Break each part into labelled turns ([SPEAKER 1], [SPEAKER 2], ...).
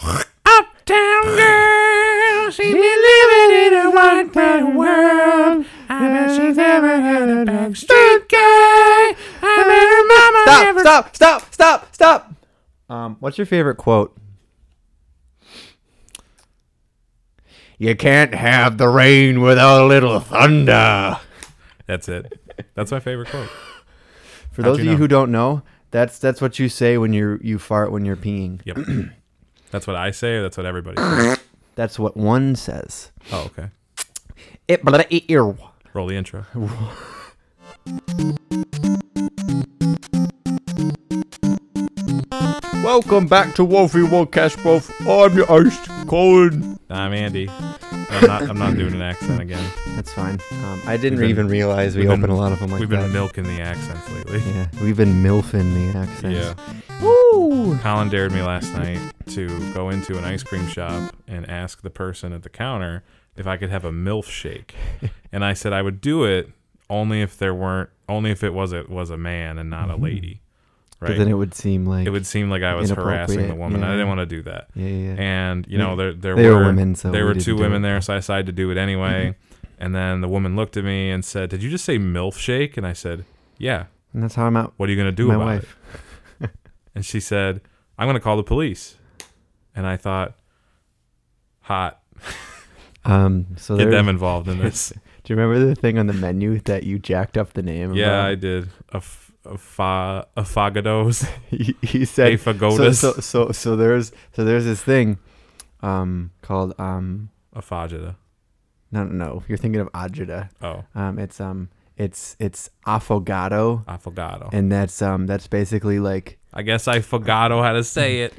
[SPEAKER 1] Uptown girl, she be living in a white bread world. I bet she's never had a backstreet guy. I bet her mama
[SPEAKER 2] Stop!
[SPEAKER 1] never.
[SPEAKER 2] Stop! Stop! Stop! Stop! Um, what's your favorite quote? You can't have the rain without a little thunder.
[SPEAKER 1] That's it. That's my favorite quote.
[SPEAKER 2] For
[SPEAKER 1] How'd
[SPEAKER 2] those
[SPEAKER 1] you
[SPEAKER 2] of you
[SPEAKER 1] know?
[SPEAKER 2] who don't know, that's that's what you say when you you fart when you're peeing.
[SPEAKER 1] Yep. That's what I say, or that's what everybody says.
[SPEAKER 2] That's what one says.
[SPEAKER 1] Oh, okay.
[SPEAKER 2] It blah, it, ear.
[SPEAKER 1] Roll the intro.
[SPEAKER 2] Welcome back to Wolfie Wildcast Wolf. I'm your host, Colin.
[SPEAKER 1] I'm Andy. I'm not, I'm not doing an accent again.
[SPEAKER 2] That's fine. Um, I didn't
[SPEAKER 1] We've been-
[SPEAKER 2] even realize we
[SPEAKER 1] we've been-
[SPEAKER 2] open a lot of them like
[SPEAKER 1] We've
[SPEAKER 2] that.
[SPEAKER 1] been milking the accents lately.
[SPEAKER 2] yeah, we've been milfing the accents.
[SPEAKER 1] Yeah.
[SPEAKER 2] Woo!
[SPEAKER 1] Colin dared me last night to go into an ice cream shop and ask the person at the counter if I could have a MILF shake. And I said I would do it only if there weren't only if it was it was a man and not a lady.
[SPEAKER 2] Mm-hmm. But
[SPEAKER 1] Right.
[SPEAKER 2] then it would seem like
[SPEAKER 1] it would seem like I was harassing the
[SPEAKER 2] inappropriate,
[SPEAKER 1] woman. I
[SPEAKER 2] yeah.
[SPEAKER 1] didn't want to do that.
[SPEAKER 2] Yeah, yeah. yeah.
[SPEAKER 1] And you
[SPEAKER 2] We-
[SPEAKER 1] know there there
[SPEAKER 2] they
[SPEAKER 1] were,
[SPEAKER 2] were women, so
[SPEAKER 1] there
[SPEAKER 2] we
[SPEAKER 1] were
[SPEAKER 2] didn't
[SPEAKER 1] two
[SPEAKER 2] do
[SPEAKER 1] women
[SPEAKER 2] it. Mm-hmm.
[SPEAKER 1] there, so I decided to do it anyway. and then the woman looked at me and said, "Did you just say MILF shake?" And I said, "Yeah."
[SPEAKER 2] And that's how I'm out.
[SPEAKER 1] What are you gonna do
[SPEAKER 2] My
[SPEAKER 1] about it?
[SPEAKER 2] wife.
[SPEAKER 1] And she said, I'm going to call the police. And I thought, hot,
[SPEAKER 2] Um. So
[SPEAKER 1] get
[SPEAKER 2] there.
[SPEAKER 1] them involved in this.
[SPEAKER 2] Do you remember the thing on the menu that you jacked up the name?
[SPEAKER 1] yeah, I
[SPEAKER 2] about?
[SPEAKER 1] did. A, f- a, fa- a fagados.
[SPEAKER 2] he, he
[SPEAKER 1] A
[SPEAKER 2] said. So,
[SPEAKER 1] fagodas.
[SPEAKER 2] so so so there's so there's this thing, um, called um.
[SPEAKER 1] a fajita.
[SPEAKER 2] No, no, no. You're thinking of ajita.
[SPEAKER 1] Oh,
[SPEAKER 2] Um, it's um, it's it's affogato,
[SPEAKER 1] afogado.
[SPEAKER 2] and that's um, that's basically like
[SPEAKER 1] I guess I forgot how to say it.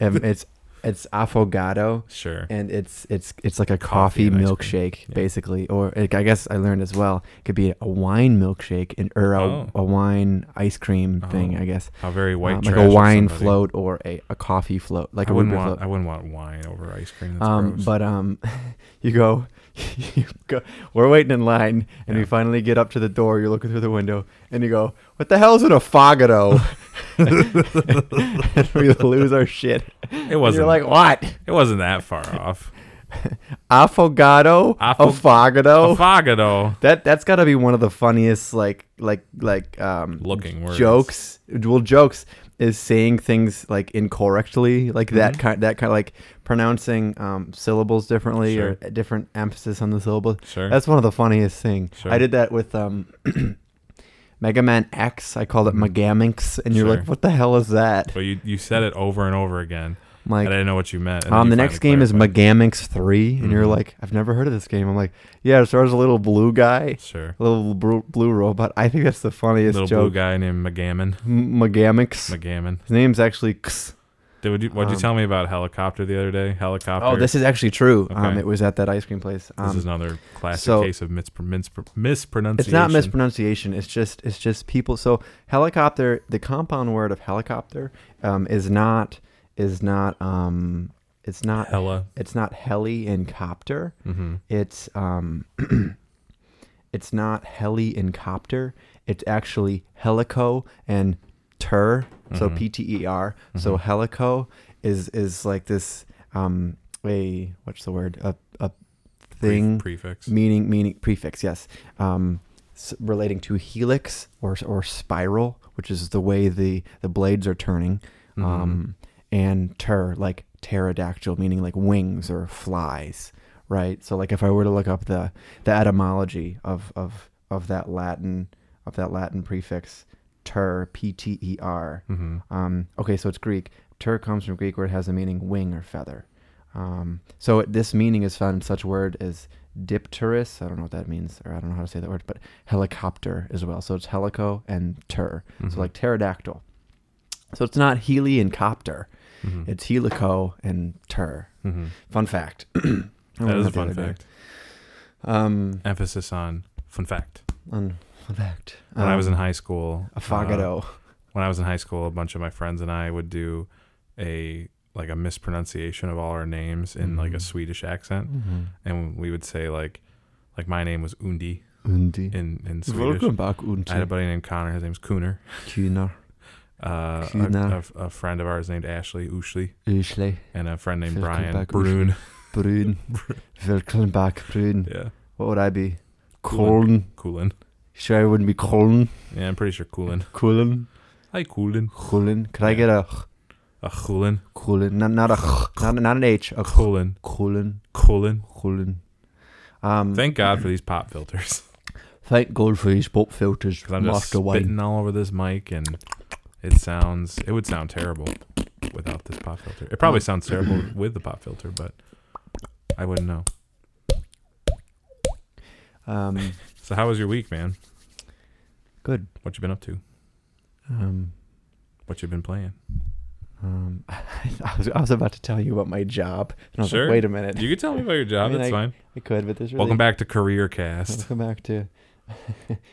[SPEAKER 2] um, it's it's affogato,
[SPEAKER 1] sure.
[SPEAKER 2] and it's it's it's like a
[SPEAKER 1] Coffee
[SPEAKER 2] coffee,
[SPEAKER 1] and ice
[SPEAKER 2] milkshake
[SPEAKER 1] Yeah.
[SPEAKER 2] basically, or like, I guess I learned as well it could be a wine milkshake and or a,
[SPEAKER 1] Oh.
[SPEAKER 2] a wine ice cream thing,
[SPEAKER 1] Oh.
[SPEAKER 2] I guess,
[SPEAKER 1] How very white
[SPEAKER 2] Um,
[SPEAKER 1] trash
[SPEAKER 2] like a
[SPEAKER 1] of
[SPEAKER 2] wine
[SPEAKER 1] somebody.
[SPEAKER 2] float or a, a coffee float, like
[SPEAKER 1] I
[SPEAKER 2] a
[SPEAKER 1] wouldn't
[SPEAKER 2] wine
[SPEAKER 1] want.
[SPEAKER 2] float.
[SPEAKER 1] I wouldn't want wine over ice cream. That's
[SPEAKER 2] Um,
[SPEAKER 1] gross.
[SPEAKER 2] but um, you go, you go. We're waiting in line, and we
[SPEAKER 1] Yeah.
[SPEAKER 2] finally get up to the door. You're looking through the window, and you go, "What the hell's an affogato?" and we lose our shit.
[SPEAKER 1] it
[SPEAKER 2] And
[SPEAKER 1] wasn't.
[SPEAKER 2] You're like, "What?
[SPEAKER 1] it wasn't that far off.
[SPEAKER 2] Affogato?
[SPEAKER 1] Affo-
[SPEAKER 2] affogato?
[SPEAKER 1] Afogado.
[SPEAKER 2] that that's got to be one of the funniest like like like um
[SPEAKER 1] Looking words.
[SPEAKER 2] jokes. Well, jokes is saying things like incorrectly, like
[SPEAKER 1] Mm-hmm.
[SPEAKER 2] that kind that kind like pronouncing um syllables differently or a different emphasis on the syllables.
[SPEAKER 1] Sure.
[SPEAKER 2] That's one of the funniest thing.
[SPEAKER 1] Sure.
[SPEAKER 2] I did that with um Mega Man X. I called it Megaminx, and you're
[SPEAKER 1] Mm-hmm. Sure.
[SPEAKER 2] like, "What the hell is that?"
[SPEAKER 1] but you you said it over and over again.
[SPEAKER 2] I'm like,
[SPEAKER 1] and I didn't know what you meant. and then
[SPEAKER 2] Um,
[SPEAKER 1] you
[SPEAKER 2] the next
[SPEAKER 1] finally
[SPEAKER 2] game is
[SPEAKER 1] clarified.
[SPEAKER 2] Megaminx 3, and
[SPEAKER 1] Mm-hmm.
[SPEAKER 2] you're like, I've never heard of this game. I'm like, yeah, it stars a little blue guy,
[SPEAKER 1] Sure.
[SPEAKER 2] a little blue, blue robot. I think that's the funniest
[SPEAKER 1] Little blue
[SPEAKER 2] joke.
[SPEAKER 1] guy named McGammon.
[SPEAKER 2] M- Megaminx.
[SPEAKER 1] McGammon.
[SPEAKER 2] His name's actually X.
[SPEAKER 1] Did, would you, what'd you
[SPEAKER 2] Um,
[SPEAKER 1] tell me about helicopter the other day? Helicopter.
[SPEAKER 2] Oh, this is actually true. Um,
[SPEAKER 1] Okay.
[SPEAKER 2] it was at that ice cream place.
[SPEAKER 1] This
[SPEAKER 2] Um,
[SPEAKER 1] is another classic
[SPEAKER 2] so-
[SPEAKER 1] case of mispr- mispr- mispronunciation.
[SPEAKER 2] it's not mispronunciation. It's just it's just people. So helicopter, the compound word of helicopter, um, is not is not um, it's not
[SPEAKER 1] Hella.
[SPEAKER 2] it's not heli and copter.
[SPEAKER 1] Mm-hmm.
[SPEAKER 2] it's um it's not heli and copter it's actually helico and ter so p-t-e-r so helico is is like this um a what's the word a, a thing
[SPEAKER 1] prefix.
[SPEAKER 2] meaning meaning prefix yes um s- relating to helix or or spiral which is the way the the blades are turning
[SPEAKER 1] Mm-hmm.
[SPEAKER 2] um and ter like pterodactyl meaning like wings or flies right so like if i were to look up the the etymology of of of that latin of that latin prefix ter p t e r
[SPEAKER 1] hmm
[SPEAKER 2] um, okay, so it's Greek. Tur comes from Greek where it has the meaning wing or feather. Um, so it- this meaning is found in such a word as dipterus. I don't know what that means, or I don't know how to say that word, but helicopter as well. So it's helico and tur.
[SPEAKER 1] Mm-hmm.
[SPEAKER 2] So like pterodactyl. So it's not heli and copter.
[SPEAKER 1] Mm-hmm.
[SPEAKER 2] It's helico and tur.
[SPEAKER 1] Mhm.
[SPEAKER 2] Fun fact. I
[SPEAKER 1] That
[SPEAKER 2] learned
[SPEAKER 1] is a
[SPEAKER 2] the
[SPEAKER 1] fun
[SPEAKER 2] other day.
[SPEAKER 1] fact.
[SPEAKER 2] Um,
[SPEAKER 1] Emphasis on fun fact.
[SPEAKER 2] on fun fact.
[SPEAKER 1] When I was
[SPEAKER 2] Um,
[SPEAKER 1] in high school,
[SPEAKER 2] a
[SPEAKER 1] uh,
[SPEAKER 2] fagado.
[SPEAKER 1] when I was in high school, a bunch of my friends and I would do a like a mispronunciation of all our
[SPEAKER 2] Mm.
[SPEAKER 1] uh,
[SPEAKER 2] Mm-hmm.
[SPEAKER 1] names in like a Swedish accent, and we would say like like my name was Undi,
[SPEAKER 2] Undi.
[SPEAKER 1] in in Swedish.
[SPEAKER 2] Welcome back,
[SPEAKER 1] I had a
[SPEAKER 2] Unti.
[SPEAKER 1] buddy named Connor. His name's Cooner.
[SPEAKER 2] Kunar.
[SPEAKER 1] Uh, a,
[SPEAKER 2] Cooner.
[SPEAKER 1] a, a friend of ours named Ashley Ushley,
[SPEAKER 2] Ushle.
[SPEAKER 1] and a friend named
[SPEAKER 2] Welcome
[SPEAKER 1] Brian
[SPEAKER 2] back,
[SPEAKER 1] Brune.
[SPEAKER 2] Brun. Welcome back, Brun.
[SPEAKER 1] yeah,
[SPEAKER 2] What would I be?
[SPEAKER 1] Coolin.
[SPEAKER 2] Colin.
[SPEAKER 1] Coolin.
[SPEAKER 2] Sure, I wouldn't be Colin.
[SPEAKER 1] Yeah, I'm pretty sure Coolin.
[SPEAKER 2] Colin.
[SPEAKER 1] Hi, Coolin.
[SPEAKER 2] Colin. Could I
[SPEAKER 1] Yeah.
[SPEAKER 2] get a
[SPEAKER 1] A Coolin.
[SPEAKER 2] Colin? Not, not a not, not an H. A
[SPEAKER 1] Coolin.
[SPEAKER 2] Colin.
[SPEAKER 1] Coolin.
[SPEAKER 2] Colin. Um,
[SPEAKER 1] Thank God for these pop filters.
[SPEAKER 2] thank God for these pop filters,
[SPEAKER 1] 'Cause I'm just
[SPEAKER 2] Master Wayne.
[SPEAKER 1] spitting all over this mic, and it sounds it would sound terrible without this pop filter. It probably sounds terrible with the pop filter, but I wouldn't know.
[SPEAKER 2] Um,
[SPEAKER 1] So how was your week, man?
[SPEAKER 2] good.
[SPEAKER 1] What you been up to?
[SPEAKER 2] Um,
[SPEAKER 1] What you been playing?
[SPEAKER 2] um, I, was, I was about to tell you about my job, and I was
[SPEAKER 1] Sure.
[SPEAKER 2] like, "Wait a minute,
[SPEAKER 1] You can tell me about your job.
[SPEAKER 2] I mean,
[SPEAKER 1] That's
[SPEAKER 2] I-
[SPEAKER 1] fine.
[SPEAKER 2] I could." But there's really
[SPEAKER 1] Welcome back to Career Cast,
[SPEAKER 2] Welcome back to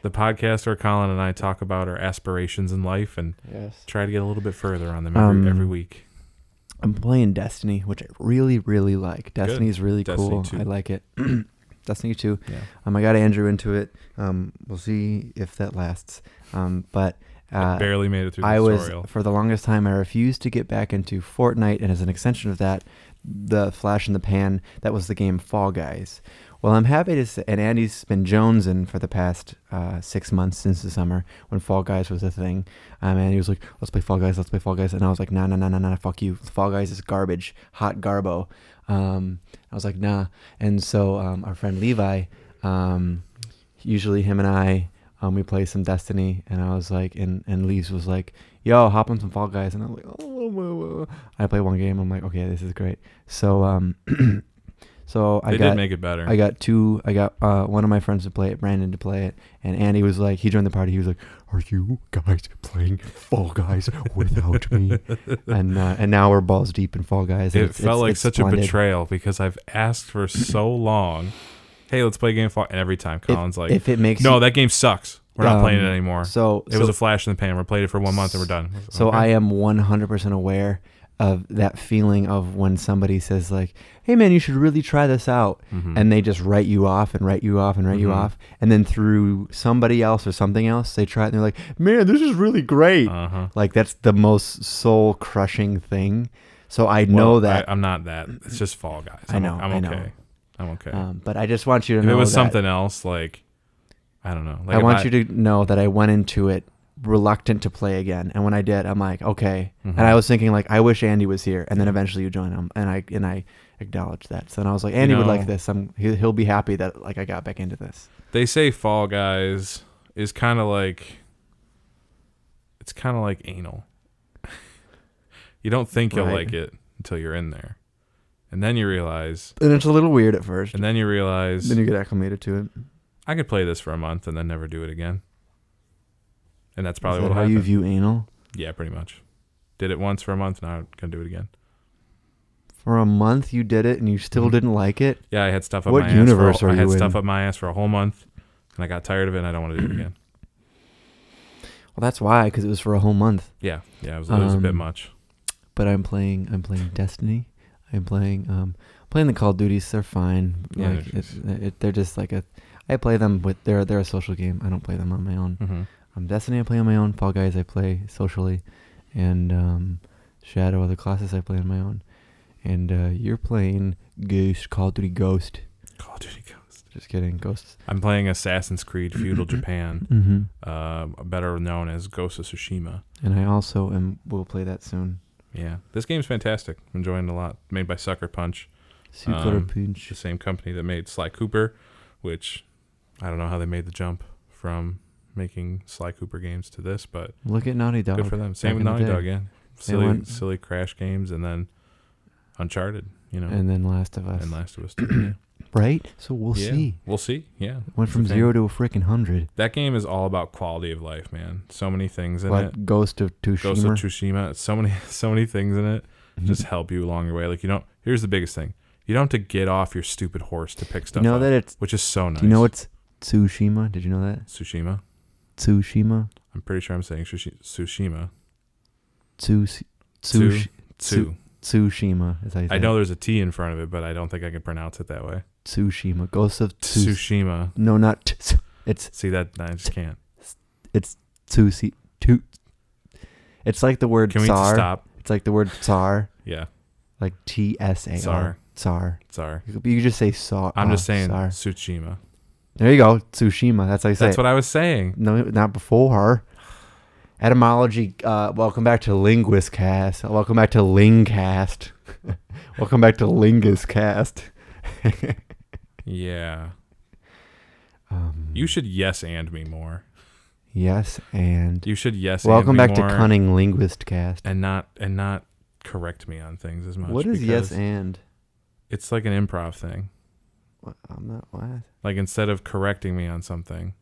[SPEAKER 1] the podcast where Colin and I talk about our aspirations in life and
[SPEAKER 2] yes.
[SPEAKER 1] try to get a little bit further on them every,
[SPEAKER 2] Um,
[SPEAKER 1] every week.
[SPEAKER 2] I'm playing Destiny, which I really, really like. Destiny is really
[SPEAKER 1] Destiny
[SPEAKER 2] cool.
[SPEAKER 1] 2.
[SPEAKER 2] I like it. Destiny two.
[SPEAKER 1] Yeah.
[SPEAKER 2] Um, I got Andrew into it. Um, we'll see if that lasts. Um, but
[SPEAKER 1] I
[SPEAKER 2] uh,
[SPEAKER 1] barely made it through the
[SPEAKER 2] I was
[SPEAKER 1] tutorial.
[SPEAKER 2] for the longest time. I refused to get back into Fortnite, and as an extension of that, the flash in the pan that was the game Fall Guys. Well, I'm happy to say, and Andy's been jonesing for the past uh, six months since the summer when Fall Guys was a thing. Um, and he was like, "Let's play Fall Guys, let's play Fall Guys," and I was like, "Nah, nah, nah, nah, nah, fuck you. Fall Guys is garbage, hot garbo." Um, I was like, "Nah." And so um, our friend Levi, um, usually him and I, um, we play some Destiny, and I was like, and and Leaves was like, "Yo, hop on some Fall Guys," and I'm like, "Oh, whoa, whoa, whoa." I play one game, I'm like, "Okay, this is great." So, um, so I
[SPEAKER 1] they
[SPEAKER 2] got
[SPEAKER 1] did make it better.
[SPEAKER 2] I got two. I got uh, one of my friends to play it, Brandon to play it, and Andy was like, he joined the party. He was like, "Are you guys playing Fall Guys without me?" and uh, and now we're balls deep in Fall Guys. and
[SPEAKER 1] it
[SPEAKER 2] it's-
[SPEAKER 1] felt
[SPEAKER 2] it's-
[SPEAKER 1] like
[SPEAKER 2] it's
[SPEAKER 1] such a
[SPEAKER 2] splendid.
[SPEAKER 1] betrayal because I've asked for so long. Hey, let's play a game of Fall. And every time Colin's like,
[SPEAKER 2] If it makes
[SPEAKER 1] "No, that game sucks. We're not playing it
[SPEAKER 2] Um,
[SPEAKER 1] anymore."
[SPEAKER 2] so
[SPEAKER 1] it
[SPEAKER 2] so,
[SPEAKER 1] was a flash in the pan. We played it for one month and we're done.
[SPEAKER 2] so
[SPEAKER 1] Okay.
[SPEAKER 2] I am one hundred percent aware of that feeling of when somebody says like, "Hey man, you should really try this out,"
[SPEAKER 1] Mhm.
[SPEAKER 2] and they just write you off and write you off and write you
[SPEAKER 1] Mhm.
[SPEAKER 2] off, and then through somebody else or something else, they try it and they're like, "Man, this is really great."
[SPEAKER 1] uh-huh.
[SPEAKER 2] Like that's the most soul crushing thing. So I know
[SPEAKER 1] Well,
[SPEAKER 2] that.
[SPEAKER 1] I, am not that. It's just Fall Guys.
[SPEAKER 2] I
[SPEAKER 1] I'm,
[SPEAKER 2] know,
[SPEAKER 1] I'm
[SPEAKER 2] I
[SPEAKER 1] okay.
[SPEAKER 2] know.
[SPEAKER 1] I'm okay.
[SPEAKER 2] um, but I just want you to
[SPEAKER 1] if
[SPEAKER 2] know
[SPEAKER 1] it was
[SPEAKER 2] that-
[SPEAKER 1] something else, like I don't know. Like
[SPEAKER 2] I want you to know that I went into it reluctant to play again, and when I did, I'm like, okay.
[SPEAKER 1] Mhm.
[SPEAKER 2] And I was thinking like, I wish Andy was here, and then eventually you join him, and I and I acknowledge that. So then I was like, Andy would like
[SPEAKER 1] know-
[SPEAKER 2] this. I'm he, he'll be happy that like I got back into this.
[SPEAKER 1] They say Fall Guys is kind of like it's kind of like anal. you don't think you'll
[SPEAKER 2] Right.
[SPEAKER 1] like it until you're in there, and then you realize,
[SPEAKER 2] And it's a little weird at first.
[SPEAKER 1] and then you realize
[SPEAKER 2] Then you get acclimated to it.
[SPEAKER 1] I could play this for a month and then never do it again. And that's probably
[SPEAKER 2] Is that
[SPEAKER 1] what
[SPEAKER 2] how
[SPEAKER 1] happened.
[SPEAKER 2] you view anal
[SPEAKER 1] yeah, pretty much. Did it once for a month. Now I'm gonna do it again.
[SPEAKER 2] for a month. You did it, and you still
[SPEAKER 1] Mhm.
[SPEAKER 2] didn't like it.
[SPEAKER 1] Yeah, I had stuff up
[SPEAKER 2] What
[SPEAKER 1] my ass.
[SPEAKER 2] universe
[SPEAKER 1] For a,
[SPEAKER 2] are
[SPEAKER 1] I had
[SPEAKER 2] you
[SPEAKER 1] stuff
[SPEAKER 2] in?
[SPEAKER 1] up my ass for a whole month, and I got tired of it, and I don't want to do it again.
[SPEAKER 2] Well, that's why, because it was for a whole month.
[SPEAKER 1] Yeah, yeah, it was, it was a bit
[SPEAKER 2] Um,
[SPEAKER 1] much.
[SPEAKER 2] but I'm playing I'm playing Destiny. I'm playing um playing the Call of Duties. They're fine.
[SPEAKER 1] Yeah,
[SPEAKER 2] like
[SPEAKER 1] they're
[SPEAKER 2] it's it, they're just like a. I play them with they're they're a social game. I don't play them on my own.
[SPEAKER 1] hmm
[SPEAKER 2] Um, Destiny I play on my own. Fall Guys I play socially, and um, Shadow of the Colossus I play on my own. And uh, you're playing Ghost Call of Duty Ghost.
[SPEAKER 1] Call of Duty Ghost.
[SPEAKER 2] Just kidding, Ghosts.
[SPEAKER 1] I'm playing Assassin's Creed Feudal Japan,
[SPEAKER 2] Mm-hmm.
[SPEAKER 1] uh, better known as Ghost of Tsushima.
[SPEAKER 2] And I also am will play that soon.
[SPEAKER 1] Yeah, this game's fantastic. I'm enjoying it a lot. Made by Sucker Punch,
[SPEAKER 2] Super
[SPEAKER 1] Um,
[SPEAKER 2] Punch.
[SPEAKER 1] the same company that made Sly Cooper, which I don't know how they made the jump from making Sly Cooper games to this, but
[SPEAKER 2] Look at Naughty Dog.
[SPEAKER 1] good for them. Same
[SPEAKER 2] back
[SPEAKER 1] with
[SPEAKER 2] in the
[SPEAKER 1] Naughty
[SPEAKER 2] day.
[SPEAKER 1] Dog, yeah. Silly,
[SPEAKER 2] went-
[SPEAKER 1] silly Crash games, and then Uncharted. You know,
[SPEAKER 2] And then Last of Us.
[SPEAKER 1] and Last of Us 2. yeah.
[SPEAKER 2] right? So we'll
[SPEAKER 1] Yeah,
[SPEAKER 2] see.
[SPEAKER 1] We'll see. Yeah.
[SPEAKER 2] Went
[SPEAKER 1] It's
[SPEAKER 2] from
[SPEAKER 1] a thing.
[SPEAKER 2] zero to a freaking hundred.
[SPEAKER 1] That game is all about quality of life, man. So many things in it.
[SPEAKER 2] Like Ghost of Tsushima. Mhm. Mm-hmm.
[SPEAKER 1] Ghost of Tsushima. So many, so many things in it. Just help you along your way. Like you don't. Here's the biggest thing. You don't have to get off your stupid horse to pick
[SPEAKER 2] you
[SPEAKER 1] stuff
[SPEAKER 2] know
[SPEAKER 1] up,
[SPEAKER 2] that it's.
[SPEAKER 1] which is so nice.
[SPEAKER 2] Do you know it's Tsushima? Did you know that
[SPEAKER 1] Tsushima.
[SPEAKER 2] Tsushima?
[SPEAKER 1] I'm pretty sure I'm saying Tsushi- Tsushima.
[SPEAKER 2] Tsush.
[SPEAKER 1] Tsu-
[SPEAKER 2] Tsush.
[SPEAKER 1] Tsu.
[SPEAKER 2] Tsushima. As I say.
[SPEAKER 1] I know there's a T in front of it, but I don't think I can pronounce it that way.
[SPEAKER 2] Tsushima. Ghost of Tsush.
[SPEAKER 1] Tsushima.
[SPEAKER 2] No, not. Ts- It's
[SPEAKER 1] See that I just can't.
[SPEAKER 2] it's tusi tu. It's like the word
[SPEAKER 1] Can we
[SPEAKER 2] tsar.
[SPEAKER 1] stop?
[SPEAKER 2] It's like the word tsar,
[SPEAKER 1] Yeah,
[SPEAKER 2] like T S A
[SPEAKER 1] Tsar.
[SPEAKER 2] R. Tsar.
[SPEAKER 1] sorry.
[SPEAKER 2] You could- you could just say tsar.
[SPEAKER 1] I'm
[SPEAKER 2] ah,
[SPEAKER 1] just saying
[SPEAKER 2] tsar.
[SPEAKER 1] Tsushima.
[SPEAKER 2] There you go, Tsushima. That's how you say
[SPEAKER 1] That's
[SPEAKER 2] it.
[SPEAKER 1] what I was saying.
[SPEAKER 2] No, not before. Etymology. Uh, welcome back to Linguist Cast. Welcome back to Lingcast. welcome back to Lingus Cast.
[SPEAKER 1] Yeah,
[SPEAKER 2] Um,
[SPEAKER 1] you should yes and me more.
[SPEAKER 2] yes, and
[SPEAKER 1] You should yes.
[SPEAKER 2] welcome
[SPEAKER 1] and
[SPEAKER 2] back
[SPEAKER 1] me
[SPEAKER 2] to
[SPEAKER 1] more
[SPEAKER 2] Cunning Linguist Cast.
[SPEAKER 1] and not and not correct me on things as much.
[SPEAKER 2] What is yes
[SPEAKER 1] because
[SPEAKER 2] and?
[SPEAKER 1] It's like an improv thing.
[SPEAKER 2] What- I'm not. What?
[SPEAKER 1] Like instead of correcting me on something,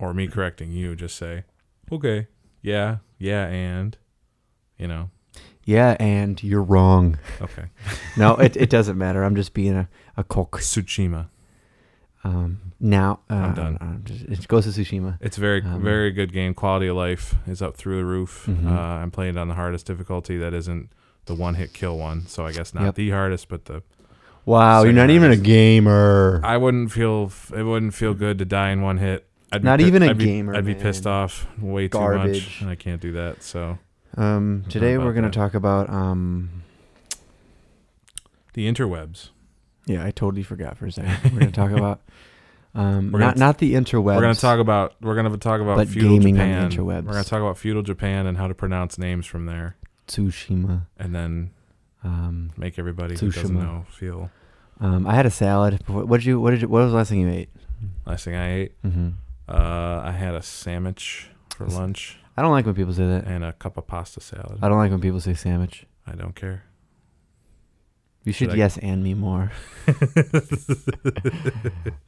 [SPEAKER 1] or me correcting you, just say, okay, yeah, yeah, and, you know,
[SPEAKER 2] Yeah, and you're wrong.
[SPEAKER 1] okay,
[SPEAKER 2] No, it, it doesn't matter. I'm just being a a cook.
[SPEAKER 1] Tsushima.
[SPEAKER 2] Um, now uh,
[SPEAKER 1] I'm done.
[SPEAKER 2] I'm just- it goes to Tsushima.
[SPEAKER 1] It's very
[SPEAKER 2] Um,
[SPEAKER 1] very good game. Quality of life is up through the roof.
[SPEAKER 2] Mhm.
[SPEAKER 1] Uh, I'm playing it on the hardest difficulty. That isn't the one hit kill one, so I guess not
[SPEAKER 2] Yep.
[SPEAKER 1] the hardest, but the
[SPEAKER 2] Wow,
[SPEAKER 1] Second
[SPEAKER 2] you're not even a
[SPEAKER 1] hardest.
[SPEAKER 2] gamer.
[SPEAKER 1] I wouldn't feel f- it wouldn't feel good to die in one hit. I'd be
[SPEAKER 2] Not
[SPEAKER 1] pi-
[SPEAKER 2] even a
[SPEAKER 1] I'd be-
[SPEAKER 2] gamer,
[SPEAKER 1] I'd be
[SPEAKER 2] man.
[SPEAKER 1] pissed off way too
[SPEAKER 2] Garbage.
[SPEAKER 1] much, and I can't do that. So
[SPEAKER 2] Um, today
[SPEAKER 1] about
[SPEAKER 2] we're going
[SPEAKER 1] that.
[SPEAKER 2] to talk about. Um,
[SPEAKER 1] the interwebs.
[SPEAKER 2] yeah, I totally forgot for a second. We're going to talk about. Um,
[SPEAKER 1] We're gonna
[SPEAKER 2] not not the interwebs.
[SPEAKER 1] We're gonna talk about we're gonna talk about
[SPEAKER 2] But
[SPEAKER 1] feudal
[SPEAKER 2] gaming on the
[SPEAKER 1] Japan. We're
[SPEAKER 2] interwebs.
[SPEAKER 1] gonna talk about feudal Japan and how to pronounce names from there,
[SPEAKER 2] Tsushima.
[SPEAKER 1] and then
[SPEAKER 2] Um,
[SPEAKER 1] make everybody who doesn't
[SPEAKER 2] Tsushima.
[SPEAKER 1] know feel.
[SPEAKER 2] um, I had a salad. Before. What did you? What did you? What was the last thing you ate?
[SPEAKER 1] Last thing I ate,
[SPEAKER 2] Mm-hmm.
[SPEAKER 1] uh, I had a sandwich for
[SPEAKER 2] Is-
[SPEAKER 1] lunch
[SPEAKER 2] I don't like when people say that.
[SPEAKER 1] and a cup of pasta salad.
[SPEAKER 2] I don't like when people say sandwich.
[SPEAKER 1] I don't care.
[SPEAKER 2] You should,
[SPEAKER 1] Should I-
[SPEAKER 2] yes and me more.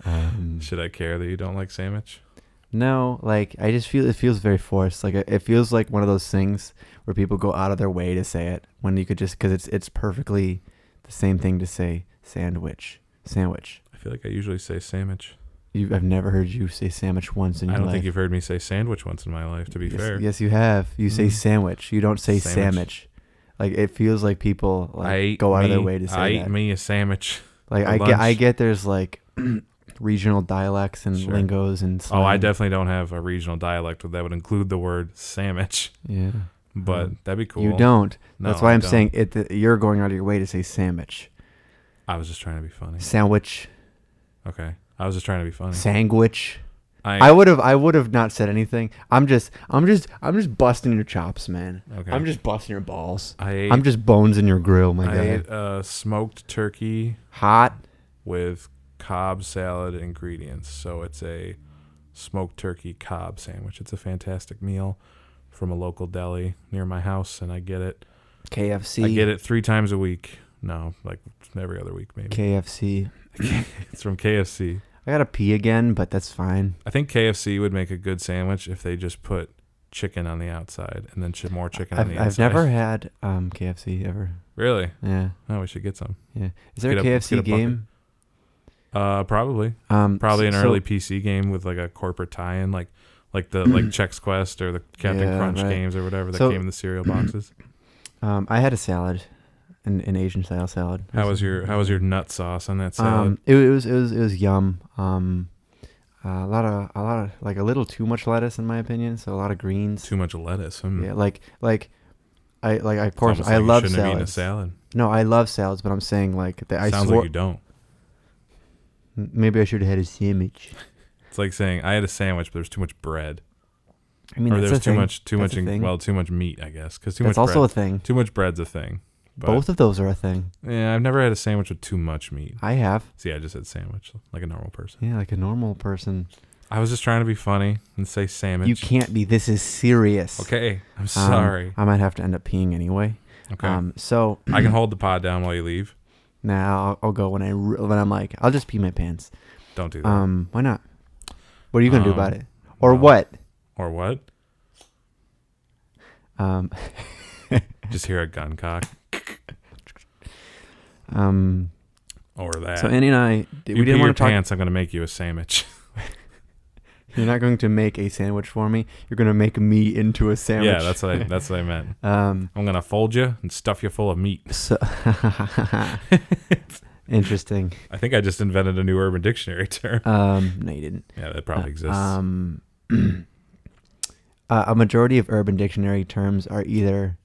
[SPEAKER 2] um,
[SPEAKER 1] Should I care that you don't like sandwich?
[SPEAKER 2] No, like I just feel it feels very forced. Like it it feels like one of those things where people go out of their way to say it when you could just because it's it's perfectly the same thing to say sandwich, sandwich.
[SPEAKER 1] I feel like I usually say sandwich.
[SPEAKER 2] You, I've never heard you say sandwich once in
[SPEAKER 1] I
[SPEAKER 2] your
[SPEAKER 1] don't
[SPEAKER 2] life.
[SPEAKER 1] think you've heard me say sandwich once in my life. To be
[SPEAKER 2] yes,
[SPEAKER 1] fair,
[SPEAKER 2] yes, you have. You say
[SPEAKER 1] Mm.
[SPEAKER 2] sandwich. You don't say
[SPEAKER 1] Sandwich.
[SPEAKER 2] sandwich. Like it feels like people
[SPEAKER 1] I
[SPEAKER 2] like
[SPEAKER 1] ate
[SPEAKER 2] go out of their
[SPEAKER 1] me-
[SPEAKER 2] way to say
[SPEAKER 1] I
[SPEAKER 2] that.
[SPEAKER 1] ate me a sandwich.
[SPEAKER 2] like
[SPEAKER 1] for
[SPEAKER 2] I get, I
[SPEAKER 1] lunch.
[SPEAKER 2] get there's like regional dialects and
[SPEAKER 1] Sure.
[SPEAKER 2] lingos and.
[SPEAKER 1] Oh, I
[SPEAKER 2] slang.
[SPEAKER 1] definitely don't have a regional dialect that would include the word sandwich,
[SPEAKER 2] Yeah,
[SPEAKER 1] but
[SPEAKER 2] Mm.
[SPEAKER 1] that'd be cool.
[SPEAKER 2] you don't.
[SPEAKER 1] No,
[SPEAKER 2] That's why
[SPEAKER 1] I
[SPEAKER 2] I'm
[SPEAKER 1] don't.
[SPEAKER 2] saying it. That you're going out of your way to say sandwich,
[SPEAKER 1] I was just trying to be funny.
[SPEAKER 2] sandwich,
[SPEAKER 1] Okay, I was just trying to be funny.
[SPEAKER 2] sandwich.
[SPEAKER 1] I,
[SPEAKER 2] I would have. I would have not said anything. I'm just. I'm just. I'm just busting your chops, man.
[SPEAKER 1] okay.
[SPEAKER 2] I'm just busting your balls.
[SPEAKER 1] I ate,
[SPEAKER 2] I'm just bones in your grill, my
[SPEAKER 1] I
[SPEAKER 2] guy.
[SPEAKER 1] ate uh, smoked turkey
[SPEAKER 2] Hot.
[SPEAKER 1] with cob salad ingredients. So it's a smoked turkey cob sandwich. It's a fantastic meal from a local deli near my house, and I get it.
[SPEAKER 2] KFC.
[SPEAKER 1] I get it three times a week. No, like every other week maybe.
[SPEAKER 2] KFC.
[SPEAKER 1] It's from KFC.
[SPEAKER 2] I gotta pee again, but that's fine.
[SPEAKER 1] I think KFC would make a good sandwich if they just put chicken on the outside and then ch- more chicken on
[SPEAKER 2] I've,
[SPEAKER 1] the
[SPEAKER 2] I've
[SPEAKER 1] inside.
[SPEAKER 2] never had um, KFC ever.
[SPEAKER 1] really.
[SPEAKER 2] Yeah,
[SPEAKER 1] No, we should get some.
[SPEAKER 2] yeah. Is there
[SPEAKER 1] Get
[SPEAKER 2] a
[SPEAKER 1] a-
[SPEAKER 2] KFC
[SPEAKER 1] get a bucket.
[SPEAKER 2] game?
[SPEAKER 1] Uh, probably,
[SPEAKER 2] Um,
[SPEAKER 1] probably an
[SPEAKER 2] so-
[SPEAKER 1] early PC game with like a corporate tie-in, like like the like Chex Quest or the Captain
[SPEAKER 2] Yeah,
[SPEAKER 1] Crunch
[SPEAKER 2] right.
[SPEAKER 1] games or whatever that
[SPEAKER 2] So-
[SPEAKER 1] came in the cereal boxes.
[SPEAKER 2] Um, I had a salad, an, an Asian style salad.
[SPEAKER 1] how was your How was your nut sauce on that salad?
[SPEAKER 2] Um, it, wa- it was it was it was yum. Um, uh, a lot of a lot of like a little too much lettuce in my opinion. So a lot of greens.
[SPEAKER 1] Too much lettuce. Hmm.
[SPEAKER 2] Yeah, like like I like I, of
[SPEAKER 1] It's
[SPEAKER 2] course
[SPEAKER 1] almost
[SPEAKER 2] I
[SPEAKER 1] like you
[SPEAKER 2] love
[SPEAKER 1] shouldn't have eaten a salad.
[SPEAKER 2] salads. No, I love salads, but I'm saying like that I
[SPEAKER 1] Sounds
[SPEAKER 2] swore
[SPEAKER 1] like you don't.
[SPEAKER 2] M- maybe I should have had a sandwich.
[SPEAKER 1] It's like saying I had a sandwich, but there's too much bread,
[SPEAKER 2] I mean,
[SPEAKER 1] or
[SPEAKER 2] that's
[SPEAKER 1] there's
[SPEAKER 2] a
[SPEAKER 1] too
[SPEAKER 2] thing.
[SPEAKER 1] much too
[SPEAKER 2] That's
[SPEAKER 1] much
[SPEAKER 2] a
[SPEAKER 1] in,
[SPEAKER 2] thing.
[SPEAKER 1] well too much meat, I guess, because too
[SPEAKER 2] That's
[SPEAKER 1] much bread.
[SPEAKER 2] also a thing.
[SPEAKER 1] Too much bread's a thing. But,
[SPEAKER 2] Both of those are a thing.
[SPEAKER 1] Yeah, I've never had a sandwich with too much meat.
[SPEAKER 2] I have.
[SPEAKER 1] See, I just said sandwich like a normal person.
[SPEAKER 2] Yeah, like a normal person.
[SPEAKER 1] I was just trying to be funny and say sandwich.
[SPEAKER 2] You can't be. This is serious.
[SPEAKER 1] Okay, I'm
[SPEAKER 2] Um,
[SPEAKER 1] sorry.
[SPEAKER 2] I might have to end up peeing anyway.
[SPEAKER 1] okay,
[SPEAKER 2] Um, so
[SPEAKER 1] I can hold the pod down while you leave.
[SPEAKER 2] now I'll, I'll go when I re- when I'm like I'll just pee my pants.
[SPEAKER 1] Don't do that.
[SPEAKER 2] Um, why not? What are you gonna do about
[SPEAKER 1] Um,
[SPEAKER 2] it? Or
[SPEAKER 1] well,
[SPEAKER 2] what?
[SPEAKER 1] Or what?
[SPEAKER 2] Um,
[SPEAKER 1] Just hear a gun cock
[SPEAKER 2] um.
[SPEAKER 1] or that.
[SPEAKER 2] So Annie and
[SPEAKER 1] uh,
[SPEAKER 2] I, d-
[SPEAKER 1] you
[SPEAKER 2] we
[SPEAKER 1] pee
[SPEAKER 2] didn't
[SPEAKER 1] your
[SPEAKER 2] want to talk.
[SPEAKER 1] pants. I'm gonna make you a sandwich.
[SPEAKER 2] You're not going to make a sandwich for me. You're gonna make me into a sandwich.
[SPEAKER 1] Yeah, that's what I, that's what I meant.
[SPEAKER 2] Um.
[SPEAKER 1] I'm gonna fold you and stuff you full of meat.
[SPEAKER 2] So. Interesting.
[SPEAKER 1] I think I just invented a new Urban Dictionary term.
[SPEAKER 2] Um, no, you didn't.
[SPEAKER 1] Yeah, that probably exists.
[SPEAKER 2] Um, uh, a majority of Urban Dictionary terms are either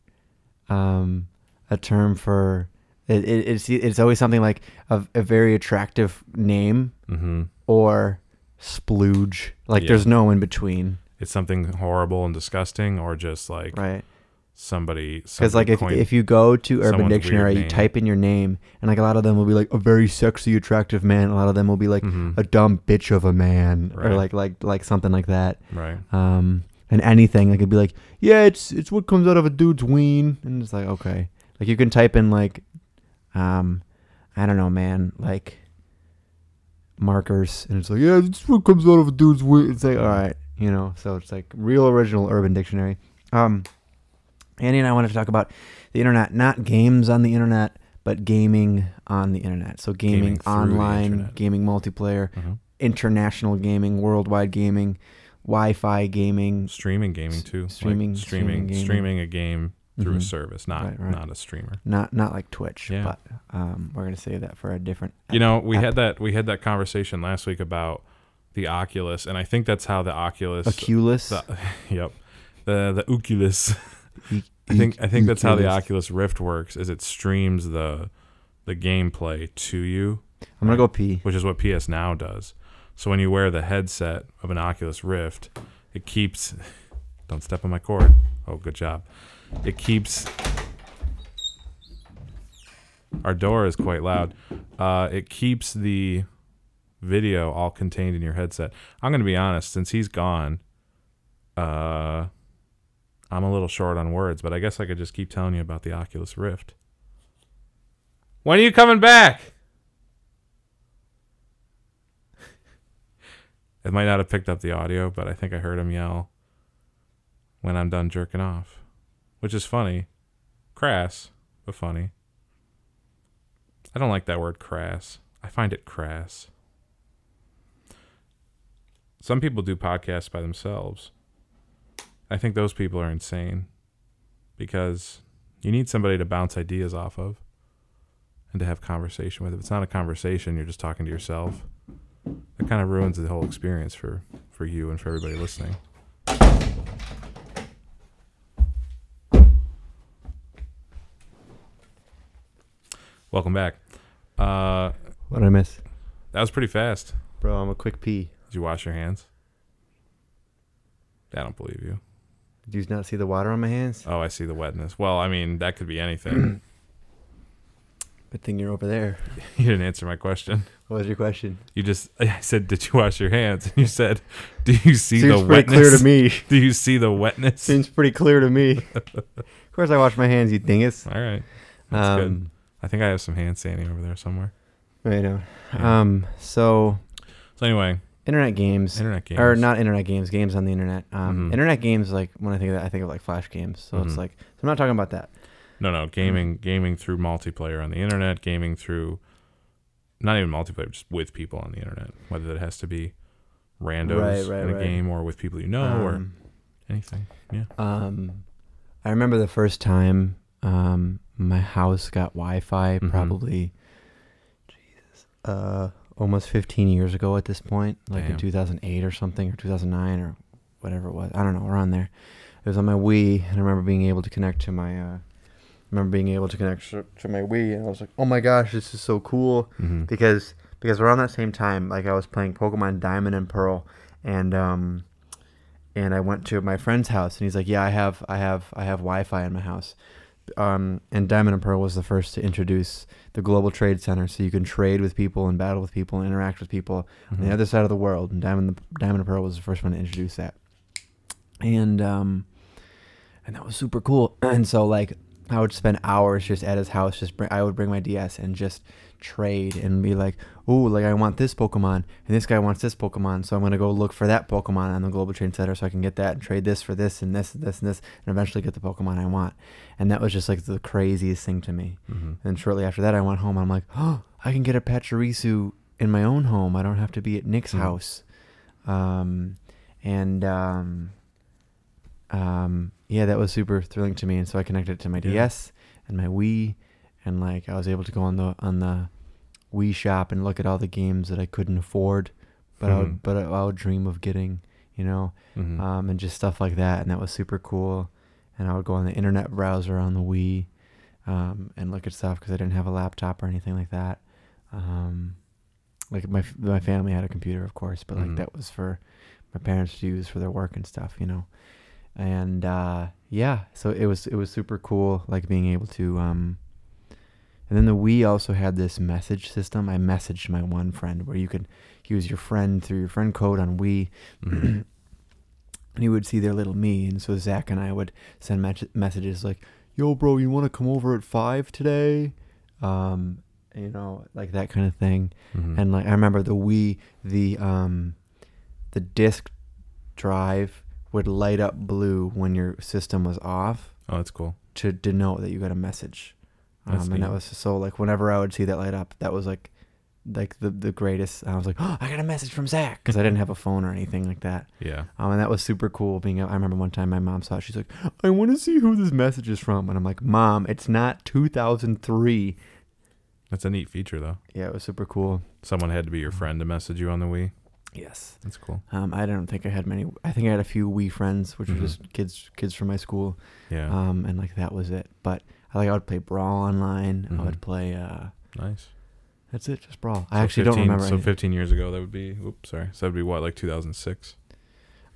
[SPEAKER 2] um, a term for it, it, it's it's always something like a, a very attractive name
[SPEAKER 1] hmm
[SPEAKER 2] or splooge. Like
[SPEAKER 1] Yeah.
[SPEAKER 2] there's no in between,
[SPEAKER 1] It's something horrible and disgusting, or just like
[SPEAKER 2] right?
[SPEAKER 1] somebody.
[SPEAKER 2] Because like if if you go to Urban
[SPEAKER 1] someone's weird
[SPEAKER 2] Dictionary, you
[SPEAKER 1] name.
[SPEAKER 2] type in your name, and like a lot of them will be like a very sexy, attractive man. A lot of them will be like
[SPEAKER 1] hmm
[SPEAKER 2] a dumb bitch of a man, or
[SPEAKER 1] Right.
[SPEAKER 2] like like like something like that.
[SPEAKER 1] right,
[SPEAKER 2] um, and anything. Like it'd be like, yeah, it's it's what comes out of a dude's ween, and it's like okay, like you can type in like, um, I don't know, man, like markers, and it's like yeah, it's what comes out of a dude's ween. It's like all right, you know, so it's like real original Urban Dictionary. Um, Andy and I wanted to talk about the internet, not games on the internet, but gaming on the internet. So
[SPEAKER 1] Gaming
[SPEAKER 2] gaming,
[SPEAKER 1] through the
[SPEAKER 2] online,
[SPEAKER 1] internet.
[SPEAKER 2] gaming multiplayer,
[SPEAKER 1] Mhm.
[SPEAKER 2] international gaming, worldwide gaming, Wi-Fi gaming.
[SPEAKER 1] streaming gaming too. Like,
[SPEAKER 2] streaming- streaming
[SPEAKER 1] streaming,
[SPEAKER 2] gaming.
[SPEAKER 1] streaming a game through a
[SPEAKER 2] Mhm.
[SPEAKER 1] service, not
[SPEAKER 2] Right, right.
[SPEAKER 1] not a streamer.
[SPEAKER 2] Not not like Twitch,
[SPEAKER 1] Yeah.
[SPEAKER 2] but um, we're gonna save that for a different.
[SPEAKER 1] You know, we
[SPEAKER 2] app-
[SPEAKER 1] had that we had that conversation last week about the Oculus, and I think that's how the Oculus.
[SPEAKER 2] Oculus.
[SPEAKER 1] the- yep, the the Oculus.
[SPEAKER 2] E-,
[SPEAKER 1] I think I think that's how the Oculus Rift works. Is it streams the the gameplay to you,
[SPEAKER 2] I'm gonna go pee.
[SPEAKER 1] which is what PS Now does. So when you wear the headset of an Oculus Rift, it keeps. Don't step on my cord. Oh, good job. It keeps. Our door is quite loud. Uh, it keeps the video all contained in your headset. I'm going to be honest. Since he's gone, uh, I'm a little short on words, but I guess I could just keep telling you about the Oculus Rift. When are you coming back? It might not have picked up the audio, but I think I heard him yell when I'm done jerking off, which is funny. Crass, but funny. I don't like that word crass. I find it crass. Some people do podcasts by themselves. I think those people are insane because you need somebody to bounce ideas off of and to have conversation with. If it's not a conversation, you're just talking to yourself. That kind of ruins the whole experience for for you and for everybody listening. Welcome back. Uh,
[SPEAKER 2] What did I miss,
[SPEAKER 1] that was pretty fast.
[SPEAKER 2] bro? I'm a quick pee.
[SPEAKER 1] Did you wash your hands? I don't believe you.
[SPEAKER 2] Did you not see the water on my hands?
[SPEAKER 1] Oh, I see the wetness. Well, I mean, that could be anything.
[SPEAKER 2] Good thing you're over there.
[SPEAKER 1] you didn't answer my question.
[SPEAKER 2] What was your question?
[SPEAKER 1] You just I said, "Did you wash your hands?" And you said, "Do you see
[SPEAKER 2] Seems
[SPEAKER 1] the
[SPEAKER 2] pretty
[SPEAKER 1] wetness?"
[SPEAKER 2] clear to me.
[SPEAKER 1] Do you see the wetness?
[SPEAKER 2] Seems pretty clear to me. of course, I wash my hands. You dingus.
[SPEAKER 1] All right. That's good.
[SPEAKER 2] Um,
[SPEAKER 1] I think I have some hand sanding over there somewhere.
[SPEAKER 2] right on.
[SPEAKER 1] Yeah.
[SPEAKER 2] Um, so
[SPEAKER 1] So anyway,
[SPEAKER 2] internet games.
[SPEAKER 1] internet games
[SPEAKER 2] or not internet games, games on the internet. Um,
[SPEAKER 1] Mhm.
[SPEAKER 2] Internet games, like when I think of that, I think of like flash games. So
[SPEAKER 1] Mhm.
[SPEAKER 2] it's like so I'm not talking about that.
[SPEAKER 1] No,
[SPEAKER 2] Mm-hmm.
[SPEAKER 1] no, gaming, gaming through multiplayer on the internet, gaming through not even multiplayer, just with people on the internet. Whether that has to be randos
[SPEAKER 2] Right, right,
[SPEAKER 1] in a
[SPEAKER 2] right.
[SPEAKER 1] game or with people you know or
[SPEAKER 2] Um,
[SPEAKER 1] anything. Yeah.
[SPEAKER 2] um, I remember the first time um, my house got Wi-Fi,
[SPEAKER 1] Mhm.
[SPEAKER 2] probably Jesus, uh, almost 15 years ago at this point, like
[SPEAKER 1] Damn.
[SPEAKER 2] in 2008 or something, or 2009 or whatever it was. I don't know. Around there. It was on my Wii, and I remember being able to connect to my. Uh, remember being able to connect to to my Wii, and I was like, "Oh my gosh, this is so cool!"
[SPEAKER 1] Mm-hmm.
[SPEAKER 2] because because around that same time, like I was playing Pokemon Diamond and Pearl, and um, and I went to my friend's house, and he's like, "Yeah, I have I have I have Wi-Fi in my house." Um, and Diamond and Pearl was the first to introduce the Global Trade Center, so you can trade with people and battle with people and interact with people on
[SPEAKER 1] Mm-hmm.
[SPEAKER 2] the other side of the world. And Diamond Diamond and Pearl was the first one to introduce that, and um, and that was super cool. And so like I would spend hours just at his house. Just bring, I would bring my DS and just trade and be like, "Ooh, like I want this Pokemon, and this guy wants this Pokemon, so I'm gonna go look for that Pokemon on the Global Trade Center so I can get that and trade this for this and this and this and this, and eventually get the Pokemon I want." And that was just like the craziest thing to me.
[SPEAKER 1] Mm-hmm.
[SPEAKER 2] And shortly after that, I went home. I'm like, oh, I can get a Pachirisu in my own home. I don't have to be at Nick's
[SPEAKER 1] Mhm.
[SPEAKER 2] house. Um, and um, um, yeah, that was super thrilling to me. And so I connected it to my
[SPEAKER 1] Yeah.
[SPEAKER 2] DS and my Wii, and like I was able to go on the on the Wii Shop and look at all the games that I couldn't afford, but I
[SPEAKER 1] Mhm.
[SPEAKER 2] would, but I, I would dream of getting, you know,
[SPEAKER 1] Mhm.
[SPEAKER 2] um, and just stuff like that, and that was super cool. And I would go on the internet browser on the Wii, um, and look at stuff because I didn't have a laptop or anything like that. Um, like my f- my family had a computer, of course, but like
[SPEAKER 1] Mhm.
[SPEAKER 2] that was for my parents to use for their work and stuff, you know. And uh, yeah, so it was it was super cool, like being able to. Um, and then the Wii also had this message system. I messaged my one friend where you could he was your friend through your friend code on Wii,
[SPEAKER 1] Mhm.
[SPEAKER 2] and he would see their little me, and so Zach and I would send match messages like, "Yo, bro, you want to come over at five today?" Um, you know, like that kind of thing.
[SPEAKER 1] Mhm.
[SPEAKER 2] And like I remember the Wii, the um, the disk drive would light up blue when your system was off
[SPEAKER 1] oh, that's cool.
[SPEAKER 2] to denote that you got a message.
[SPEAKER 1] That's
[SPEAKER 2] Um, and that
[SPEAKER 1] neat.
[SPEAKER 2] was so like whenever I would see that light up, that was like like the the greatest. I was like, oh, I got a message from Zach because I didn't have a phone or anything like that.
[SPEAKER 1] Yeah.
[SPEAKER 2] Um, and that was super cool. Being, I remember one time my mom saw it. She's like, "I want to see who this message is from," and I'm like, "Mom, it's not 2003."
[SPEAKER 1] That's a neat feature though.
[SPEAKER 2] Yeah, it was super cool.
[SPEAKER 1] Someone had to be
[SPEAKER 2] Mm-hmm.
[SPEAKER 1] your friend to message you on the Wii.
[SPEAKER 2] Yes.
[SPEAKER 1] That's cool.
[SPEAKER 2] Um, I don't think I had many. I think I had a few wee friends, which
[SPEAKER 1] Mhm.
[SPEAKER 2] were just kids, kids from my school.
[SPEAKER 1] Yeah.
[SPEAKER 2] Um, and like that was it. But I like I would play Brawl online. I
[SPEAKER 1] Mhm.
[SPEAKER 2] would play. Uh,
[SPEAKER 1] nice.
[SPEAKER 2] that's it, just Brawl. I
[SPEAKER 1] So 15,
[SPEAKER 2] actually don't remember.
[SPEAKER 1] So
[SPEAKER 2] any-
[SPEAKER 1] 15 years ago, that would be. Oops, sorry. So that'd be what, like 2006?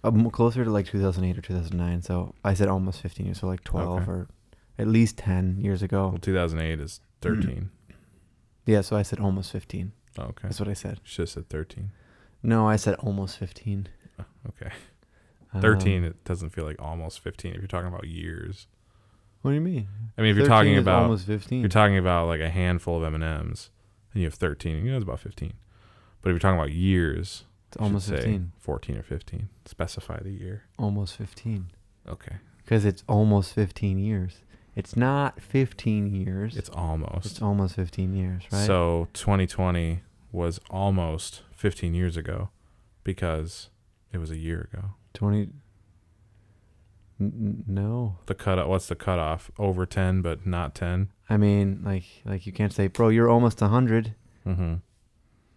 [SPEAKER 2] um, closer to like 2008 or 2009. So I said almost 15 years, so like 12
[SPEAKER 1] Okay.
[SPEAKER 2] or at least 10 years ago.
[SPEAKER 1] Well, 2008 is 13.
[SPEAKER 2] Yeah, so I said almost 15.
[SPEAKER 1] Oh, okay.
[SPEAKER 2] That's what I said.
[SPEAKER 1] Should have said 13.
[SPEAKER 2] No, I said almost 15.
[SPEAKER 1] Oh, Okay.
[SPEAKER 2] Um,
[SPEAKER 1] 13. it doesn't feel like almost 15 if you're talking about years.
[SPEAKER 2] what do you mean?
[SPEAKER 1] I mean, if you're
[SPEAKER 2] 13
[SPEAKER 1] talking
[SPEAKER 2] is
[SPEAKER 1] about
[SPEAKER 2] almost
[SPEAKER 1] if
[SPEAKER 2] 15.
[SPEAKER 1] you're talking about like a handful of M and M's, and you have 13. You know, it's about 15. But if you're talking about years, you
[SPEAKER 2] it's
[SPEAKER 1] should
[SPEAKER 2] almost
[SPEAKER 1] say
[SPEAKER 2] 15.
[SPEAKER 1] 14 or 15. Specify the year.
[SPEAKER 2] Almost 15.
[SPEAKER 1] Okay.
[SPEAKER 2] Because it's almost 15 years. It's not 15 years. It's,
[SPEAKER 1] It's almost.
[SPEAKER 2] almost 15 years, right?
[SPEAKER 1] So 2020 was almost 15 years ago because it was a year ago.
[SPEAKER 2] 20. N- n- no.
[SPEAKER 1] The cutoff. What's the cutoff? Over 10, but not 10.
[SPEAKER 2] I mean, like, like you can't say, bro, you're almost 100
[SPEAKER 1] Mm-hmm.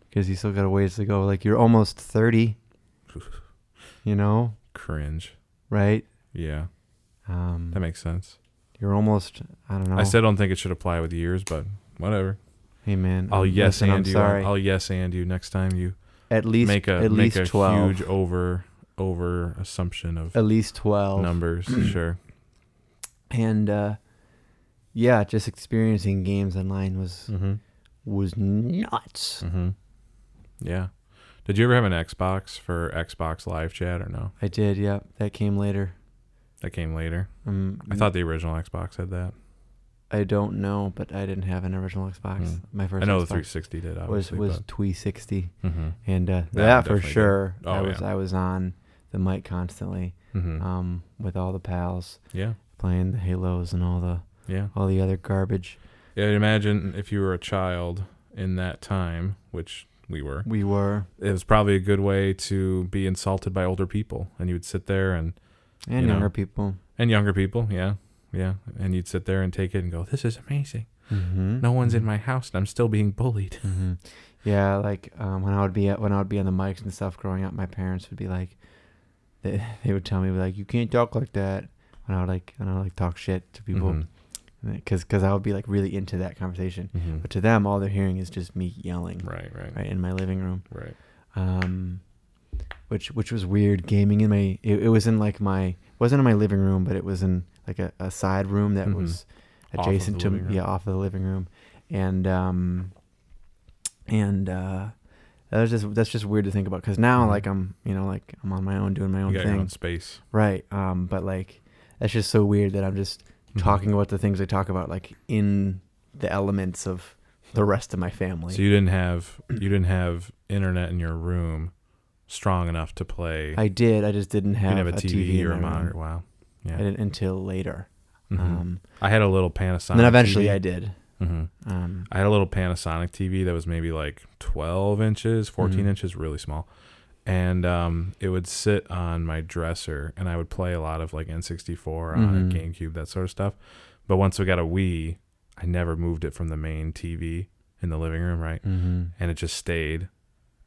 [SPEAKER 2] because you still got a ways to go. Like, you're almost 30. you know,
[SPEAKER 1] Cringe.
[SPEAKER 2] right?
[SPEAKER 1] Yeah,
[SPEAKER 2] Um,
[SPEAKER 1] that makes sense.
[SPEAKER 2] you're almost, I don't know.
[SPEAKER 1] I still don't think it should apply with years, but whatever.
[SPEAKER 2] hey, man.
[SPEAKER 1] I'll
[SPEAKER 2] um,
[SPEAKER 1] Oh, yes
[SPEAKER 2] listen,
[SPEAKER 1] and
[SPEAKER 2] I'm
[SPEAKER 1] you.
[SPEAKER 2] sorry.
[SPEAKER 1] I'll yes and you next time you
[SPEAKER 2] at least,
[SPEAKER 1] make a
[SPEAKER 2] at
[SPEAKER 1] make
[SPEAKER 2] least
[SPEAKER 1] a
[SPEAKER 2] 12.
[SPEAKER 1] huge over over assumption of
[SPEAKER 2] at least 12
[SPEAKER 1] numbers. sure.
[SPEAKER 2] and uh yeah just experiencing games online was
[SPEAKER 1] Mm-hmm.
[SPEAKER 2] was nuts
[SPEAKER 1] Mm-hmm. Yeah. Did you ever have an Xbox for Xbox Live Chat or no?
[SPEAKER 2] i did yeah that came later
[SPEAKER 1] That came later.
[SPEAKER 2] um,
[SPEAKER 1] I thought the original Xbox had that.
[SPEAKER 2] i don't know but i didn't have an original xbox
[SPEAKER 1] Mm.
[SPEAKER 2] my first
[SPEAKER 1] I know the
[SPEAKER 2] xbox
[SPEAKER 1] 360 did.
[SPEAKER 2] was
[SPEAKER 1] Obviously,
[SPEAKER 2] was 360
[SPEAKER 1] but, hmm
[SPEAKER 2] and uh,
[SPEAKER 1] one
[SPEAKER 2] that for
[SPEAKER 1] definitely did.
[SPEAKER 2] sure
[SPEAKER 1] Oh,
[SPEAKER 2] i was
[SPEAKER 1] yeah.
[SPEAKER 2] i was on the mic constantly
[SPEAKER 1] hmm
[SPEAKER 2] um with all the pals
[SPEAKER 1] yeah,
[SPEAKER 2] playing the halos and all the
[SPEAKER 1] yeah.
[SPEAKER 2] all the other garbage
[SPEAKER 1] Yeah, imagine if you were a child in that time, which we were.
[SPEAKER 2] we were
[SPEAKER 1] It was probably a good way to be insulted by older people, and you would sit there and
[SPEAKER 2] and
[SPEAKER 1] You know.
[SPEAKER 2] younger people
[SPEAKER 1] and younger people. Yeah, yeah. And you'd sit there and take it and go, "This is amazing.
[SPEAKER 2] mm-hmm.
[SPEAKER 1] No one's in my house, and I'm still being bullied."
[SPEAKER 2] hmm Yeah, like um, when I would be at, when I would be on the mics and stuff growing up, my parents would be like, they, they would tell me like, you can't talk like that. And I would like and I would like talk shit to people
[SPEAKER 1] Mhm.
[SPEAKER 2] because because I would be like really into that conversation.
[SPEAKER 1] Mhm.
[SPEAKER 2] But to them, all they're hearing is just me yelling
[SPEAKER 1] Right, right, right,
[SPEAKER 2] Mm-hmm. right in my living room. Um, which which was weird. Gaming in my it, it was in like my wasn't in my living room, but it was in like a, a side room that
[SPEAKER 1] Mhm.
[SPEAKER 2] was
[SPEAKER 1] Off of
[SPEAKER 2] adjacent
[SPEAKER 1] the
[SPEAKER 2] to
[SPEAKER 1] living room.
[SPEAKER 2] yeah off of the living room and um and uh that was just that's just weird to think about because now
[SPEAKER 1] Mhm.
[SPEAKER 2] like i'm you know like i'm on my own doing my
[SPEAKER 1] You
[SPEAKER 2] own
[SPEAKER 1] got
[SPEAKER 2] thing
[SPEAKER 1] your own space.
[SPEAKER 2] right um but like that's just so weird that i'm just
[SPEAKER 1] Mhm.
[SPEAKER 2] talking about the things i talk about like in the elements of the rest of my family
[SPEAKER 1] So you didn't have you didn't have internet in your room strong enough to play.
[SPEAKER 2] i did i just didn't
[SPEAKER 1] you
[SPEAKER 2] have,
[SPEAKER 1] didn't have a TV,
[SPEAKER 2] in
[SPEAKER 1] or a
[SPEAKER 2] my room.
[SPEAKER 1] monitor. Wow. Yeah.
[SPEAKER 2] i didn't until later
[SPEAKER 1] Mhm.
[SPEAKER 2] um
[SPEAKER 1] I had a little Panasonic.
[SPEAKER 2] and then eventually
[SPEAKER 1] TV.
[SPEAKER 2] i did
[SPEAKER 1] hmm
[SPEAKER 2] um
[SPEAKER 1] I had a little Panasonic TV that was maybe like 12 inches, 14
[SPEAKER 2] Mhm.
[SPEAKER 1] inches, really small. And um, it would sit on my dresser, and I would play a lot of like N64 on
[SPEAKER 2] Mhm.
[SPEAKER 1] a GameCube, that sort of stuff. But once we got a Wii, I never moved it from the main TV in the living room, right?
[SPEAKER 2] Mm-hmm.
[SPEAKER 1] And it just stayed.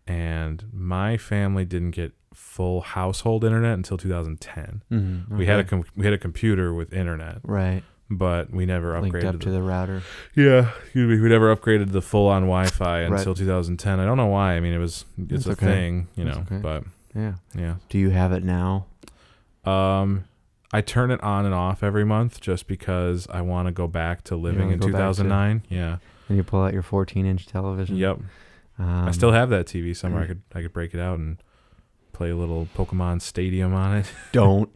[SPEAKER 1] And my family didn't get full household internet until 2010.
[SPEAKER 2] Mm-hmm.
[SPEAKER 1] We had a com- we had a computer with internet,
[SPEAKER 2] right
[SPEAKER 1] but we never
[SPEAKER 2] linked
[SPEAKER 1] upgraded
[SPEAKER 2] up to the router.
[SPEAKER 1] Yeah, we we never upgraded the full on Wi-Fi
[SPEAKER 2] Right.
[SPEAKER 1] until 2010. I don't know why. I mean, it was it's
[SPEAKER 2] That's
[SPEAKER 1] a
[SPEAKER 2] okay.
[SPEAKER 1] thing, you know.
[SPEAKER 2] That's okay.
[SPEAKER 1] But
[SPEAKER 2] Yeah.
[SPEAKER 1] yeah,
[SPEAKER 2] Do you have it now?
[SPEAKER 1] um, I turn it on and off every month just because I want to go back to living
[SPEAKER 2] wanna
[SPEAKER 1] in
[SPEAKER 2] go back to-
[SPEAKER 1] 2009. Yeah.
[SPEAKER 2] And you pull out your 14-inch television.
[SPEAKER 1] Yep.
[SPEAKER 2] Um, mm.
[SPEAKER 1] I still have that TV somewhere. I could I could break it out and play a little Pokemon Stadium on it.
[SPEAKER 2] don't.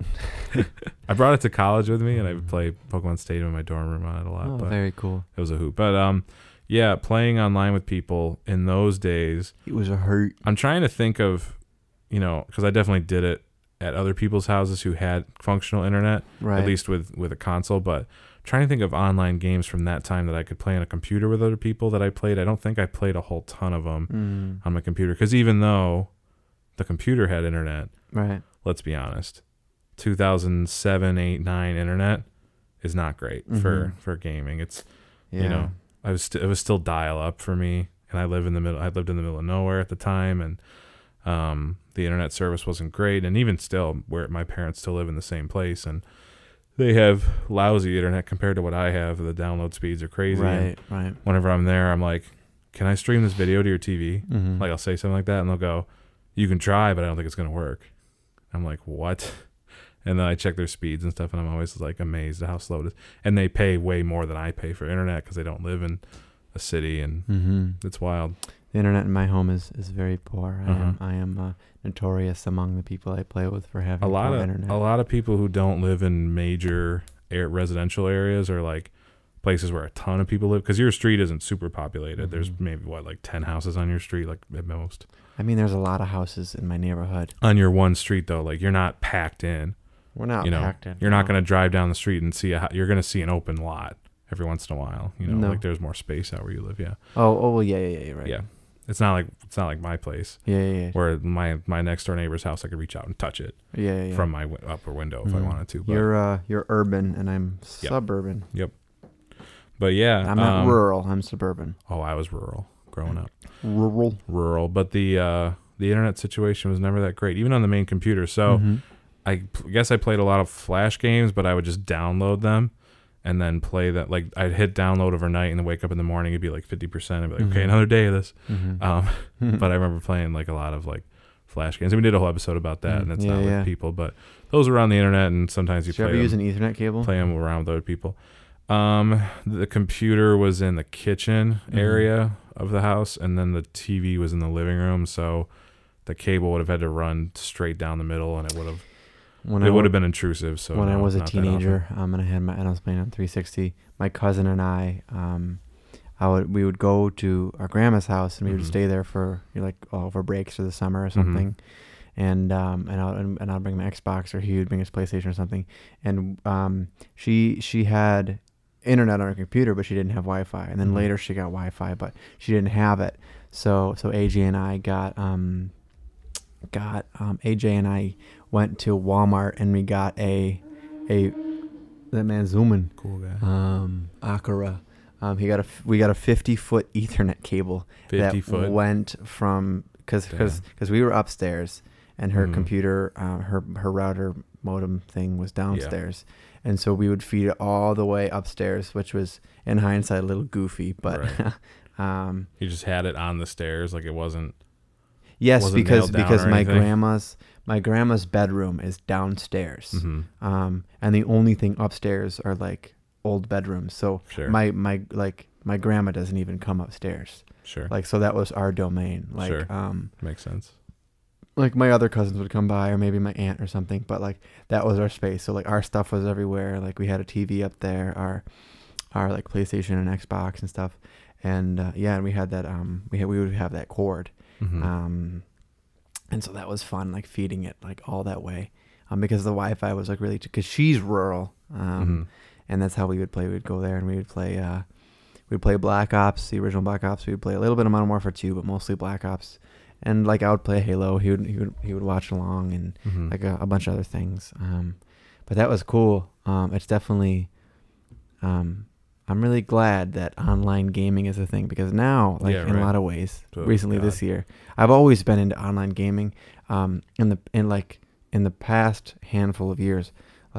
[SPEAKER 1] I brought it to college with me, and I would play Pokemon Stadium in my dorm room on it a lot.
[SPEAKER 2] Mm. Oh,
[SPEAKER 1] but
[SPEAKER 2] very cool.
[SPEAKER 1] it was a hoop. But um, yeah, playing online with people in those days
[SPEAKER 2] It was a hurt.
[SPEAKER 1] I'm trying to think of, you know, because I definitely did it at other people's houses who had functional internet,
[SPEAKER 2] Right.
[SPEAKER 1] at least with with a console. But trying to think of online games from that time that I could play on a computer with other people that I played. I don't think I played a whole ton of them
[SPEAKER 2] Mm,
[SPEAKER 1] on my computer because even though the computer had internet,
[SPEAKER 2] right.
[SPEAKER 1] let's be honest, 2007, 8, 9 internet is not great for for gaming. It's
[SPEAKER 2] Yeah.
[SPEAKER 1] you know i was st- it was still dial up for me and i live in the middle i lived in the middle of nowhere at the time and um the internet service wasn't great and even still where my parents still live in the same place and they have lousy internet compared to what i have the download speeds are crazy and
[SPEAKER 2] Right. Right.
[SPEAKER 1] whenever i'm there i'm like can i stream this video to your tv
[SPEAKER 2] Mm-hmm.
[SPEAKER 1] like i'll say something like that and they'll go you can try but i don't think it's going to work i'm like what and then i check their speeds and stuff and i'm always like amazed at how slow it is and they pay way more than i pay for internet because they don't live in a city and
[SPEAKER 2] mm-hmm.
[SPEAKER 1] it's wild
[SPEAKER 2] The internet in my home is, is very poor. I
[SPEAKER 1] Uh-huh.
[SPEAKER 2] am I am uh, notorious among the people I play with for having
[SPEAKER 1] a lot
[SPEAKER 2] poor
[SPEAKER 1] of
[SPEAKER 2] internet.
[SPEAKER 1] a lot of people who don't live in major air, residential areas or like places where a ton of people live because your street isn't super populated there's
[SPEAKER 2] Mhm.
[SPEAKER 1] maybe what like 10 houses on your street like at most
[SPEAKER 2] I mean, there's a lot of houses in my neighborhood.
[SPEAKER 1] on your one street though like you're not packed in
[SPEAKER 2] We're not
[SPEAKER 1] you know,
[SPEAKER 2] packed in.
[SPEAKER 1] you're not
[SPEAKER 2] no.
[SPEAKER 1] going to drive down the street and see a, ho- you're going to see an open lot every once in a while. You know,
[SPEAKER 2] No.
[SPEAKER 1] like there's more space out where you live. Yeah,
[SPEAKER 2] Oh, oh, well, yeah, yeah, yeah, right.
[SPEAKER 1] yeah. It's not like it's not like my place
[SPEAKER 2] yeah, yeah, yeah.
[SPEAKER 1] where my my next door neighbor's house I could reach out and touch it
[SPEAKER 2] yeah, yeah, yeah.
[SPEAKER 1] from my w- upper window if I
[SPEAKER 2] Mhm.
[SPEAKER 1] wanted to. But
[SPEAKER 2] you're uh, you're urban and I'm
[SPEAKER 1] Yep.
[SPEAKER 2] suburban.
[SPEAKER 1] but yeah,
[SPEAKER 2] I'm not
[SPEAKER 1] um,
[SPEAKER 2] rural. I'm suburban.
[SPEAKER 1] Oh, I was rural growing up,
[SPEAKER 2] Rural.
[SPEAKER 1] rural. But the uh, the internet situation was never that great, even on the main computer. So.
[SPEAKER 2] Mhm.
[SPEAKER 1] I p- guess I played a lot of Flash games, but I would just download them and then play that. Like I'd hit download overnight and then wake up in the morning, it'd be like fifty percent. I'd be like, okay,
[SPEAKER 2] Mhm.
[SPEAKER 1] another day of this.
[SPEAKER 2] Mhm.
[SPEAKER 1] Um, but I remember playing like a lot of like Flash games. And we did a whole episode about that,
[SPEAKER 2] Mm,
[SPEAKER 1] and that's
[SPEAKER 2] yeah,
[SPEAKER 1] not
[SPEAKER 2] yeah.
[SPEAKER 1] with people, but those are on the internet, and sometimes you
[SPEAKER 2] Did you
[SPEAKER 1] play
[SPEAKER 2] ever
[SPEAKER 1] them,
[SPEAKER 2] use an Ethernet cable?
[SPEAKER 1] play 'em around with other people. Um, the computer was in the kitchen
[SPEAKER 2] Mhm.
[SPEAKER 1] area of the house, and then the TV was in the living room, so. The cable would have had to run straight down the middle, and it would have
[SPEAKER 2] when
[SPEAKER 1] it
[SPEAKER 2] I
[SPEAKER 1] would
[SPEAKER 2] wa-
[SPEAKER 1] have been intrusive. So
[SPEAKER 2] when I
[SPEAKER 1] no,
[SPEAKER 2] was a
[SPEAKER 1] not that often.
[SPEAKER 2] teenager, um, and I had my and I was playing on 360. My cousin and I, um, I would we would go to our grandma's house and we
[SPEAKER 1] Mhm.
[SPEAKER 2] would stay there for you know, like all over breaks or the summer or
[SPEAKER 1] Mhm.
[SPEAKER 2] something. And um, and I and, and I'd bring my Xbox or he would bring his PlayStation or something. And um, she she had internet on her computer, but she didn't have Wi-Fi. And then
[SPEAKER 1] Mhm.
[SPEAKER 2] later she got Wi-Fi, but she didn't have it. So so AJ and I got um got um AJ and I went to Walmart and we got a a that man zooming
[SPEAKER 1] Cool guy.
[SPEAKER 2] um Akira. Um, he got a f- we got a 50 foot Ethernet cable
[SPEAKER 1] 50
[SPEAKER 2] that
[SPEAKER 1] foot.
[SPEAKER 2] went from because because because we were upstairs and her
[SPEAKER 1] Mhm.
[SPEAKER 2] computer uh, her her router modem thing was downstairs and so we would feed it all the way upstairs which was in hindsight a little goofy but um
[SPEAKER 1] he just had it on the stairs. Like it wasn't.
[SPEAKER 2] Yes,
[SPEAKER 1] wasn't
[SPEAKER 2] because
[SPEAKER 1] nailed down
[SPEAKER 2] because
[SPEAKER 1] or
[SPEAKER 2] my
[SPEAKER 1] anything?
[SPEAKER 2] grandma's my grandma's bedroom is downstairs,
[SPEAKER 1] Mm-hmm.
[SPEAKER 2] um, and the only thing upstairs are like old bedrooms. So
[SPEAKER 1] Sure.
[SPEAKER 2] my my like my grandma doesn't even come upstairs.
[SPEAKER 1] sure.
[SPEAKER 2] Like so that was our domain. Like
[SPEAKER 1] Sure.
[SPEAKER 2] um,
[SPEAKER 1] Makes sense.
[SPEAKER 2] like my other cousins would come by or maybe my aunt or something but like that was our space so like our stuff was everywhere like we had a tv up there our our like playstation and xbox and stuff and uh, yeah and we had that um we had we would have that cord
[SPEAKER 1] Mhm.
[SPEAKER 2] um and so that was fun like feeding it like all that way um because the wi-fi was like really because she's rural um
[SPEAKER 1] Mhm.
[SPEAKER 2] and that's how we would play. We'd go there and we would play. Uh, we'd play Black Ops, the original Black Ops. We'd play a little bit of Modern Warfare 2, but mostly Black Ops. And like I would play Halo. He would he would he would watch along and
[SPEAKER 1] Mhm.
[SPEAKER 2] like a, a bunch of other things. Um, but that was cool. Um, it's definitely um, I'm really glad that online gaming is a thing because now, like
[SPEAKER 1] Yeah,
[SPEAKER 2] in
[SPEAKER 1] right.
[SPEAKER 2] a lot of ways,
[SPEAKER 1] Oh,
[SPEAKER 2] recently
[SPEAKER 1] God.
[SPEAKER 2] this year, I've always been into online gaming. Um, in the in like in the past handful of years,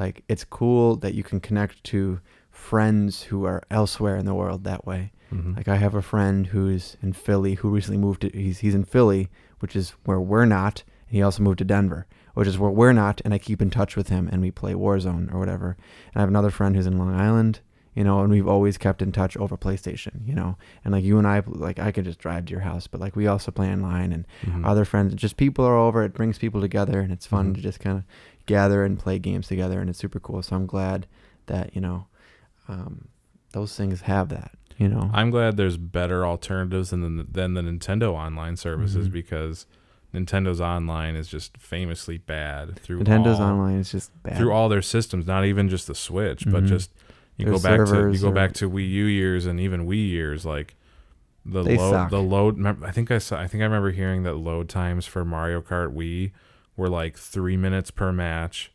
[SPEAKER 2] like it's cool that you can connect to friends who are elsewhere in the world that way.
[SPEAKER 1] Mhm.
[SPEAKER 2] Like I have a friend who's in Philly who recently moved to he's he's in Philly, which is where we're not, and he also moved to Denver, which is where we're not, and I keep in touch with him and we play Warzone or whatever. And I have another friend who's in Long Island, you know, and we've always kept in touch over PlayStation, you know. And like you and I like I could just drive to your house, but like we also play online and
[SPEAKER 1] Mhm.
[SPEAKER 2] other friends just people are over, it brings people together and it's fun
[SPEAKER 1] Mhm.
[SPEAKER 2] to just kind of gather and play games together and it's super cool. So I'm glad that, you know, um, those things have that, you know.
[SPEAKER 1] I'm glad there's better alternatives than the, than the Nintendo online services
[SPEAKER 2] Mhm.
[SPEAKER 1] because Nintendo's online is just famously bad through
[SPEAKER 2] Nintendo's
[SPEAKER 1] all,
[SPEAKER 2] online is just bad.
[SPEAKER 1] through all their systems, not even just the Switch, but
[SPEAKER 2] Mhm.
[SPEAKER 1] just you
[SPEAKER 2] Their
[SPEAKER 1] go back to you
[SPEAKER 2] servers
[SPEAKER 1] go
[SPEAKER 2] are-
[SPEAKER 1] back to Wii U years and even Wii years like the
[SPEAKER 2] They
[SPEAKER 1] load
[SPEAKER 2] suck.
[SPEAKER 1] the load mem- I think I saw I think I remember hearing that load times for Mario Kart Wii were like 3 minutes per match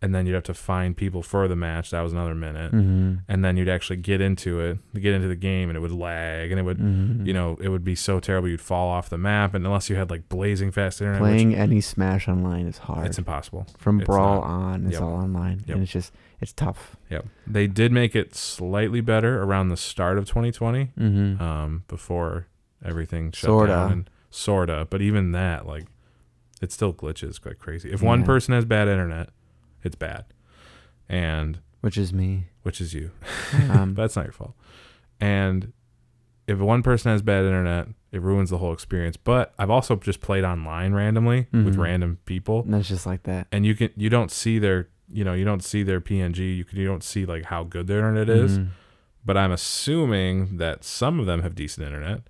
[SPEAKER 1] and then you'd have to find people for the match that was another minute
[SPEAKER 2] hmm
[SPEAKER 1] and then you'd actually get into it get into the game and it would lag and it would
[SPEAKER 2] Mm-hmm.
[SPEAKER 1] you know it would be so terrible you'd fall off the map and unless you had like blazing fast internet
[SPEAKER 2] playing any Smash online is hard.
[SPEAKER 1] which it's impossible
[SPEAKER 2] From
[SPEAKER 1] it's
[SPEAKER 2] Brawl
[SPEAKER 1] not-
[SPEAKER 2] on, it's
[SPEAKER 1] yep.
[SPEAKER 2] all online,
[SPEAKER 1] Yep.
[SPEAKER 2] and it's just it's tough.
[SPEAKER 1] Yep. They did make it slightly better around the start of 2020,
[SPEAKER 2] Mm-hmm.
[SPEAKER 1] um, before everything shut
[SPEAKER 2] Sorta.
[SPEAKER 1] down and sorta. But even that, like, it still glitches like crazy. If one
[SPEAKER 2] Yeah.
[SPEAKER 1] person has bad internet, it's bad, and
[SPEAKER 2] Which is me.
[SPEAKER 1] which is you.
[SPEAKER 2] Um,
[SPEAKER 1] That's not your fault. And if one person has bad internet, it ruins the whole experience. But I've also just played online randomly with
[SPEAKER 2] Mhm.
[SPEAKER 1] random people,
[SPEAKER 2] and it's just like that.
[SPEAKER 1] and you can you don't see their you know you don't see their PNG. You can, you don't see like how good their internet is
[SPEAKER 2] Mhm.
[SPEAKER 1] but I'm assuming that some of them have decent internet,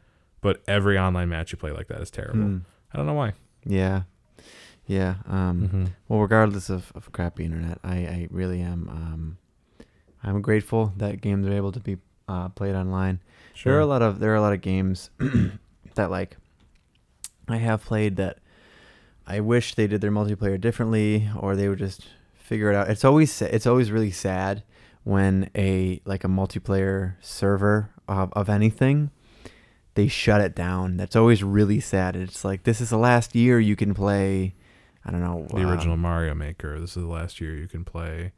[SPEAKER 1] but every online match you play like that is terrible.
[SPEAKER 2] Mm.
[SPEAKER 1] I don't know why.
[SPEAKER 2] Yeah, yeah. Um,
[SPEAKER 1] Mm-hmm.
[SPEAKER 2] Well, regardless of, of crappy internet, I, I really am. Um, I'm grateful that games are able to be uh, played online. There are a lot of there are a lot of games that like I have played that I wish they did their multiplayer differently or they would just figure it out. It's always sa- it's always really sad when a like a multiplayer server of, of anything they shut it down. That's always really sad. It's like this is the last year you can play. I don't know
[SPEAKER 1] The
[SPEAKER 2] um,
[SPEAKER 1] original Mario Maker. This is the last year you can play.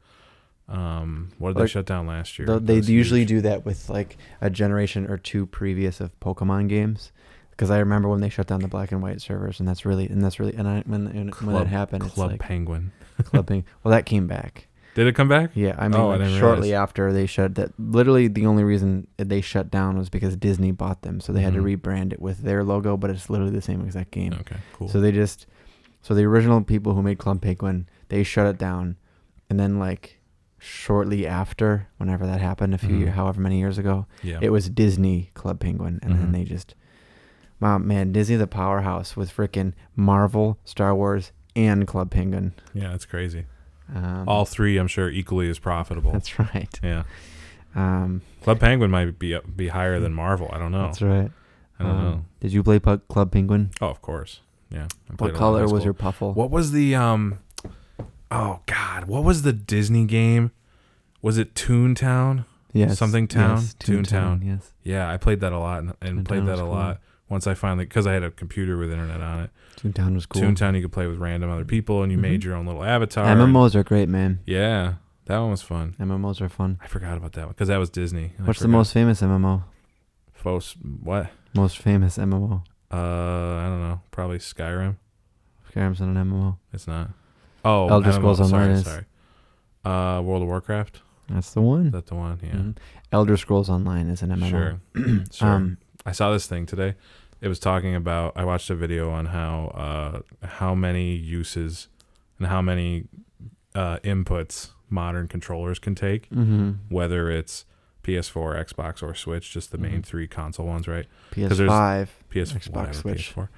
[SPEAKER 1] Um, what did
[SPEAKER 2] Like,
[SPEAKER 1] they shut down last year?
[SPEAKER 2] Though
[SPEAKER 1] That
[SPEAKER 2] they
[SPEAKER 1] was
[SPEAKER 2] usually
[SPEAKER 1] huge.
[SPEAKER 2] do that with like a generation or two previous of Pokemon games, because I remember when they shut down the black and white servers, and that's really and that's really and I, when and when
[SPEAKER 1] Club-
[SPEAKER 2] that happened,
[SPEAKER 1] Club
[SPEAKER 2] it's like
[SPEAKER 1] Penguin.
[SPEAKER 2] clubbing. Well, that came back.
[SPEAKER 1] Did it come back?
[SPEAKER 2] Yeah, I mean,
[SPEAKER 1] Oh, I
[SPEAKER 2] like,
[SPEAKER 1] didn't
[SPEAKER 2] shortly after they shut that, literally the only reason they shut down was because Disney bought them, so they had
[SPEAKER 1] Mhm.
[SPEAKER 2] to rebrand it with their logo, but it's literally the same exact game.
[SPEAKER 1] Okay, cool.
[SPEAKER 2] So they just, so the original people who made Clump Penguin, they shut it down, and then like shortly after, whenever that happened, a few
[SPEAKER 1] Mhm.
[SPEAKER 2] year, however many years ago,
[SPEAKER 1] yeah.
[SPEAKER 2] it was Disney Club Penguin, and
[SPEAKER 1] Mhm.
[SPEAKER 2] then they just, wow, man, Disney the powerhouse with freaking Marvel, Star Wars, and Club Penguin.
[SPEAKER 1] yeah, that's crazy.
[SPEAKER 2] Um,
[SPEAKER 1] All three, I'm sure, equally as profitable.
[SPEAKER 2] That's right.
[SPEAKER 1] Yeah.
[SPEAKER 2] Um,
[SPEAKER 1] Club Penguin might be up, be higher than Marvel. I don't know.
[SPEAKER 2] That's right.
[SPEAKER 1] Oh, I don't
[SPEAKER 2] Um,
[SPEAKER 1] know.
[SPEAKER 2] Did you play Pu- Club Penguin?
[SPEAKER 1] Oh, of course. Yeah. I played
[SPEAKER 2] What
[SPEAKER 1] a lot in high
[SPEAKER 2] color
[SPEAKER 1] school.
[SPEAKER 2] was your puffle?
[SPEAKER 1] What was the um? Oh God, what was the Disney game? Was it Toontown?
[SPEAKER 2] Yes.
[SPEAKER 1] something town?
[SPEAKER 2] Yes,
[SPEAKER 1] Toontown.
[SPEAKER 2] Yes.
[SPEAKER 1] Yeah, I played that a lot and, and played
[SPEAKER 2] Toontown
[SPEAKER 1] that
[SPEAKER 2] was
[SPEAKER 1] a
[SPEAKER 2] cool.
[SPEAKER 1] lot. Once I finally, because I had a computer with internet on it,
[SPEAKER 2] Toontown was cool.
[SPEAKER 1] Toontown you could play with random other people, and you made
[SPEAKER 2] Mhm.
[SPEAKER 1] your own little avatar. and-
[SPEAKER 2] MMOs are great, man.
[SPEAKER 1] yeah, that one was fun.
[SPEAKER 2] MMOs are fun.
[SPEAKER 1] I forgot about that one because that was Disney. and I
[SPEAKER 2] What's the
[SPEAKER 1] forgot.
[SPEAKER 2] most famous MMO?
[SPEAKER 1] Fos- what?
[SPEAKER 2] Most famous MMO.
[SPEAKER 1] Uh, I don't know. Probably Skyrim.
[SPEAKER 2] Skyrim's not an MMO.
[SPEAKER 1] It's not. Oh,
[SPEAKER 2] Elder
[SPEAKER 1] MMO,
[SPEAKER 2] Scrolls
[SPEAKER 1] sorry,
[SPEAKER 2] Online is.
[SPEAKER 1] Sorry. Uh, World of Warcraft.
[SPEAKER 2] That's the one.
[SPEAKER 1] Is that the one? Yeah.
[SPEAKER 2] Mhm. Elder Scrolls Online is an MMO.
[SPEAKER 1] Sure. sure.
[SPEAKER 2] Um,
[SPEAKER 1] I saw this thing today. It was talking about. I watched a video on how uh, how many uses and how many uh, inputs modern controllers can take,
[SPEAKER 2] hmm
[SPEAKER 1] whether it's PS4, Xbox, or Switch, just the
[SPEAKER 2] Mm-hmm.
[SPEAKER 1] main three console ones, right?
[SPEAKER 2] PS5.
[SPEAKER 1] PS4,
[SPEAKER 2] Xbox,
[SPEAKER 1] whatever,
[SPEAKER 2] Switch.
[SPEAKER 1] PS4.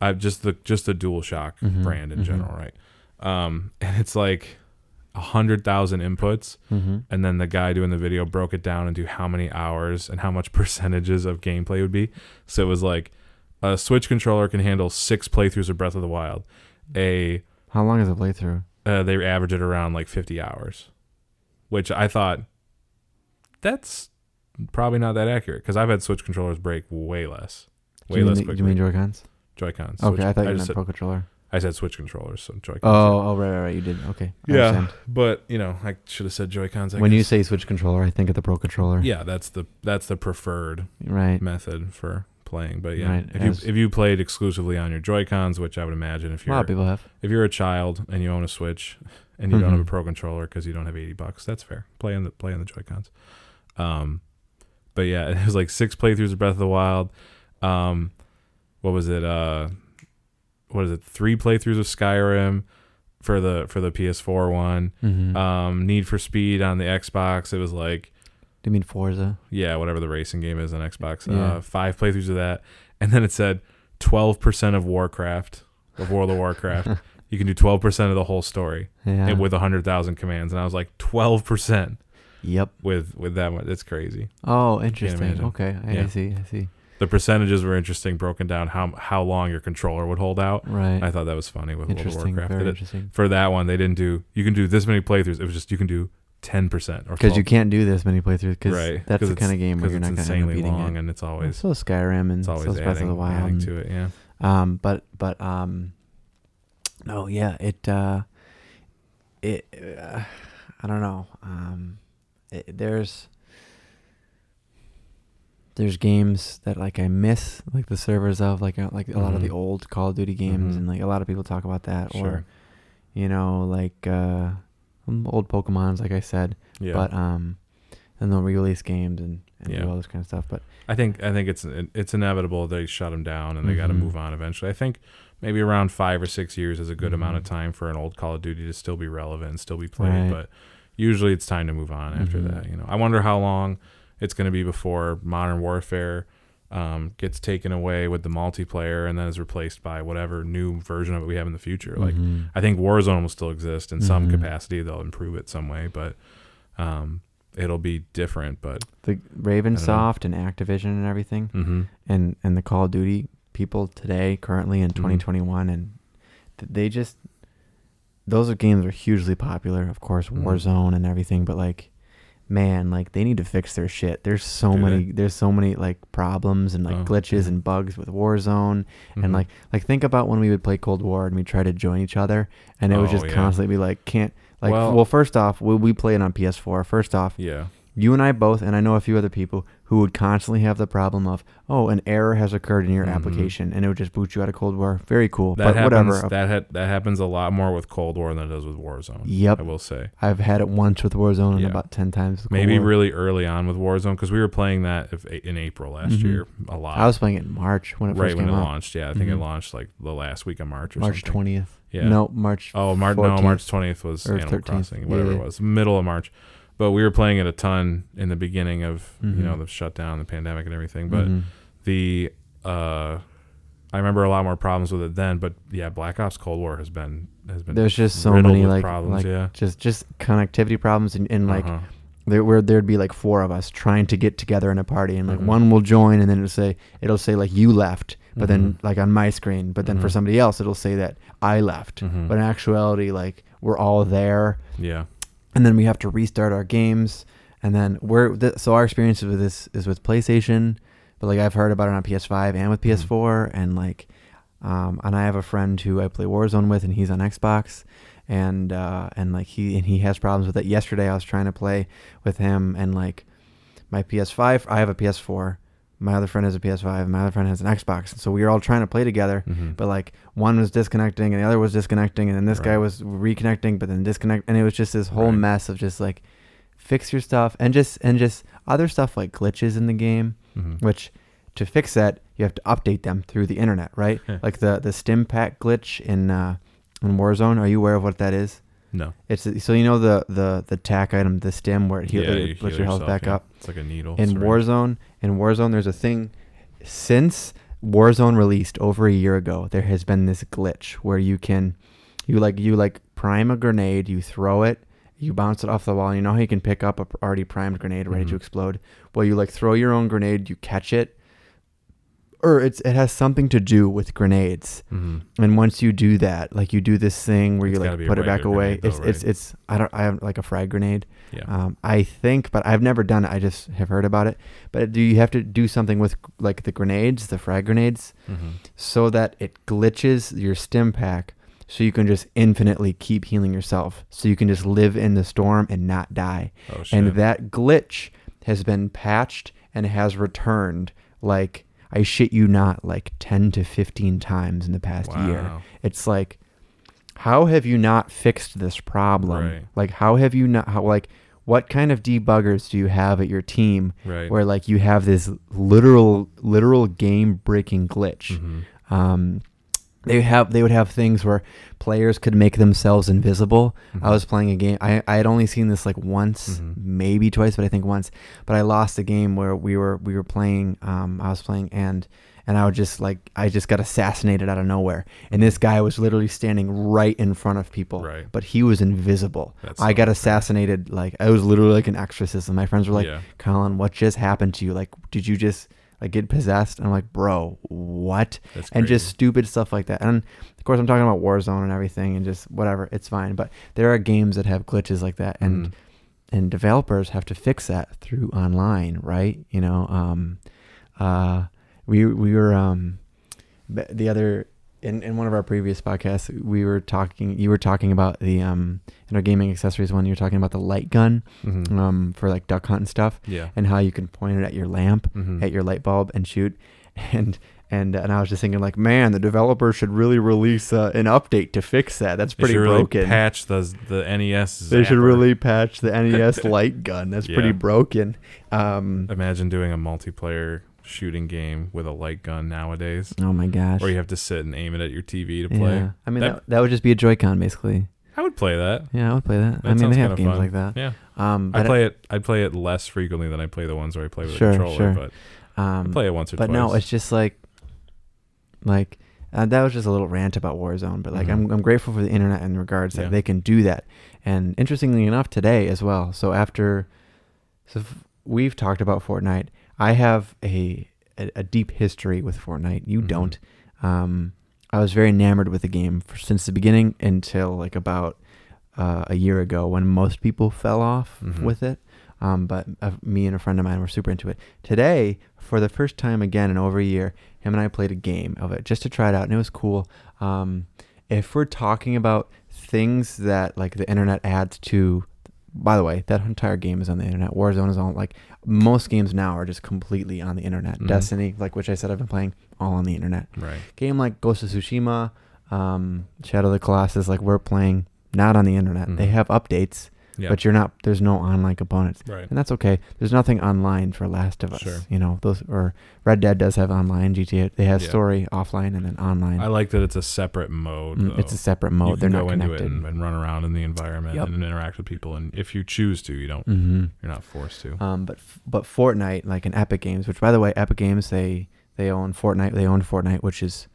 [SPEAKER 1] Uh, just the just the DualShock
[SPEAKER 2] Mhm,
[SPEAKER 1] brand in
[SPEAKER 2] mhm.
[SPEAKER 1] general, right? Um, and it's like a hundred thousand inputs,
[SPEAKER 2] Mm-hmm.
[SPEAKER 1] and then the guy doing the video broke it down into how many hours and how much percentages of gameplay would be. So it was like a Switch controller can handle six playthroughs of Breath of the Wild. A
[SPEAKER 2] How long is a playthrough?
[SPEAKER 1] uh, they average it around like 50 hours, which I thought that's probably not that accurate because I've had Switch controllers break way less,
[SPEAKER 2] Do
[SPEAKER 1] way
[SPEAKER 2] you
[SPEAKER 1] less
[SPEAKER 2] mean, the- do you
[SPEAKER 1] quickly.
[SPEAKER 2] mean Joy Cons?
[SPEAKER 1] Joy Cons.
[SPEAKER 2] Okay, I thought
[SPEAKER 1] I,
[SPEAKER 2] you meant
[SPEAKER 1] just said,
[SPEAKER 2] Pro Controller.
[SPEAKER 1] I said Switch controllers, so Joy Cons.
[SPEAKER 2] Oh, oh, right, right, right. You did. Okay. I
[SPEAKER 1] yeah,
[SPEAKER 2] understand.
[SPEAKER 1] but you know, I should have said Joy Cons.
[SPEAKER 2] When you say Switch controller, I think of the Pro Controller.
[SPEAKER 1] yeah, that's the that's the preferred
[SPEAKER 2] Right.
[SPEAKER 1] method for playing. But yeah,
[SPEAKER 2] Right,
[SPEAKER 1] if
[SPEAKER 2] as-
[SPEAKER 1] you if you played exclusively on your Joy Cons, which I would imagine if
[SPEAKER 2] A
[SPEAKER 1] you're
[SPEAKER 2] lot of people have.
[SPEAKER 1] if you're a child and you own a Switch and you don't have a
[SPEAKER 2] Mhm.
[SPEAKER 1] Pro controller because you don't have eighty bucks, that's fair. Play on the play on the Joy Cons. Um, but yeah, it was like six playthroughs of Breath of the Wild. Um, what was it? Uh, what is it? Three playthroughs of Skyrim for the for the PS4 one.
[SPEAKER 2] Mm-hmm.
[SPEAKER 1] Um, Need for Speed on the Xbox. It was like
[SPEAKER 2] do you mean Forza?
[SPEAKER 1] yeah, whatever the racing game is on Xbox.
[SPEAKER 2] Yeah.
[SPEAKER 1] Uh, five playthroughs of that, and then it said twelve percent of Warcraft, of World of Warcraft. You can do twelve percent of the whole story
[SPEAKER 2] Yeah.
[SPEAKER 1] and with hundred thousand commands, and I was like twelve percent
[SPEAKER 2] yep.
[SPEAKER 1] with with that one. That's crazy.
[SPEAKER 2] Oh, interesting.
[SPEAKER 1] imagine.
[SPEAKER 2] Okay, I,
[SPEAKER 1] Yeah.
[SPEAKER 2] I see. I see.
[SPEAKER 1] The percentages were interesting, broken down how how long your controller would hold out.
[SPEAKER 2] Right.
[SPEAKER 1] I thought that was funny with World of
[SPEAKER 2] interesting.
[SPEAKER 1] Warcraft.
[SPEAKER 2] Very
[SPEAKER 1] That it-
[SPEAKER 2] interesting.
[SPEAKER 1] for that one, they didn't do you can do this many playthroughs. It was just you can do ten percent or
[SPEAKER 2] Because you can't do this many playthroughs. Because
[SPEAKER 1] Right,
[SPEAKER 2] that's
[SPEAKER 1] 'cause
[SPEAKER 2] the
[SPEAKER 1] it's-
[SPEAKER 2] kind of game where
[SPEAKER 1] because
[SPEAKER 2] you're
[SPEAKER 1] it's
[SPEAKER 2] not going to end up
[SPEAKER 1] insanely
[SPEAKER 2] beating
[SPEAKER 1] long
[SPEAKER 2] it.
[SPEAKER 1] and it's
[SPEAKER 2] And
[SPEAKER 1] always
[SPEAKER 2] so is Skyrim and
[SPEAKER 1] it's
[SPEAKER 2] so
[SPEAKER 1] always
[SPEAKER 2] is Breath of
[SPEAKER 1] adding,
[SPEAKER 2] the Wild.
[SPEAKER 1] adding
[SPEAKER 2] and-
[SPEAKER 1] to it. Yeah.
[SPEAKER 2] Um, but but um, no, yeah, it uh, it uh, I don't know. Um, it, there's there's games that like I miss, like the servers of like uh, like a lot of the
[SPEAKER 1] Mhm.
[SPEAKER 2] old Call of Duty games,
[SPEAKER 1] Mhm.
[SPEAKER 2] and like a lot of people talk about that,
[SPEAKER 1] Sure.
[SPEAKER 2] or you know, like uh, um, old Pokemon's, like I said,
[SPEAKER 1] Yeah.
[SPEAKER 2] but um, and they'll release games and, and
[SPEAKER 1] Yeah.
[SPEAKER 2] do all this kind of stuff, but
[SPEAKER 1] I think I think it's it's inevitable they shut him down and they got to
[SPEAKER 2] Mhm.
[SPEAKER 1] move on eventually. I think maybe around five or six years is a good amount of
[SPEAKER 2] Mhm.
[SPEAKER 1] time for an old Call of Duty to still be relevant and still be played.
[SPEAKER 2] Right.
[SPEAKER 1] But usually it's time to move on after
[SPEAKER 2] Mhm.
[SPEAKER 1] that. You know, I wonder how long it's going to be before Modern Warfare um, gets taken away with the multiplayer and then is replaced by whatever new version of it we have in the future. Like
[SPEAKER 2] Mhm.
[SPEAKER 1] I think Warzone will still exist in some
[SPEAKER 2] Mhm.
[SPEAKER 1] capacity. They'll improve it some way, but um, it'll be different. But
[SPEAKER 2] the Ravensoft and Activision and everything.
[SPEAKER 1] mhm.
[SPEAKER 2] and and the Call of Duty people today, currently
[SPEAKER 1] Mm-hmm.
[SPEAKER 2] in 2021, and th- they just those are games are hugely popular, of course,
[SPEAKER 1] Mhm.
[SPEAKER 2] Warzone and everything. But like, man, like they need to fix their shit. There's so
[SPEAKER 1] Do
[SPEAKER 2] many, there's so many like problems and like
[SPEAKER 1] Oh,
[SPEAKER 2] glitches
[SPEAKER 1] yeah.
[SPEAKER 2] and bugs with Warzone,
[SPEAKER 1] Mhm.
[SPEAKER 2] and like like think about when we would play Cold War and we try to join each other, and it would
[SPEAKER 1] Oh,
[SPEAKER 2] just
[SPEAKER 1] yeah.
[SPEAKER 2] constantly be like, can't. Like
[SPEAKER 1] Well-
[SPEAKER 2] well, first off, we, we play it on PS4. First off,
[SPEAKER 1] yeah.
[SPEAKER 2] you and I both, and I know a few other people who would constantly have the problem of, oh, an error has occurred in your
[SPEAKER 1] Mhm.
[SPEAKER 2] application, and it would just boot you out of Cold War. Very cool,
[SPEAKER 1] That
[SPEAKER 2] but
[SPEAKER 1] happens,
[SPEAKER 2] whatever. uh,
[SPEAKER 1] That ha- that happens a lot more with Cold War than it does with Warzone.
[SPEAKER 2] Yep.
[SPEAKER 1] I will say.
[SPEAKER 2] I've had it once with Warzone
[SPEAKER 1] Yeah.
[SPEAKER 2] and about ten times. With Cold
[SPEAKER 1] Maybe
[SPEAKER 2] War.
[SPEAKER 1] really early on with Warzone because we were playing that if, in April last
[SPEAKER 2] Mhm.
[SPEAKER 1] year a lot.
[SPEAKER 2] I was playing it in March when it
[SPEAKER 1] right
[SPEAKER 2] first
[SPEAKER 1] when
[SPEAKER 2] came
[SPEAKER 1] it
[SPEAKER 2] out.
[SPEAKER 1] launched. Yeah, I think it
[SPEAKER 2] Mhm.
[SPEAKER 1] launched like the last week of March or
[SPEAKER 2] March
[SPEAKER 1] something.
[SPEAKER 2] twentieth.
[SPEAKER 1] Yeah.
[SPEAKER 2] No, March.
[SPEAKER 1] Oh, Mar- no,
[SPEAKER 2] 14th.
[SPEAKER 1] March twentieth was
[SPEAKER 2] Or
[SPEAKER 1] Animal
[SPEAKER 2] 13th.
[SPEAKER 1] Crossing,
[SPEAKER 2] Yeah,
[SPEAKER 1] whatever
[SPEAKER 2] yeah.
[SPEAKER 1] it was, middle of March. But we were playing it a ton in the beginning of you
[SPEAKER 2] Mhm.
[SPEAKER 1] know the shutdown, the pandemic, and everything. But
[SPEAKER 2] Mhm.
[SPEAKER 1] the uh, I remember a lot more problems with it then. But yeah, Black Ops Cold War has been has been
[SPEAKER 2] there's just so
[SPEAKER 1] riddled
[SPEAKER 2] many
[SPEAKER 1] with
[SPEAKER 2] like
[SPEAKER 1] problems.
[SPEAKER 2] like
[SPEAKER 1] yeah,
[SPEAKER 2] just just connectivity problems and, and like
[SPEAKER 1] Uh-huh.
[SPEAKER 2] there where there'd be like four of us trying to get together in a party and like
[SPEAKER 1] Mhm.
[SPEAKER 2] one will join and then it'll say it'll say like you left but then
[SPEAKER 1] Mhm.
[SPEAKER 2] like on my screen but then for
[SPEAKER 1] Mhm.
[SPEAKER 2] somebody else it'll say that i left
[SPEAKER 1] Mhm.
[SPEAKER 2] but in actuality like we're all there
[SPEAKER 1] yeah.
[SPEAKER 2] and then we have to restart our games and then we're th- so our experience with this is with PlayStation but like I've heard about it on PS5 and with PS4 and like um, and I have a friend who I play Warzone with and he's on Xbox and uh, and like he and he has problems with it yesterday I was trying to play with him and like my PS5 I have a PS4 my other friend has a PS5 my other friend has an Xbox and so we were all trying to play together
[SPEAKER 1] Mhm.
[SPEAKER 2] but like one was disconnecting and the other was disconnecting and then this guy
[SPEAKER 1] Right.
[SPEAKER 2] was reconnecting but then disconnect and it was just this whole
[SPEAKER 1] Right.
[SPEAKER 2] mess of just like fix your stuff and just and just other stuff like glitches in the game
[SPEAKER 1] Mhm.
[SPEAKER 2] which to fix that you have to update them through the internet right like the the stim pack glitch in uh in warzone are you aware of what that is
[SPEAKER 1] no.
[SPEAKER 2] it's so you know the the the tack item the stim where it, heal, it
[SPEAKER 1] you
[SPEAKER 2] puts your health
[SPEAKER 1] yourself,
[SPEAKER 2] back
[SPEAKER 1] yeah.
[SPEAKER 2] up
[SPEAKER 1] It's like a needle.
[SPEAKER 2] in
[SPEAKER 1] syringe.
[SPEAKER 2] Warzone, in Warzone, there's a thing. Since Warzone released over a year ago, there has been this glitch where you can, you like you like prime a grenade, you throw it, you bounce it off the wall. And you know how you can pick up a pr- already primed grenade ready
[SPEAKER 1] Mhm.
[SPEAKER 2] to explode. Well, you like throw your own grenade, you catch it, or it's it has something to do with grenades.
[SPEAKER 1] Mm-hmm.
[SPEAKER 2] And once you do that, like you do this thing where
[SPEAKER 1] It's
[SPEAKER 2] you
[SPEAKER 1] gotta be
[SPEAKER 2] like
[SPEAKER 1] a
[SPEAKER 2] put it back
[SPEAKER 1] regular
[SPEAKER 2] away.
[SPEAKER 1] grenade though,
[SPEAKER 2] it's it's
[SPEAKER 1] right?
[SPEAKER 2] it's I don't I have like a frag grenade.
[SPEAKER 1] Yeah.
[SPEAKER 2] Um, I think, but I've never done it. I just have heard about it. But do you have to do something with like the grenades, the frag grenades,
[SPEAKER 1] hmm
[SPEAKER 2] so that it glitches your stim pack, so you can just infinitely keep healing yourself, so you can just live in the storm and not die.
[SPEAKER 1] Oh shit.
[SPEAKER 2] And that glitch has been patched and has returned like I shit you not like 10 to 15 times in the past year.
[SPEAKER 1] wow.
[SPEAKER 2] It's like how have you not fixed this problem?
[SPEAKER 1] Right.
[SPEAKER 2] Like how have you not how like what kind of debuggers do you have at your team
[SPEAKER 1] Right.
[SPEAKER 2] where like you have this literal literal game breaking glitch?
[SPEAKER 1] Mhm.
[SPEAKER 2] Um, they have they would have things where players could make themselves invisible.
[SPEAKER 1] Mm-hmm.
[SPEAKER 2] I was playing a game. I, I had only seen this like once,
[SPEAKER 1] Mhm.
[SPEAKER 2] maybe twice, but I think once. But I lost a game where we were we were playing. Um, I was playing and and I would just like I just got assassinated out of nowhere. And this guy was literally standing right in front of people,
[SPEAKER 1] Right.
[SPEAKER 2] but he was invisible.
[SPEAKER 1] That's
[SPEAKER 2] I got assassinated. Like I was literally like an exorcism. My friends were like,
[SPEAKER 1] yeah.
[SPEAKER 2] Colin, what just happened to you? Like, did you just like get possessed? And I'm like, bro, what?
[SPEAKER 1] That's
[SPEAKER 2] and
[SPEAKER 1] crazy.
[SPEAKER 2] just stupid stuff like that. And of course, I'm talking about Warzone and everything, and just whatever. It's fine, but there are games that have glitches like that, and
[SPEAKER 1] Mhm.
[SPEAKER 2] and developers have to fix that through online, right? You know, um, uh, we we were um, b- the other in, in one of our previous podcasts, we were talking. You were talking about the um, in our gaming accessories one. You were talking about the light gun
[SPEAKER 1] Mhm.
[SPEAKER 2] um, for like duck hunt and stuff,
[SPEAKER 1] yeah.
[SPEAKER 2] and how you can point it at your lamp
[SPEAKER 1] Mhm.
[SPEAKER 2] at your light bulb and shoot and and and I was just thinking like man the developer should really release uh, an update to fix that that's
[SPEAKER 1] They should
[SPEAKER 2] pretty
[SPEAKER 1] really
[SPEAKER 2] broken
[SPEAKER 1] Patch the the E NES.
[SPEAKER 2] they should
[SPEAKER 1] zapper.
[SPEAKER 2] really patch the NES light gun that's pretty
[SPEAKER 1] Yeah.
[SPEAKER 2] broken um
[SPEAKER 1] imagine doing a multiplayer shooting game with a light gun nowadays,
[SPEAKER 2] oh my gosh
[SPEAKER 1] where you have to sit and aim it at your TV to play.
[SPEAKER 2] yeah I mean that,
[SPEAKER 1] That-
[SPEAKER 2] that, would just be a Joy-Con basically
[SPEAKER 1] I would play that.
[SPEAKER 2] yeah I would play that,
[SPEAKER 1] That
[SPEAKER 2] I mean
[SPEAKER 1] sounds
[SPEAKER 2] they have
[SPEAKER 1] kinda
[SPEAKER 2] games
[SPEAKER 1] fun.
[SPEAKER 2] like that
[SPEAKER 1] Yeah,
[SPEAKER 2] um
[SPEAKER 1] I
[SPEAKER 2] but
[SPEAKER 1] play it. I play it less frequently than I play the ones where I play with
[SPEAKER 2] Sure,
[SPEAKER 1] a controller,
[SPEAKER 2] sure.
[SPEAKER 1] but
[SPEAKER 2] um
[SPEAKER 1] I play it once or
[SPEAKER 2] but
[SPEAKER 1] twice.
[SPEAKER 2] no it's just like like uh, that was just a little rant about warzone but like
[SPEAKER 1] Mhm.
[SPEAKER 2] I'm, I'm grateful for the internet in regards that
[SPEAKER 1] Yeah.
[SPEAKER 2] they can do that and interestingly enough today as well so after so f- we've talked about fortnite i have a a, a deep history with fortnite you
[SPEAKER 1] Mhm.
[SPEAKER 2] don't um i was very enamored with the game for, since the beginning until like about uh, a year ago when most people fell off
[SPEAKER 1] Mhm.
[SPEAKER 2] with it um, but uh, me and a friend of mine were super into it. Today, for the first time again in over a year, him and I played a game of it just to try it out, and it was cool. Um, if we're talking about things that like the internet adds to, by the way, that entire game is on the internet. Warzone is on like most games now are just completely on the internet.
[SPEAKER 1] Mhm.
[SPEAKER 2] Destiny, like which I said I've been playing, all on the internet.
[SPEAKER 1] right.
[SPEAKER 2] Game like Ghost of Tsushima, um, Shadow of the Colossus, like we're playing not on the internet. They
[SPEAKER 1] Mhm.
[SPEAKER 2] have updates,
[SPEAKER 1] Yeah.
[SPEAKER 2] but you're not. There's no online components
[SPEAKER 1] Right.
[SPEAKER 2] and that's okay. There's nothing online for Last of Us.
[SPEAKER 1] Sure.
[SPEAKER 2] You know, those or Red Dead does have online GTA. They have
[SPEAKER 1] Yeah.
[SPEAKER 2] story offline and then online.
[SPEAKER 1] I like that it's a separate mode.
[SPEAKER 2] Mm, it's
[SPEAKER 1] though.
[SPEAKER 2] a separate
[SPEAKER 1] You
[SPEAKER 2] mode.
[SPEAKER 1] can
[SPEAKER 2] They're not
[SPEAKER 1] go
[SPEAKER 2] connected.
[SPEAKER 1] into it and, and run around in the environment
[SPEAKER 2] Yep.
[SPEAKER 1] and interact with people. And if you choose to, you don't.
[SPEAKER 2] hmm
[SPEAKER 1] You're not forced to.
[SPEAKER 2] Um, but f- but Fortnite, like in Epic Games, which by the way, Epic Games they they own Fortnite. They own Fortnite, which is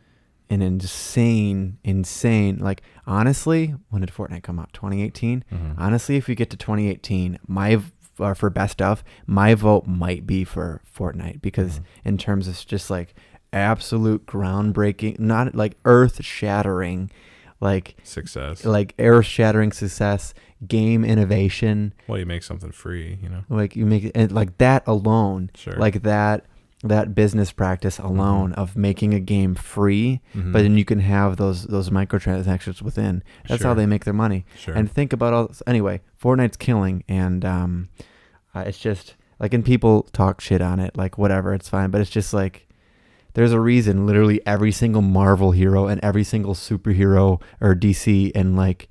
[SPEAKER 2] an insane, insane. Like honestly, when did Fortnite come out? 2018.
[SPEAKER 1] Mhm.
[SPEAKER 2] Honestly, if we get to 2018, my v- uh, for best of, my vote might be for Fortnite because
[SPEAKER 1] Mhm.
[SPEAKER 2] in terms of just like absolute groundbreaking, not like earth shattering, like
[SPEAKER 1] Success.
[SPEAKER 2] like earth shattering success, game innovation,
[SPEAKER 1] Well, you make something free. You know.
[SPEAKER 2] like you make and like that alone,
[SPEAKER 1] Sure. Mm-hmm.
[SPEAKER 2] like that that business practice alone of making a game free, but then you can have those those microtransactions within. That's how
[SPEAKER 1] Sure.
[SPEAKER 2] they make their money
[SPEAKER 1] Sure.
[SPEAKER 2] and think about all anyway fortnite's killing and um uh, it's just like and people talk shit on it like whatever it's fine but it's just like there's a reason literally every single marvel hero and every single superhero or dc and like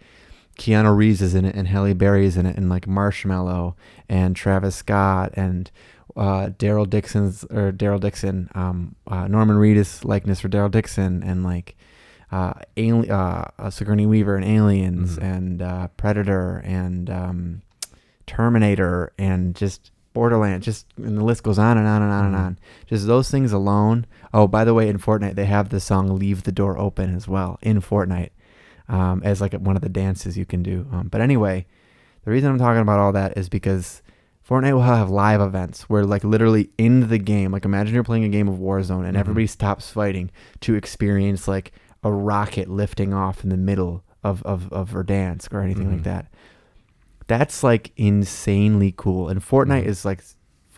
[SPEAKER 2] keanu reeves is in it and halle berry is in it and like marshmallow and travis scott and uh, daryl dixon's or daryl dixon um, uh, norman reedus likeness for daryl dixon and like uh, Ali- uh, uh, Sigourney Weaver and Aliens
[SPEAKER 1] Mhm.
[SPEAKER 2] and uh, Predator and um, Terminator and just Borderlands, just and the list goes on and on and on and
[SPEAKER 1] Mhm.
[SPEAKER 2] on. Just those things alone. Oh, by the way, in Fortnite they have the song "Leave the Door Open" as well in Fortnite um, as like one of the dances you can do. Um, but anyway, the reason I'm talking about all that is because Fortnite will have live events where, like, literally in the game, like, imagine you're playing a game of Warzone and everybody stops fighting to experience, like, a rocket lifting off in the middle of, of, of Verdansk or anything like that. That's, like, insanely cool. And Fortnite is, like,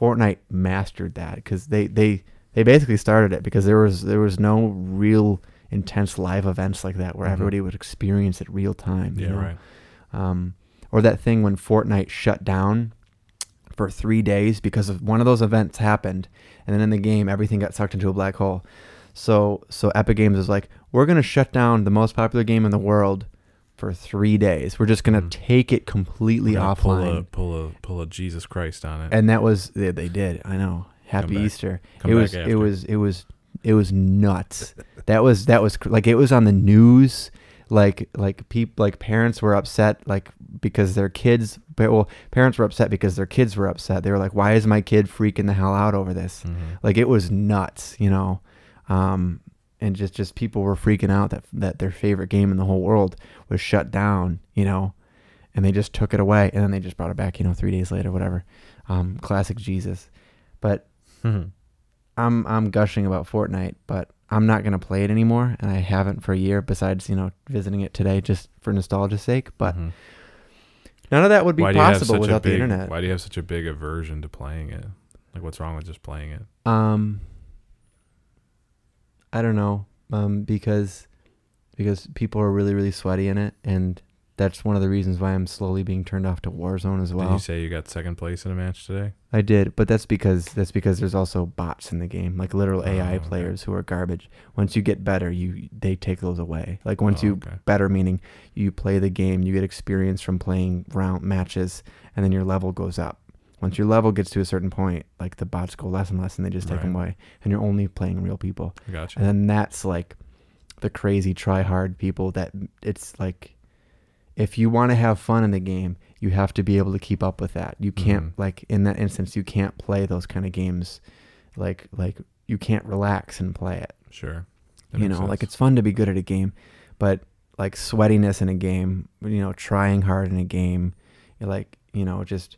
[SPEAKER 2] Fortnite mastered that because they, they, they basically started it because there was there was no real intense live events like that where
[SPEAKER 1] Mhm.
[SPEAKER 2] everybody would experience it real time. you
[SPEAKER 1] Yeah,
[SPEAKER 2] know?
[SPEAKER 1] right.
[SPEAKER 2] um, or that thing when Fortnite shut down for three days because of one of those events happened, and then in the game everything got sucked into a black hole. So so Epic Games is like, we're gonna shut down the most popular game in the world for three days. We're just gonna
[SPEAKER 1] Mhm.
[SPEAKER 2] take it completely
[SPEAKER 1] We're gonna
[SPEAKER 2] offline,
[SPEAKER 1] Pull a pull a pull a Jesus Christ on it.
[SPEAKER 2] and that was they, they did. I know. Happy
[SPEAKER 1] back.
[SPEAKER 2] Easter.
[SPEAKER 1] Come
[SPEAKER 2] it
[SPEAKER 1] back
[SPEAKER 2] was it
[SPEAKER 1] after.
[SPEAKER 2] was it was it was nuts. that was that was cr- like it was on the news. Like like peop, like parents were upset like because their kids but, well parents were upset because their kids were upset. They were like, why is my kid freaking the hell out over this?
[SPEAKER 1] Mhm.
[SPEAKER 2] Like it was nuts, you know. Um, and just just people were freaking out that that their favorite game in the whole world was shut down, you know. And they just took it away, and then they just brought it back, you know, three days later, whatever. Um, classic Jesus, but
[SPEAKER 1] Mhm.
[SPEAKER 2] I'm I'm gushing about Fortnite, but I'm not gonna play it anymore, and I haven't for a year. Besides, you know, visiting it today just for nostalgia's sake. But
[SPEAKER 1] Mhm.
[SPEAKER 2] none of that would be
[SPEAKER 1] Mm-hmm. Why do you have
[SPEAKER 2] possible
[SPEAKER 1] such a
[SPEAKER 2] without the
[SPEAKER 1] big-
[SPEAKER 2] internet.
[SPEAKER 1] Why do you have such a big aversion to playing it? Like, what's wrong with just playing it?
[SPEAKER 2] Um, I don't know, um, because because people are really really sweaty in it, and that's one of the reasons why I'm slowly being turned off to Warzone as
[SPEAKER 1] Did
[SPEAKER 2] well.
[SPEAKER 1] you say you got second place in a match today?
[SPEAKER 2] I did, but that's because that's because there's also bots in the game, like literal AI
[SPEAKER 1] Oh, okay.
[SPEAKER 2] players who are garbage. Once you get better, you they take those away. Like once
[SPEAKER 1] Oh,
[SPEAKER 2] you
[SPEAKER 1] okay.
[SPEAKER 2] better meaning you play the game, you get experience from playing round matches, and then your level goes up. Once your level gets to a certain point, like the bots go less and less, and they just take
[SPEAKER 1] Right.
[SPEAKER 2] them away, and you're only playing real people.
[SPEAKER 1] I got you.
[SPEAKER 2] And then that's like the crazy try hard people that it's like if you want to have fun in the game, you have to be able to keep up with that. You can't
[SPEAKER 1] Mhm.
[SPEAKER 2] like in that instance you can't play those kind of games like like you can't relax and play it.
[SPEAKER 1] Sure. That
[SPEAKER 2] you know,
[SPEAKER 1] makes
[SPEAKER 2] like
[SPEAKER 1] sense.
[SPEAKER 2] it's fun to be good at a game, but like sweatiness in a game, you know, trying hard in a game, like, you know, just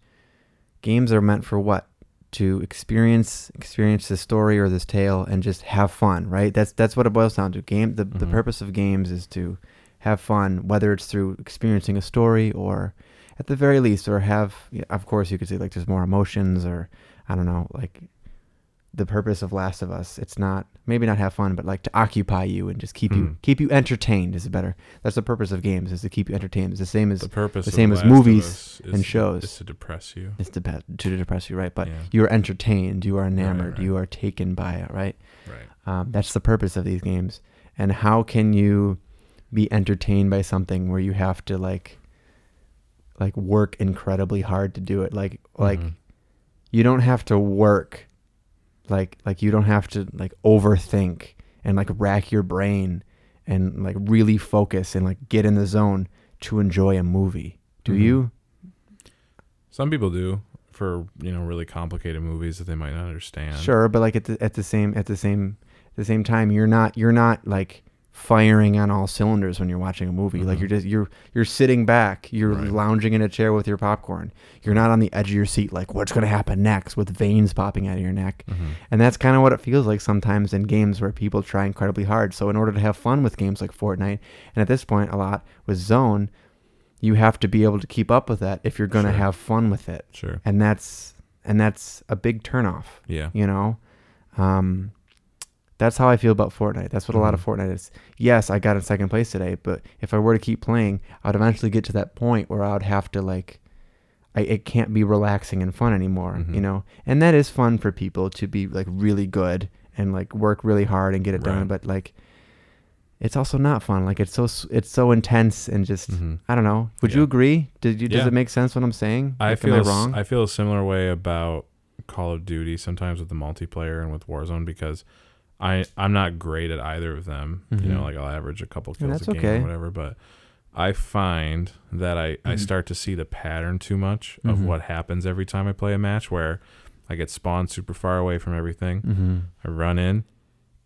[SPEAKER 2] games are meant for what? To experience experience this story or this tale and just have fun, right? That's that's what it boils down to. Game the, the
[SPEAKER 1] Mhm.
[SPEAKER 2] purpose of games is to have fun, whether it's through experiencing a story or at the very least, or have yeah, of course you could say like there's more emotions or I don't know, like the purpose of Last of Us. It's not maybe not have fun, but like to occupy you and just keep you
[SPEAKER 1] Hmm.
[SPEAKER 2] keep you entertained is better. That's the purpose of games is to keep you entertained. It's the same as
[SPEAKER 1] the purpose.
[SPEAKER 2] the
[SPEAKER 1] of
[SPEAKER 2] same as
[SPEAKER 1] Last of
[SPEAKER 2] movies
[SPEAKER 1] Us is to-
[SPEAKER 2] and shows.
[SPEAKER 1] is to depress you.
[SPEAKER 2] it's to, pe- to depress you, right? But
[SPEAKER 1] Yeah.
[SPEAKER 2] you are entertained, you are enamored,
[SPEAKER 1] right.
[SPEAKER 2] you are taken by it, right?
[SPEAKER 1] Right.
[SPEAKER 2] Um, that's the purpose of these games. And how can you be entertained by something where you have to like like work incredibly hard to do it? Like like
[SPEAKER 1] Mhm.
[SPEAKER 2] you don't have to work like like you don't have to like overthink and like rack your brain and like really focus and like get in the zone to enjoy a movie. Do
[SPEAKER 1] Mhm.
[SPEAKER 2] you?
[SPEAKER 1] Some people do for you know really complicated movies that they might not understand.
[SPEAKER 2] Sure, but like at the at the same at the same at the same time, you're not you're not like firing on all cylinders when you're watching a movie. Like
[SPEAKER 1] Mhm.
[SPEAKER 2] you're just you're you're sitting back, you're
[SPEAKER 1] Right.
[SPEAKER 2] lounging in a chair with your popcorn. You're not on the edge of your seat, like what's gonna happen next with veins popping out of your neck.
[SPEAKER 1] Mhm.
[SPEAKER 2] And that's kind of what it feels like sometimes in games where people try incredibly hard. So in order to have fun with games like Fortnite, and at this point a lot with Zone, you have to be able to keep up with that if you're gonna
[SPEAKER 1] Sure.
[SPEAKER 2] have fun with it.
[SPEAKER 1] Sure.
[SPEAKER 2] And that's and that's a big turnoff
[SPEAKER 1] Yeah.
[SPEAKER 2] you know um that's how i feel about fortnite that's what a lot of
[SPEAKER 1] Mm-hmm.
[SPEAKER 2] fortnite is yes i got in second place today but if i were to keep playing i'd eventually get to that point where i would have to like I, it can't be relaxing and fun anymore you
[SPEAKER 1] Mhm.
[SPEAKER 2] know and that is fun for people to be like really good and like work really hard and get it done
[SPEAKER 1] Right.
[SPEAKER 2] but like it's also not fun like it's so s- it's so intense and just
[SPEAKER 1] Mhm.
[SPEAKER 2] i don't know would you
[SPEAKER 1] Yeah.
[SPEAKER 2] agree Did you, does
[SPEAKER 1] Yeah.
[SPEAKER 2] it make sense what i'm saying
[SPEAKER 1] I
[SPEAKER 2] Like,
[SPEAKER 1] feel
[SPEAKER 2] am
[SPEAKER 1] s-
[SPEAKER 2] i wrong
[SPEAKER 1] I feel a similar way about Call of Duty sometimes with the multiplayer and with Warzone because I I'm not great at either of them. You
[SPEAKER 2] Mhm.
[SPEAKER 1] know, like I'll average a couple
[SPEAKER 2] Yeah,
[SPEAKER 1] kills
[SPEAKER 2] that's
[SPEAKER 1] a game
[SPEAKER 2] okay.
[SPEAKER 1] or whatever, but I find that I, I
[SPEAKER 2] Mhm.
[SPEAKER 1] start to see the pattern too much of
[SPEAKER 2] Mhm.
[SPEAKER 1] what happens every time I play a match where I get spawned super far away from everything.
[SPEAKER 2] mm-hmm.
[SPEAKER 1] I run in,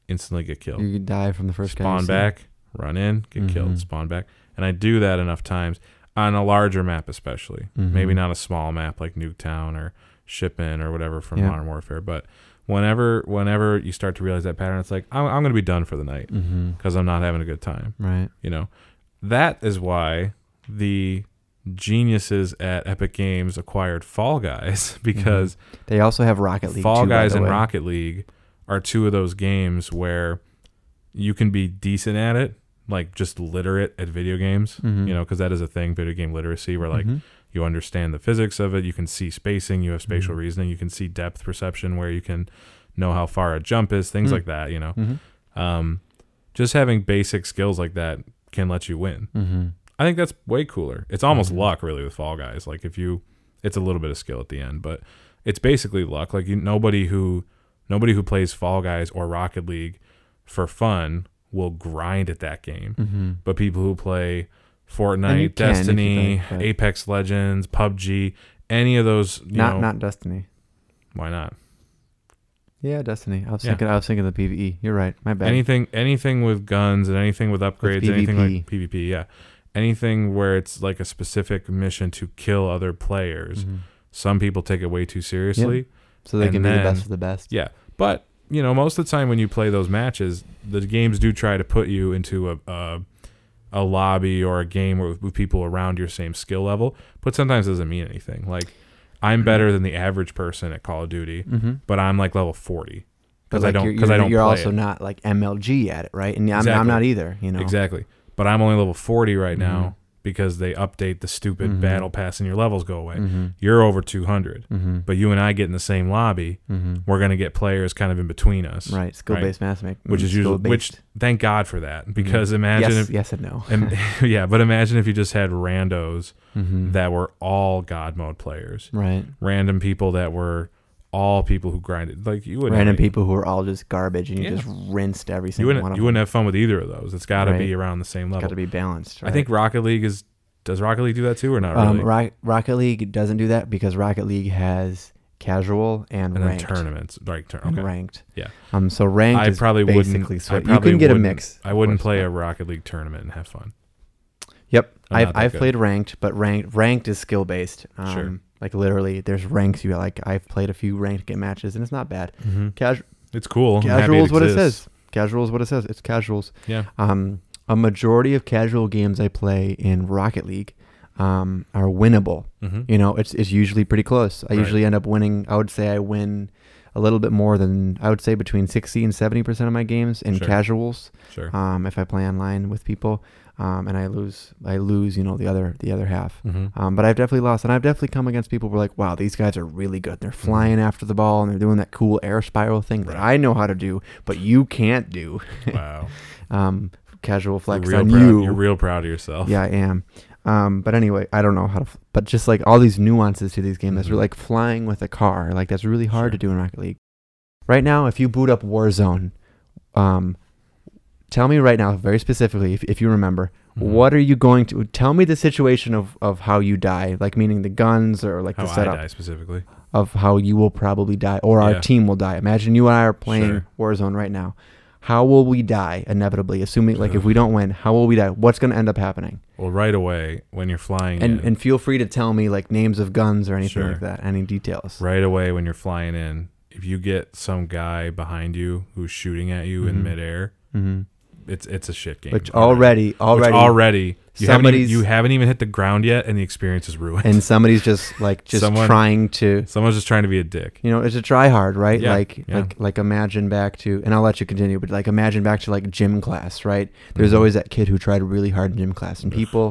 [SPEAKER 1] instantly get killed
[SPEAKER 2] you could die from the Mm, first guy you
[SPEAKER 1] Oh. spawn
[SPEAKER 2] see.
[SPEAKER 1] back, run in, get
[SPEAKER 2] Mhm.
[SPEAKER 1] killed, spawn back. And I do that enough times. on a larger map, especially.
[SPEAKER 2] Mhm.
[SPEAKER 1] Maybe not a small map like Nuketown or Shipman or whatever from
[SPEAKER 2] Yeah.
[SPEAKER 1] Modern Warfare, but whenever whenever you start to realize that pattern, it's like I'm, I'm going to be done for the night
[SPEAKER 2] Mm-hmm.
[SPEAKER 1] because I'm not having a good time.
[SPEAKER 2] Right.
[SPEAKER 1] You know, that is why the geniuses at Epic Games acquired Fall Guys because
[SPEAKER 2] They also have Mm-hmm. Rocket League.
[SPEAKER 1] Fall
[SPEAKER 2] too, by
[SPEAKER 1] Guys
[SPEAKER 2] the
[SPEAKER 1] and
[SPEAKER 2] way.
[SPEAKER 1] Rocket League are two of those games where you can be decent at it, like just literate at video games,
[SPEAKER 2] Mhm.
[SPEAKER 1] you know, because that is a thing, video game literacy, where like
[SPEAKER 2] Mhm.
[SPEAKER 1] you understand the physics of it, you can see spacing, you have spatial reasoning, you can see depth perception, where you can know how far a jump is, things
[SPEAKER 2] Mm.
[SPEAKER 1] like that, you know.
[SPEAKER 2] Mhm.
[SPEAKER 1] Um, just having basic skills like that can let you win.
[SPEAKER 2] Mhm.
[SPEAKER 1] I think that's way cooler. It's almost luck really with Fall Guys. Like if you it's a little bit of skill at the end, but it's basically luck. Like you nobody who nobody who plays Fall Guys or Rocket League for fun will grind at that game.
[SPEAKER 2] Mhm.
[SPEAKER 1] But people who play
[SPEAKER 2] And you
[SPEAKER 1] Fortnite,
[SPEAKER 2] can if you
[SPEAKER 1] Destiny,
[SPEAKER 2] like, but-
[SPEAKER 1] Apex Legends, PUBG, any of those, you
[SPEAKER 2] Not
[SPEAKER 1] know,
[SPEAKER 2] not Destiny.
[SPEAKER 1] why not?
[SPEAKER 2] Yeah, Destiny. I was
[SPEAKER 1] Yeah.
[SPEAKER 2] thinking. I was thinking the PVE. You're right. My bad.
[SPEAKER 1] Anything anything with guns and anything with upgrades, anything like PvP, yeah. Anything where it's like a specific mission to kill other players.
[SPEAKER 2] Mhm.
[SPEAKER 1] some people take it way too seriously.
[SPEAKER 2] So they
[SPEAKER 1] And
[SPEAKER 2] can be the
[SPEAKER 1] then-
[SPEAKER 2] best of the best.
[SPEAKER 1] Yeah. But, you know, most of the time when you play those matches, the games do try to put you into a a, a lobby or a game with, with people around your same skill level, but sometimes it doesn't mean anything. Like I'm better than the average person at Call of Duty,
[SPEAKER 2] Mm-hmm.
[SPEAKER 1] but I'm like level 40
[SPEAKER 2] But
[SPEAKER 1] because
[SPEAKER 2] like
[SPEAKER 1] I don't
[SPEAKER 2] you're-
[SPEAKER 1] because I
[SPEAKER 2] you're-
[SPEAKER 1] don't
[SPEAKER 2] You're
[SPEAKER 1] play
[SPEAKER 2] also
[SPEAKER 1] it.
[SPEAKER 2] not like MLG at it, right? And I'm, I'm
[SPEAKER 1] Exactly.
[SPEAKER 2] not either. You know.
[SPEAKER 1] Exactly. But I'm only level 40 right
[SPEAKER 2] Mhm.
[SPEAKER 1] now because they update the stupid
[SPEAKER 2] Mhm.
[SPEAKER 1] battle pass and your levels go away.
[SPEAKER 2] Mm-hmm.
[SPEAKER 1] You're over 200,
[SPEAKER 2] Mm-hmm.
[SPEAKER 1] but you and I get in the same lobby.
[SPEAKER 2] Mm-hmm.
[SPEAKER 1] We're going to get players kind of in between us.
[SPEAKER 2] Right. Skill based matchmaking.
[SPEAKER 1] which is usually which
[SPEAKER 2] skill-based.
[SPEAKER 1] thank god for that because imagine
[SPEAKER 2] Mm, yes,
[SPEAKER 1] if
[SPEAKER 2] yes and no.
[SPEAKER 1] and, yeah but imagine if you just had randos
[SPEAKER 2] Mm-hmm.
[SPEAKER 1] that were all god mode players
[SPEAKER 2] Right.
[SPEAKER 1] random people that were all people who grinded like you wouldn't
[SPEAKER 2] Random
[SPEAKER 1] have, any-
[SPEAKER 2] people who are all just garbage, and you
[SPEAKER 1] Yeah.
[SPEAKER 2] just rinsed every
[SPEAKER 1] you
[SPEAKER 2] single one
[SPEAKER 1] wouldn't
[SPEAKER 2] of
[SPEAKER 1] you wouldn't have fun with either of those it's got to be
[SPEAKER 2] Right.
[SPEAKER 1] around the same
[SPEAKER 2] them. Got
[SPEAKER 1] level
[SPEAKER 2] to be balanced. Right?
[SPEAKER 1] i think rocket league is does rocket league do that too or not
[SPEAKER 2] um,
[SPEAKER 1] really
[SPEAKER 2] Ro- Rocket League doesn't do that because Rocket League has casual and,
[SPEAKER 1] and then
[SPEAKER 2] ranked.
[SPEAKER 1] tournaments like turn
[SPEAKER 2] and
[SPEAKER 1] okay
[SPEAKER 2] Ranked.
[SPEAKER 1] Yeah.
[SPEAKER 2] Um. So ranked
[SPEAKER 1] I
[SPEAKER 2] is
[SPEAKER 1] probably
[SPEAKER 2] basically
[SPEAKER 1] wouldn't. I
[SPEAKER 2] so you
[SPEAKER 1] probably
[SPEAKER 2] can get a
[SPEAKER 1] wouldn't-
[SPEAKER 2] mix.
[SPEAKER 1] I
[SPEAKER 2] of
[SPEAKER 1] wouldn't
[SPEAKER 2] course,
[SPEAKER 1] play
[SPEAKER 2] but-
[SPEAKER 1] a Rocket League tournament and have fun.
[SPEAKER 2] Yep,
[SPEAKER 1] I'm
[SPEAKER 2] I've
[SPEAKER 1] not that
[SPEAKER 2] I've
[SPEAKER 1] good.
[SPEAKER 2] played ranked, but ranked ranked is skill based. Um,
[SPEAKER 1] Sure.
[SPEAKER 2] Like literally, there's ranks you like. I've played a few ranked game matches, and it's not bad. Casu-
[SPEAKER 1] It's cool. I'm happy
[SPEAKER 2] casual is Mm-hmm. what it
[SPEAKER 1] exists.
[SPEAKER 2] says. Casual is what it says. It's casuals.
[SPEAKER 1] Yeah.
[SPEAKER 2] Um, a majority of casual games I play in Rocket League, um, are winnable.
[SPEAKER 1] hmm
[SPEAKER 2] You know, it's it's usually pretty close. I
[SPEAKER 1] Right.
[SPEAKER 2] usually end up winning. I would say I win a little bit more than I would say between sixty and seventy percent of my games in
[SPEAKER 1] Sure.
[SPEAKER 2] casuals
[SPEAKER 1] Sure.
[SPEAKER 2] um, if I play online with people, um, and I lose, I lose, you know, the other the other half.
[SPEAKER 1] hmm
[SPEAKER 2] Um, but I've definitely lost, and I've definitely come against people who are like, "Wow, these guys are really good. They're flying after the ball, and they're doing that cool air spiral thing that
[SPEAKER 1] Mm-hmm. Right.
[SPEAKER 2] I know how to do, but you can't do."
[SPEAKER 1] Wow.
[SPEAKER 2] Um, casual flex
[SPEAKER 1] you're
[SPEAKER 2] on
[SPEAKER 1] real proud.
[SPEAKER 2] you.
[SPEAKER 1] are real proud of yourself.
[SPEAKER 2] yeah, I am. Um, but anyway, I don't know how to. F- but just like all these nuances to these games, that's
[SPEAKER 1] Mhm.
[SPEAKER 2] really like flying with a car. Like that's really hard
[SPEAKER 1] Sure.
[SPEAKER 2] to do in Rocket League. Right now, if you boot up Warzone, um, tell me right now, very specifically, if, if you remember,
[SPEAKER 1] Mm-hmm.
[SPEAKER 2] what are you going to tell me the situation of, of how you die? Like meaning the guns or like
[SPEAKER 1] how
[SPEAKER 2] the
[SPEAKER 1] I
[SPEAKER 2] setup
[SPEAKER 1] die specifically?
[SPEAKER 2] of how you will probably die or our
[SPEAKER 1] Yeah.
[SPEAKER 2] team will die. Imagine you and I are playing
[SPEAKER 1] Sure.
[SPEAKER 2] Warzone right now. How will we die inevitably? Assuming like if we don't win, how will we die? What's going to end up happening?
[SPEAKER 1] Well, right away when you're flying
[SPEAKER 2] and
[SPEAKER 1] in,
[SPEAKER 2] and feel free to tell me like names of guns or anything
[SPEAKER 1] Sure.
[SPEAKER 2] like that any details
[SPEAKER 1] right away when you're flying in, if you get some guy behind you who's shooting at you
[SPEAKER 2] Mhm.
[SPEAKER 1] in midair,
[SPEAKER 2] mm-hmm.
[SPEAKER 1] it's it's a shit game.
[SPEAKER 2] which already
[SPEAKER 1] Which
[SPEAKER 2] already,
[SPEAKER 1] already you haven't, even,
[SPEAKER 2] somebody's-
[SPEAKER 1] you haven't even hit the ground yet, and the experience is ruined.
[SPEAKER 2] and somebody's just like just
[SPEAKER 1] Someone-
[SPEAKER 2] trying to
[SPEAKER 1] Someone's just trying to be a dick.
[SPEAKER 2] you know it's a try hard right
[SPEAKER 1] Yeah,
[SPEAKER 2] like
[SPEAKER 1] yeah.
[SPEAKER 2] like like imagine back to and i'll let you continue but like imagine back to like gym class right there's
[SPEAKER 1] Mhm.
[SPEAKER 2] always that kid who tried really hard in gym class and people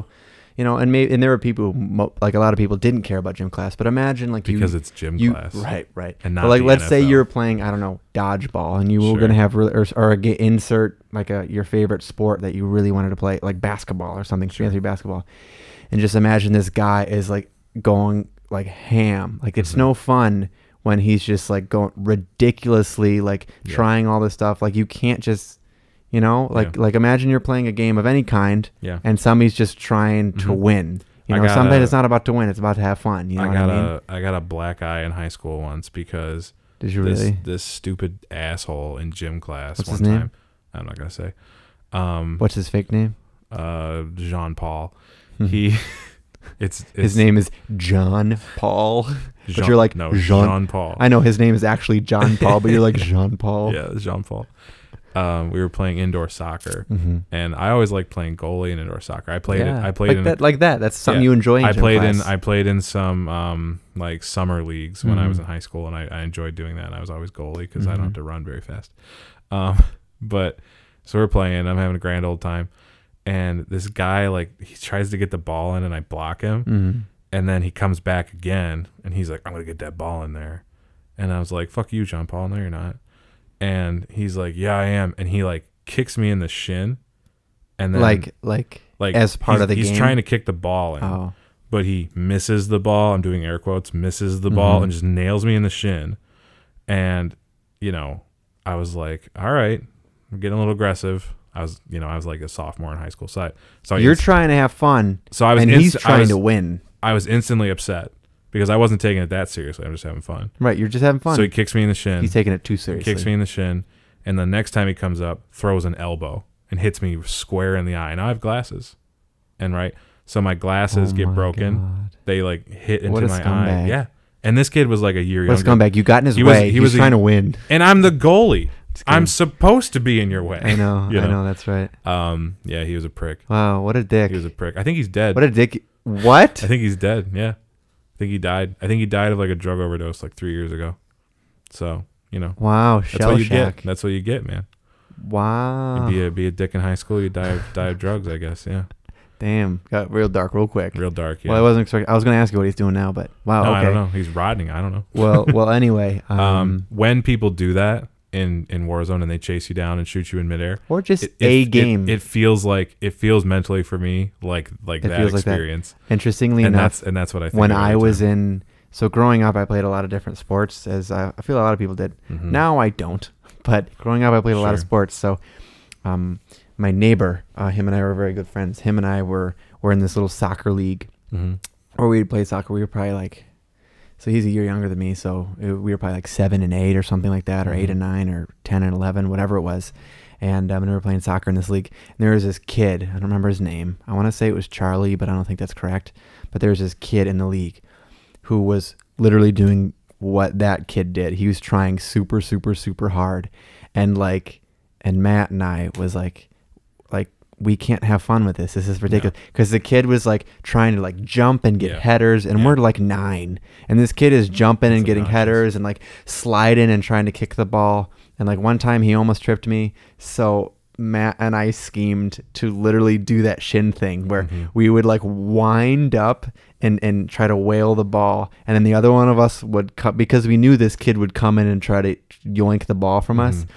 [SPEAKER 2] you know and maybe and there were people who mo- like a lot of people didn't care about gym class but imagine like you
[SPEAKER 1] because it's gym
[SPEAKER 2] you,
[SPEAKER 1] class.
[SPEAKER 2] Right, right.
[SPEAKER 1] And
[SPEAKER 2] But
[SPEAKER 1] not
[SPEAKER 2] like,
[SPEAKER 1] the
[SPEAKER 2] let's say
[SPEAKER 1] NFL.
[SPEAKER 2] you're playing, I don't know, dodgeball, and you were
[SPEAKER 1] Sure.
[SPEAKER 2] gonna have really, or, or get insert like a your favorite sport that you really wanted to play, like basketball or something,
[SPEAKER 1] Sure.
[SPEAKER 2] fancy basketball, and just imagine this guy is like going like ham, like it's
[SPEAKER 1] Mhm.
[SPEAKER 2] no fun when he's just like going ridiculously, like
[SPEAKER 1] Yeah.
[SPEAKER 2] trying all this stuff, like you can't just. You know, like
[SPEAKER 1] Yeah.
[SPEAKER 2] like imagine you're playing a game of any kind,
[SPEAKER 1] Yeah.
[SPEAKER 2] and somebody's just trying to
[SPEAKER 1] Mhm.
[SPEAKER 2] win. You
[SPEAKER 1] I
[SPEAKER 2] know,
[SPEAKER 1] got
[SPEAKER 2] sometimes
[SPEAKER 1] a-
[SPEAKER 2] it's not about to win; it's about to have fun. You know
[SPEAKER 1] I
[SPEAKER 2] what
[SPEAKER 1] got
[SPEAKER 2] I mean?
[SPEAKER 1] a I got a black eye in high school once because
[SPEAKER 2] Did you
[SPEAKER 1] this
[SPEAKER 2] really?
[SPEAKER 1] this stupid asshole in gym class
[SPEAKER 2] What's
[SPEAKER 1] one
[SPEAKER 2] his name?
[SPEAKER 1] time. I'm not gonna say. Um,
[SPEAKER 2] What's his fake name?
[SPEAKER 1] uh, Jean Paul.
[SPEAKER 2] Mhm.
[SPEAKER 1] he It's, it's
[SPEAKER 2] His name is John Paul.
[SPEAKER 1] Jean,
[SPEAKER 2] but you're like
[SPEAKER 1] no
[SPEAKER 2] Jean.
[SPEAKER 1] Jean Paul.
[SPEAKER 2] I know his name is actually John Paul, but you're like Jean Paul.
[SPEAKER 1] Yeah, Jean Paul. Um, we were playing indoor soccer,
[SPEAKER 2] hmm
[SPEAKER 1] and I always like playing goalie in indoor soccer. I played it. I played
[SPEAKER 2] like
[SPEAKER 1] in
[SPEAKER 2] that. Like that. That's something
[SPEAKER 1] Yeah.
[SPEAKER 2] you enjoy. In
[SPEAKER 1] I
[SPEAKER 2] gym
[SPEAKER 1] played in
[SPEAKER 2] class.
[SPEAKER 1] I played in some um, like summer leagues when I was
[SPEAKER 2] Mhm.
[SPEAKER 1] in high school, and I, I enjoyed doing that. And I was always goalie because I don't
[SPEAKER 2] Mhm.
[SPEAKER 1] have to run very fast. Um, but so we're playing. I'm having a grand old time, and this guy like he tries to get the ball in, and I block him,
[SPEAKER 2] Mhm.
[SPEAKER 1] and then he comes back again, and he's like, "I'm gonna get that ball in there," and I was like, "Fuck you, John Paul. No, you're not." And he's like, "Yeah, I am," and he like kicks me in the shin, and then
[SPEAKER 2] like like
[SPEAKER 1] like
[SPEAKER 2] as part
[SPEAKER 1] he's-
[SPEAKER 2] of the
[SPEAKER 1] he's
[SPEAKER 2] game.
[SPEAKER 1] trying to kick the ball in
[SPEAKER 2] oh
[SPEAKER 1] but he misses the ball. I'm doing air quotes, misses the ball
[SPEAKER 2] Mhm.
[SPEAKER 1] and just nails me in the shin. And, you know, I was like, all right, I'm getting a little aggressive. I was, you know, I was like a sophomore in high school. So I, so I,
[SPEAKER 2] you're
[SPEAKER 1] inst-
[SPEAKER 2] trying to have fun
[SPEAKER 1] so Oh, I was,
[SPEAKER 2] and
[SPEAKER 1] inst-
[SPEAKER 2] he's
[SPEAKER 1] I
[SPEAKER 2] trying
[SPEAKER 1] was,
[SPEAKER 2] to win
[SPEAKER 1] I was instantly upset because I wasn't taking it that seriously. I'm just having fun.
[SPEAKER 2] right you're just having fun
[SPEAKER 1] So he kicks me in the shin,
[SPEAKER 2] he's taking it too
[SPEAKER 1] He
[SPEAKER 2] seriously
[SPEAKER 1] kicks me in the shin. And the next time he comes up, throws an elbow and hits me square in the eye. Now I have glasses. And right. So my glasses
[SPEAKER 2] Oh
[SPEAKER 1] get
[SPEAKER 2] my
[SPEAKER 1] broken
[SPEAKER 2] God.
[SPEAKER 1] they like hit into
[SPEAKER 2] What a
[SPEAKER 1] my eye.
[SPEAKER 2] scumbag.
[SPEAKER 1] Yeah. And this kid was like a year
[SPEAKER 2] what a
[SPEAKER 1] younger.
[SPEAKER 2] scumbag you got in his
[SPEAKER 1] He was-
[SPEAKER 2] way
[SPEAKER 1] he
[SPEAKER 2] he
[SPEAKER 1] was
[SPEAKER 2] was
[SPEAKER 1] a-
[SPEAKER 2] trying to win
[SPEAKER 1] And I'm the goalie.
[SPEAKER 2] Just kidding.
[SPEAKER 1] I'm supposed to be in your way.
[SPEAKER 2] I know,
[SPEAKER 1] you
[SPEAKER 2] I know that's right
[SPEAKER 1] Um yeah, he was a prick.
[SPEAKER 2] wow what a dick
[SPEAKER 1] He was a prick. I think he's dead.
[SPEAKER 2] what
[SPEAKER 1] I
[SPEAKER 2] a dick what
[SPEAKER 1] think he's dead. Yeah. I think he died. I think he died of like a drug overdose like 3 years ago. So, you know.
[SPEAKER 2] wow
[SPEAKER 1] That's
[SPEAKER 2] shell Ah.
[SPEAKER 1] what you
[SPEAKER 2] shock
[SPEAKER 1] get. That's what you get, man. You
[SPEAKER 2] wow
[SPEAKER 1] Be a be a dick in high school, you die of die of drugs, I guess. Yeah.
[SPEAKER 2] damn got real dark real quick
[SPEAKER 1] Real dark, yeah.
[SPEAKER 2] well I wasn't expecting I was gonna ask you what he's doing now but wow
[SPEAKER 1] no,
[SPEAKER 2] okay
[SPEAKER 1] I don't know. He's rotting. I don't know.
[SPEAKER 2] well well anyway um,
[SPEAKER 1] Um, when people do that in in Warzone and they chase you down and shoot you in midair,
[SPEAKER 2] or just
[SPEAKER 1] it- it-
[SPEAKER 2] a
[SPEAKER 1] it-
[SPEAKER 2] game
[SPEAKER 1] It, feels like it feels mentally for me like like
[SPEAKER 2] It
[SPEAKER 1] that
[SPEAKER 2] feels like that.
[SPEAKER 1] experience,
[SPEAKER 2] interestingly
[SPEAKER 1] and
[SPEAKER 2] enough
[SPEAKER 1] that's and that's what I think
[SPEAKER 2] when I was in so growing up, I played a lot of different sports, as I, I feel a lot of people did.
[SPEAKER 1] Mm-hmm.
[SPEAKER 2] Now I don't, but growing up, I played a lot of
[SPEAKER 1] Mm. Sure.
[SPEAKER 2] sports. So, um, my neighbor, uh, him and I were very good friends. Him and I were were in this little soccer league,
[SPEAKER 1] hmm
[SPEAKER 2] or we'd play soccer. We were probably like, so he's a year younger than me, so it, we were probably like seven and eight or something like that, or eight
[SPEAKER 1] Mhm.
[SPEAKER 2] and nine, or ten and eleven, whatever it was. And um, and we were playing soccer in this league. And there was this kid. I don't remember his name. I want to say it was Charlie, but I don't think that's correct. But there was this kid in the league who was literally doing what that kid did. He was trying super, super, super hard, and like, and Matt and I was like, like we can't have fun with this. This is ridiculous. Because the kid was like trying to like jump and get
[SPEAKER 1] Yeah.
[SPEAKER 2] headers, and
[SPEAKER 1] Yeah.
[SPEAKER 2] we're like nine, and this kid is jumping and
[SPEAKER 1] That's
[SPEAKER 2] getting
[SPEAKER 1] obnoxious.
[SPEAKER 2] headers and like sliding and trying to kick the ball. And like one time, he almost tripped me. So. Matt and I schemed to literally do that shin thing where
[SPEAKER 1] Mhm.
[SPEAKER 2] we would like wind up and and try to whale the ball and then the other one of us would cut because we knew this kid would come in and try to yoink the ball from us
[SPEAKER 1] Mhm.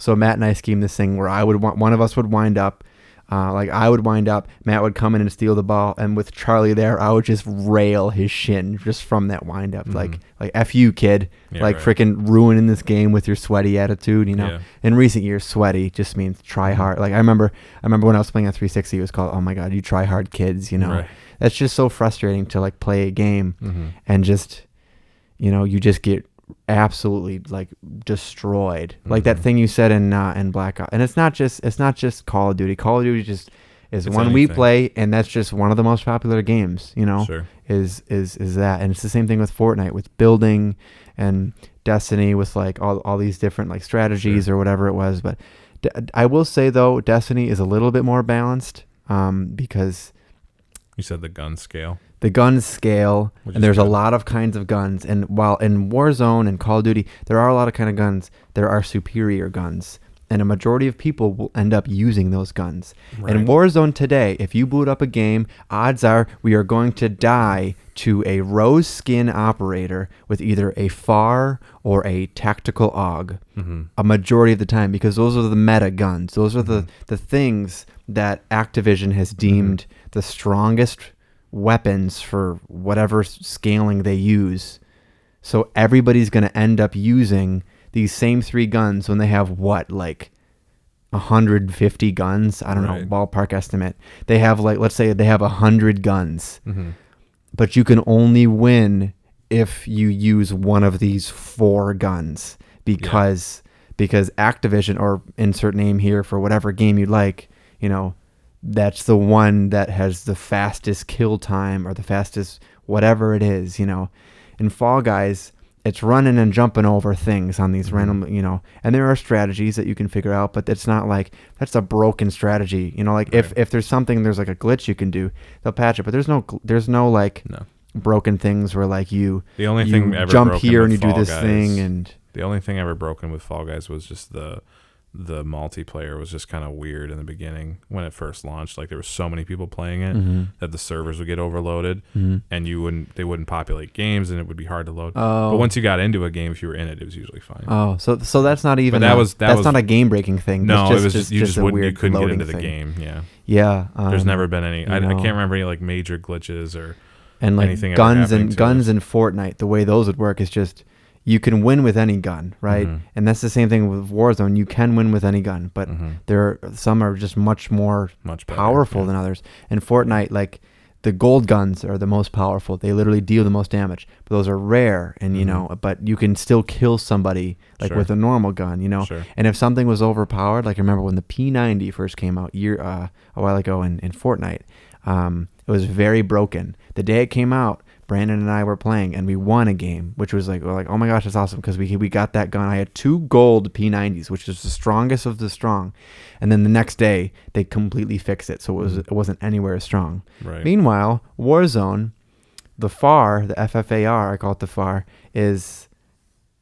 [SPEAKER 2] so matt and i schemed this thing where i would want one of us would wind up uh, like i would wind up matt would come in and steal the ball and with charlie there i would just rail his shin just from that wind up
[SPEAKER 1] Mhm.
[SPEAKER 2] like like f you kid
[SPEAKER 1] Yeah,
[SPEAKER 2] like
[SPEAKER 1] right.
[SPEAKER 2] freaking ruining this game with your sweaty attitude you know
[SPEAKER 1] Yeah.
[SPEAKER 2] in recent years, sweaty just means try
[SPEAKER 1] Mm-hmm.
[SPEAKER 2] hard. Like I remember, I remember when I was playing on 360, it was called, "Oh my God, you try hard kids." You know,
[SPEAKER 1] Right.
[SPEAKER 2] that's just so frustrating to like play a game
[SPEAKER 1] Mhm.
[SPEAKER 2] and just, you know, you just get absolutely like destroyed. Like that
[SPEAKER 1] Mhm.
[SPEAKER 2] thing you said in uh, in Black Ops, and it's not just it's not just Call of Duty. Call of Duty just is
[SPEAKER 1] It's
[SPEAKER 2] one we
[SPEAKER 1] anything.
[SPEAKER 2] play, and that's just one of the most popular games. You know,
[SPEAKER 1] Sure.
[SPEAKER 2] is is is that and it's the same thing with Fortnite with building and Destiny with like all, all these different like strategies or whatever it was but D- I will say though Destiny is a little bit more balanced um, because
[SPEAKER 1] You said the gun scale.
[SPEAKER 2] the gun scale
[SPEAKER 1] Which is
[SPEAKER 2] and there's a
[SPEAKER 1] good.
[SPEAKER 2] lot of kinds of guns and while in Warzone and Call of Duty there are a lot of kind of guns there are superior guns and a majority of people will end up using those guns in Warzone today, if you boot up a game, odds are we are going to die to a rose skin operator with either a FAR or a tactical AUG
[SPEAKER 1] hmm
[SPEAKER 2] a majority of the time because those are the meta guns. Those are the, the things that Activision has deemed the strongest weapons for whatever s- scaling they use. So everybody's going to end up using these same three guns when they have what, like 150 guns? I don't
[SPEAKER 1] Right.
[SPEAKER 2] know, ballpark estimate. They have, like, let's say they have 100 guns
[SPEAKER 1] hmm
[SPEAKER 2] but you can only win if you use one of these four guns because because Activision or insert name here for whatever game you like, you know, that's the one that has the fastest kill time or the fastest whatever it is, you know. In Fall Guys, it's running and jumping over things on these random, you know. And there are strategies that you can figure out, but it's not like that's a broken strategy, you know. Like if
[SPEAKER 1] Right.
[SPEAKER 2] if there's something there's like a glitch you can do, they'll patch it. But there's no gl- there's no like
[SPEAKER 1] No.
[SPEAKER 2] broken things where like you
[SPEAKER 1] The only
[SPEAKER 2] you
[SPEAKER 1] thing ever
[SPEAKER 2] jump
[SPEAKER 1] broken
[SPEAKER 2] here
[SPEAKER 1] with
[SPEAKER 2] and you do
[SPEAKER 1] Fall
[SPEAKER 2] this
[SPEAKER 1] Guys-
[SPEAKER 2] thing and
[SPEAKER 1] the only thing ever broken with Fall Guys was just the the multiplayer was just kind of weird in the beginning when it first launched. Like there were so many people playing
[SPEAKER 2] Mm-hmm.
[SPEAKER 1] it that the servers would get overloaded and you wouldn't they wouldn't populate games and it would be hard to load.
[SPEAKER 2] oh
[SPEAKER 1] But once you got into a game, if you were in it, it was usually fine.
[SPEAKER 2] oh so so that's not even
[SPEAKER 1] that
[SPEAKER 2] a-
[SPEAKER 1] was- that
[SPEAKER 2] that's
[SPEAKER 1] was-
[SPEAKER 2] not a game breaking thing.
[SPEAKER 1] no,
[SPEAKER 2] That's just,
[SPEAKER 1] it was just, you just
[SPEAKER 2] a
[SPEAKER 1] wouldn't you
[SPEAKER 2] weird
[SPEAKER 1] couldn't get
[SPEAKER 2] loading
[SPEAKER 1] into the
[SPEAKER 2] thing.
[SPEAKER 1] game. Yeah,
[SPEAKER 2] Yeah,
[SPEAKER 1] there's
[SPEAKER 2] um,
[SPEAKER 1] never been any. I, I
[SPEAKER 2] no.
[SPEAKER 1] can't remember any like major glitches or
[SPEAKER 2] and like
[SPEAKER 1] anything ever
[SPEAKER 2] guns
[SPEAKER 1] happening
[SPEAKER 2] and
[SPEAKER 1] to
[SPEAKER 2] guns in Fortnite. The way those would work is just you can win with any gun, right?
[SPEAKER 1] Mhm.
[SPEAKER 2] And that's the same thing with Warzone. You can win with any gun, but
[SPEAKER 1] Mhm.
[SPEAKER 2] there are, some are just much more
[SPEAKER 1] much better,
[SPEAKER 2] powerful
[SPEAKER 1] yeah.
[SPEAKER 2] than others. And Fortnite, like the gold guns are the most powerful. They literally deal the most damage, but those are rare. And you
[SPEAKER 1] Mhm.
[SPEAKER 2] know, but you can still kill somebody like
[SPEAKER 1] Sure.
[SPEAKER 2] with a normal gun, you know.
[SPEAKER 1] Sure.
[SPEAKER 2] And if something was overpowered, like I remember when the P90 first came out year uh, a while ago in, in Fortnite, um, it was very broken. The day it came out, Brandon and I were playing and we won a game, which was like, we're like oh my gosh, that's awesome because we, we got that gun. I had two gold P90s, which is the strongest of the strong. And then the next day, they completely fixed it. So it, was, it wasn't anywhere as strong.
[SPEAKER 1] Right.
[SPEAKER 2] Meanwhile, Warzone, the FAR, the FFAR, I call it the FAR, is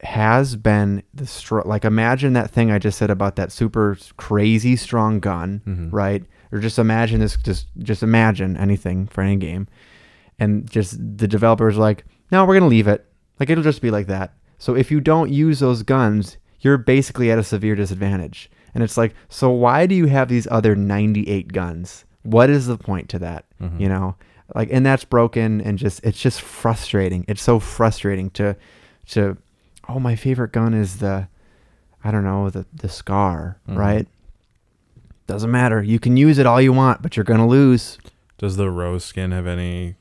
[SPEAKER 2] has been the str- like imagine that thing I just said about that super crazy strong gun,
[SPEAKER 1] Mhm.
[SPEAKER 2] right? Or just imagine this, just just imagine anything for any game, and just the developers are like, no, we're gonna leave it. Like it'll just be like that. So if you don't use those guns, you're basically at a severe disadvantage. And it's like, so why do you have these other 98 guns? What is the point to that?
[SPEAKER 1] Mhm.
[SPEAKER 2] you know like and that's broken and just it's just frustrating it's so frustrating to to oh my favorite gun is the i don't know the the scar
[SPEAKER 1] Mhm.
[SPEAKER 2] right doesn't matter you can use it all you want but you're gonna lose
[SPEAKER 1] Does the rose skin have any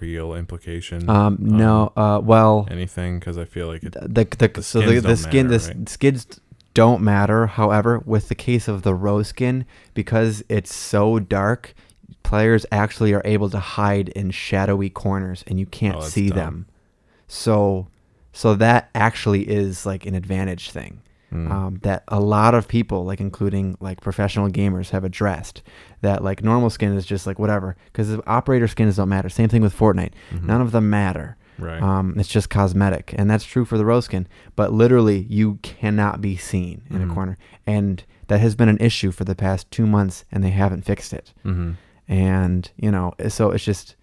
[SPEAKER 1] real implication?
[SPEAKER 2] um no uh well
[SPEAKER 1] anything? Because I feel like it.
[SPEAKER 2] the the,
[SPEAKER 1] the
[SPEAKER 2] so the,
[SPEAKER 1] skins
[SPEAKER 2] the
[SPEAKER 1] don't
[SPEAKER 2] skin
[SPEAKER 1] matter,
[SPEAKER 2] the s-
[SPEAKER 1] right?
[SPEAKER 2] skids don't matter however with the case of the rose skin because it's so dark players actually are able to hide in shadowy corners and you can't
[SPEAKER 1] Oh, that's
[SPEAKER 2] see
[SPEAKER 1] dumb.
[SPEAKER 2] them so so that actually is like an advantage thing
[SPEAKER 1] Hmm.
[SPEAKER 2] um, that a lot of people, like including like professional gamers, have addressed. That like normal skin is just like whatever, because the operator skins don't matter. Same thing with Fortnite;
[SPEAKER 1] Mhm.
[SPEAKER 2] none of them matter.
[SPEAKER 1] right.
[SPEAKER 2] Um, it's just cosmetic, and that's true for the rose skin. But literally, you cannot be seen in
[SPEAKER 1] Mhm.
[SPEAKER 2] a corner, and that has been an issue for the past two months, and they haven't fixed it.
[SPEAKER 1] mm-hmm.
[SPEAKER 2] And you know, so it's just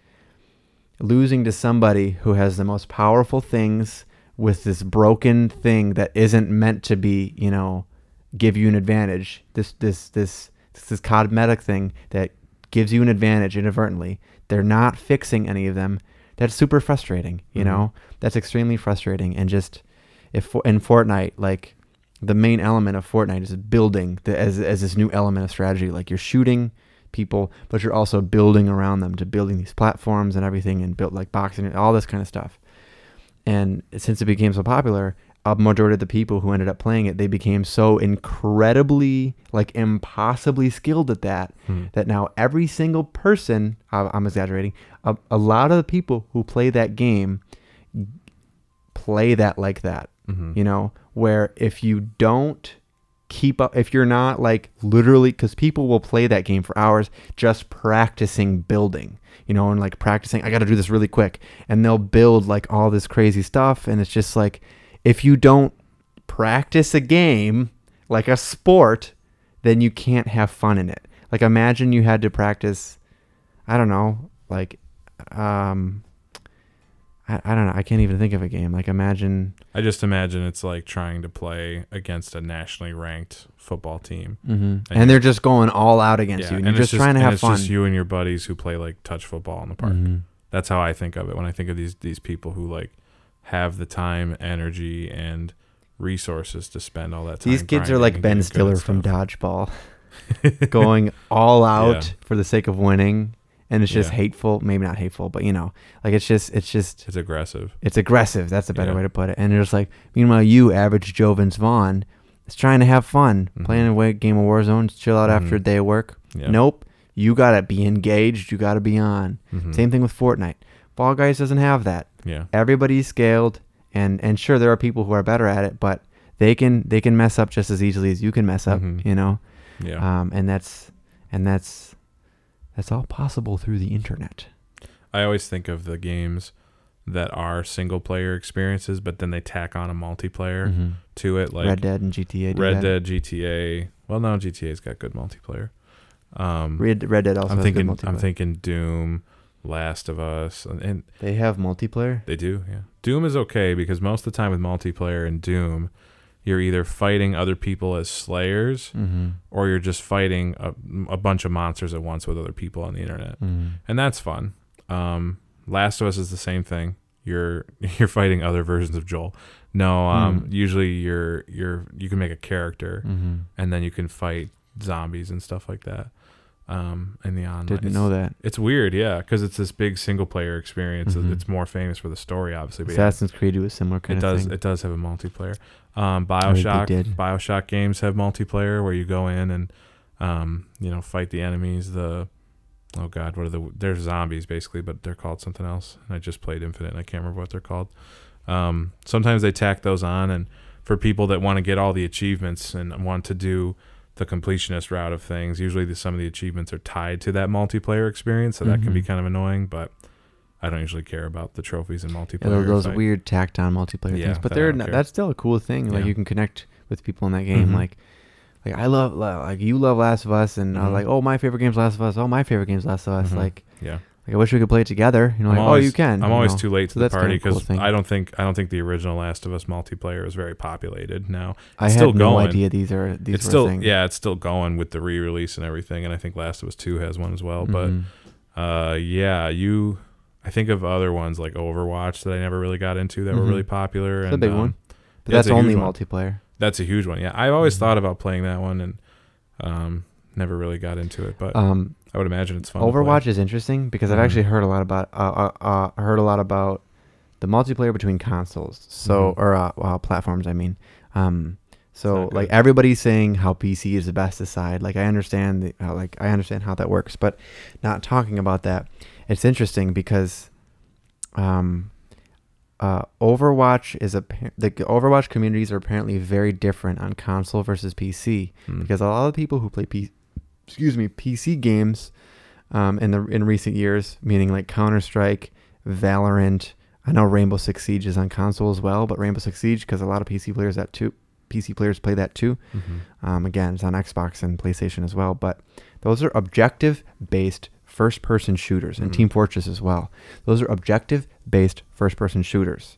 [SPEAKER 2] losing to somebody who has the most powerful things with this broken thing that isn't meant to be, you know, give you an advantage. This this this this, this cosmetic thing that gives you an advantage inadvertently. They're not fixing any of them. That's super frustrating, you
[SPEAKER 1] Mhm.
[SPEAKER 2] know? That's extremely frustrating and just if for- in Fortnite like the main element of Fortnite is building the, as as this new element of strategy like you're shooting people, but you're also building around them to building these platforms and everything and built like boxing and all this kind of stuff. And since it became so popular, a majority of the people who ended up playing it, they became so incredibly like impossibly skilled at that
[SPEAKER 1] Hmm.
[SPEAKER 2] that now every single person, I- I'm exaggerating, a, a lot of the people who play that game play that like that
[SPEAKER 1] Mm-hmm.
[SPEAKER 2] you know where if you don't keep up if you're not like literally because people will play that game for hours just practicing building you know and like practicing i gotta do this really quick and they'll build like all this crazy stuff and it's just like if you don't practice a game like a sport then you can't have fun in it like imagine you had to practice i don't know like um I, I don't know i can't even think of a game like imagine
[SPEAKER 1] I just imagine it's like trying to play against a nationally ranked football team.
[SPEAKER 2] hmm
[SPEAKER 1] And
[SPEAKER 2] And they're just going all out against you. And you're
[SPEAKER 1] it's
[SPEAKER 2] just, trying to
[SPEAKER 1] Mm-hmm. and
[SPEAKER 2] have
[SPEAKER 1] it's
[SPEAKER 2] fun.
[SPEAKER 1] just you and your buddies who play like touch football in the park.
[SPEAKER 2] Mhm.
[SPEAKER 1] That's how I think of it when I think of these these people who like have the time, energy, and resources to spend all that time.
[SPEAKER 2] These kids are
[SPEAKER 1] grinding
[SPEAKER 2] like
[SPEAKER 1] and
[SPEAKER 2] Ben
[SPEAKER 1] getting good
[SPEAKER 2] Stiller
[SPEAKER 1] at
[SPEAKER 2] from
[SPEAKER 1] stuff.
[SPEAKER 2] Dodgeball, going all out for the sake of winning. And it's just
[SPEAKER 1] Yeah.
[SPEAKER 2] hateful, maybe not hateful, but you know, like it's just, it's just,
[SPEAKER 1] It's aggressive.
[SPEAKER 2] it's aggressive. That's a better
[SPEAKER 1] Yeah.
[SPEAKER 2] way to put it. And it's like, meanwhile, you, average Joe Vince Vaughn, is trying to have fun,
[SPEAKER 1] Mhm.
[SPEAKER 2] playing a wa- game of Warzone, chill out after a
[SPEAKER 1] Mhm.
[SPEAKER 2] day of work.
[SPEAKER 1] Yeah. Mm-hmm.
[SPEAKER 2] Nope. You gotta be engaged. You gotta be on. Same thing with Fortnite. Fall Guys doesn't have that.
[SPEAKER 1] Yeah.
[SPEAKER 2] Everybody's scaled, and and sure there are people who are better at it, but they can they can mess up just as easily as you can mess up.
[SPEAKER 1] Mhm.
[SPEAKER 2] You know,
[SPEAKER 1] Yeah.
[SPEAKER 2] um, and that's and that's that's all possible through the internet.
[SPEAKER 1] I always think of the games that are single player experiences, but then they tack on a multiplayer to it, like
[SPEAKER 2] Mm. Red Dead and GTA. do
[SPEAKER 1] Red
[SPEAKER 2] that.
[SPEAKER 1] Dead, GTA. Well, no, GTA's got good multiplayer. Um,
[SPEAKER 2] Red, Red Dead also
[SPEAKER 1] I'm
[SPEAKER 2] has good
[SPEAKER 1] thinking.
[SPEAKER 2] multiplayer.
[SPEAKER 1] I'm thinking Doom, Last of Us, and, and
[SPEAKER 2] they have multiplayer.
[SPEAKER 1] they do. Yeah, Doom is okay because most of the time with multiplayer in Doom, you're either fighting other people as slayers
[SPEAKER 2] Mm-hmm.
[SPEAKER 1] or you're just fighting a, a bunch of monsters at once with other people on the internet, and that's fun. Um, Last of Us is the same thing. You're you're fighting other versions of Joel. No, um,
[SPEAKER 2] Hmm.
[SPEAKER 1] usually you're you're you can make a character
[SPEAKER 2] Mm-hmm.
[SPEAKER 1] and then you can fight zombies and stuff like that. Um, in the online,
[SPEAKER 2] Didn't
[SPEAKER 1] it's,
[SPEAKER 2] know that.
[SPEAKER 1] It's weird, yeah, because it's this big single player experience.
[SPEAKER 2] Mhm.
[SPEAKER 1] It's more famous for the story, obviously, but yeah,
[SPEAKER 2] Assassin's Creed do a similar
[SPEAKER 1] it
[SPEAKER 2] kind of
[SPEAKER 1] does
[SPEAKER 2] thing.
[SPEAKER 1] it does have a multiplayer. Um,
[SPEAKER 2] think they
[SPEAKER 1] Bioshock
[SPEAKER 2] did.
[SPEAKER 1] Bioshock games have multiplayer where you go in and um, you know fight the enemies. The oh god, what are the they're zombies basically, but they're called something else. And I just played Infinite, and I can't remember what they're called. Um, sometimes they tack those on, and for people that want to get all the achievements and want to do the completionist route of things, usually the, some of the achievements are tied to that multiplayer experience, so that can
[SPEAKER 2] Mhm.
[SPEAKER 1] be kind of annoying. But I don't usually care about the trophies and multiplayer.
[SPEAKER 2] Yeah, those- those
[SPEAKER 1] if I-
[SPEAKER 2] weird tacked on multiplayer
[SPEAKER 1] Yeah,
[SPEAKER 2] things, but
[SPEAKER 1] that I
[SPEAKER 2] they're
[SPEAKER 1] don't
[SPEAKER 2] not,
[SPEAKER 1] care.
[SPEAKER 2] that's still a cool thing. Like
[SPEAKER 1] Yeah.
[SPEAKER 2] you can connect with people in that game.
[SPEAKER 1] Mhm.
[SPEAKER 2] Like, like I love like you love Last of Us, and I was
[SPEAKER 1] Mhm.
[SPEAKER 2] like, oh my favorite game's Last of Us. Oh my favorite game's Last of Us.
[SPEAKER 1] Mhm.
[SPEAKER 2] Like,
[SPEAKER 1] yeah.
[SPEAKER 2] like I wish we could play it together. You know,
[SPEAKER 1] I'm
[SPEAKER 2] like
[SPEAKER 1] always-
[SPEAKER 2] oh you can.
[SPEAKER 1] I'm
[SPEAKER 2] you
[SPEAKER 1] always
[SPEAKER 2] know.
[SPEAKER 1] too late to
[SPEAKER 2] So
[SPEAKER 1] the
[SPEAKER 2] that's
[SPEAKER 1] party
[SPEAKER 2] kinda a cool
[SPEAKER 1] because
[SPEAKER 2] thing.
[SPEAKER 1] I don't think I don't think the original Last of Us multiplayer is very populated now.
[SPEAKER 2] I
[SPEAKER 1] it's
[SPEAKER 2] had
[SPEAKER 1] still
[SPEAKER 2] no
[SPEAKER 1] going.
[SPEAKER 2] idea these are these
[SPEAKER 1] it's
[SPEAKER 2] were
[SPEAKER 1] still
[SPEAKER 2] things.
[SPEAKER 1] yeah, it's still going with the re-release and everything, and I think Last of Us Two has one as well. oh,
[SPEAKER 2] Mhm.
[SPEAKER 1] But uh, yeah, you I think of other ones like Overwatch that I never really got into that were
[SPEAKER 2] Mhm.
[SPEAKER 1] really popular.
[SPEAKER 2] It's
[SPEAKER 1] and,
[SPEAKER 2] a big
[SPEAKER 1] um,
[SPEAKER 2] one, but
[SPEAKER 1] yeah, it's
[SPEAKER 2] that's
[SPEAKER 1] a huge
[SPEAKER 2] only
[SPEAKER 1] one.
[SPEAKER 2] multiplayer.
[SPEAKER 1] That's a huge one. Yeah, I always
[SPEAKER 2] Mhm.
[SPEAKER 1] thought about playing that one and um, never really got into it, but
[SPEAKER 2] Um,
[SPEAKER 1] I would imagine it's fun. to play.
[SPEAKER 2] Overwatch is interesting because I've
[SPEAKER 1] Mhm.
[SPEAKER 2] actually heard a lot about uh, uh, uh, heard a lot about the multiplayer between consoles, so
[SPEAKER 1] Mhm.
[SPEAKER 2] or uh, uh, platforms. I mean, um, so
[SPEAKER 1] not
[SPEAKER 2] like
[SPEAKER 1] good.
[SPEAKER 2] everybody's saying how PC is the best aside. Like I understand the, how like I understand how that works, but not talking about that. It's interesting because, um, uh, Overwatch is a the Overwatch communities are apparently very different on console versus PC
[SPEAKER 1] Mm.
[SPEAKER 2] Mm-hmm. because a lot of people who play P- excuse me PC games um, in the in recent years, meaning like Counter Strike, Valorant. I know Rainbow Six Siege is on console as well, but Rainbow Six Siege because a lot of PC players that too PC players play that too.
[SPEAKER 1] Mhm.
[SPEAKER 2] Um, again, it's on Xbox and PlayStation as well, but those are objective based first person shooters and
[SPEAKER 1] Mhm.
[SPEAKER 2] Team Fortress as well. Those are objective based first person shooters.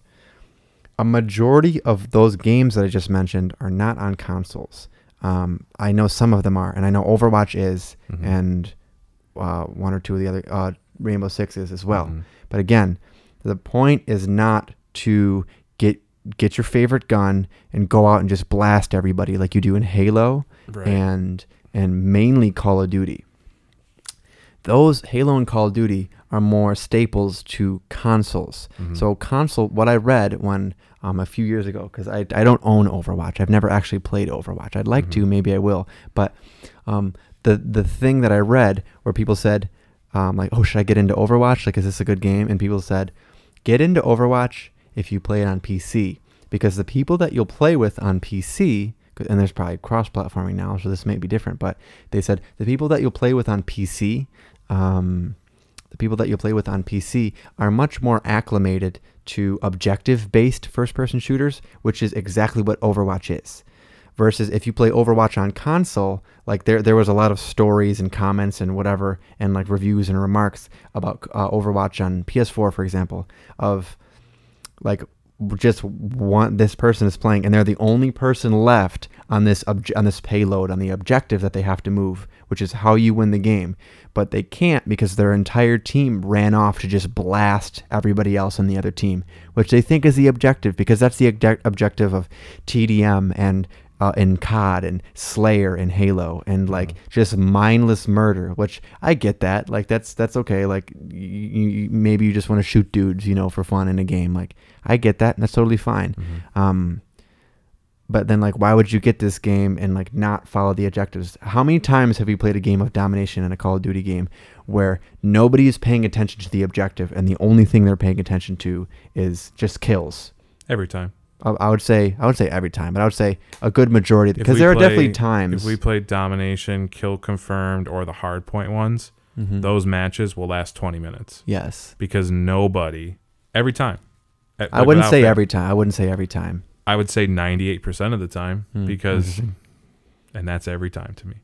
[SPEAKER 2] A majority of those games that I just mentioned are not on consoles. Um, I know some of them are, and I know Overwatch is,
[SPEAKER 1] Mhm.
[SPEAKER 2] and uh, one or two of the other uh, Rainbow Six is as well.
[SPEAKER 1] Mhm.
[SPEAKER 2] But again, the point is not to get get your favorite gun and go out and just blast everybody like you do in Halo
[SPEAKER 1] Right.
[SPEAKER 2] and and mainly Call of Duty. Those Halo and Call of Duty are more staples to consoles.
[SPEAKER 1] Mhm.
[SPEAKER 2] So console, what I read when um, a few years ago, because I, I don't own Overwatch. I've never actually played Overwatch. I'd like to, maybe I will. But um, the the thing that I read where people said, um, like, oh, should I get into Overwatch? Like, is this a good game? And people said, get into Overwatch if you play it on PC, because the people that you'll play with on PC, and there's probably cross-platforming now, so this may be different. But they said the people that you'll play with on PC. Um, the people that you play with on PC are much more acclimated to objective based first person shooters, which is exactly what Overwatch is. Versus if you play Overwatch on console, like there there was a lot of stories and comments and whatever and like reviews and remarks about uh, Overwatch on PS4, for example, of like w- just want this person is playing and they're the only person left on this obj- on this payload on the objective that they have to move which is how you win the game but they can't because their entire team ran off to just blast everybody else on the other team which they think is the objective because that's the obje- objective of TDM and uh, and COD and Slayer and Halo and like just mindless murder, which I get that. Like that's that's okay. Like you, you, maybe you just want to shoot
[SPEAKER 1] Mm-hmm.
[SPEAKER 2] dudes, you know, for fun in a game. Like I get that, and that's totally fine. Um, but then like why would you get this game and like not follow the objectives how many times have you played a game of domination in a call of duty game where nobody is paying attention to the objective and the only thing they're paying attention to is just kills
[SPEAKER 1] every time.
[SPEAKER 2] i, I would say i would say every time but i would say a good majority
[SPEAKER 1] If
[SPEAKER 2] because
[SPEAKER 1] we
[SPEAKER 2] there are
[SPEAKER 1] play-
[SPEAKER 2] definitely
[SPEAKER 1] If
[SPEAKER 2] times
[SPEAKER 1] we play domination, kill confirmed, or the hard point ones,
[SPEAKER 2] Mhm.
[SPEAKER 1] those matches will last 20 minutes
[SPEAKER 2] yes
[SPEAKER 1] because nobody every time. at-
[SPEAKER 2] i wouldn't
[SPEAKER 1] without
[SPEAKER 2] say
[SPEAKER 1] fail.
[SPEAKER 2] every time i wouldn't say every time
[SPEAKER 1] I would say 98% of the time
[SPEAKER 2] Hmm,
[SPEAKER 1] because
[SPEAKER 2] interesting.
[SPEAKER 1] and that's every time to me.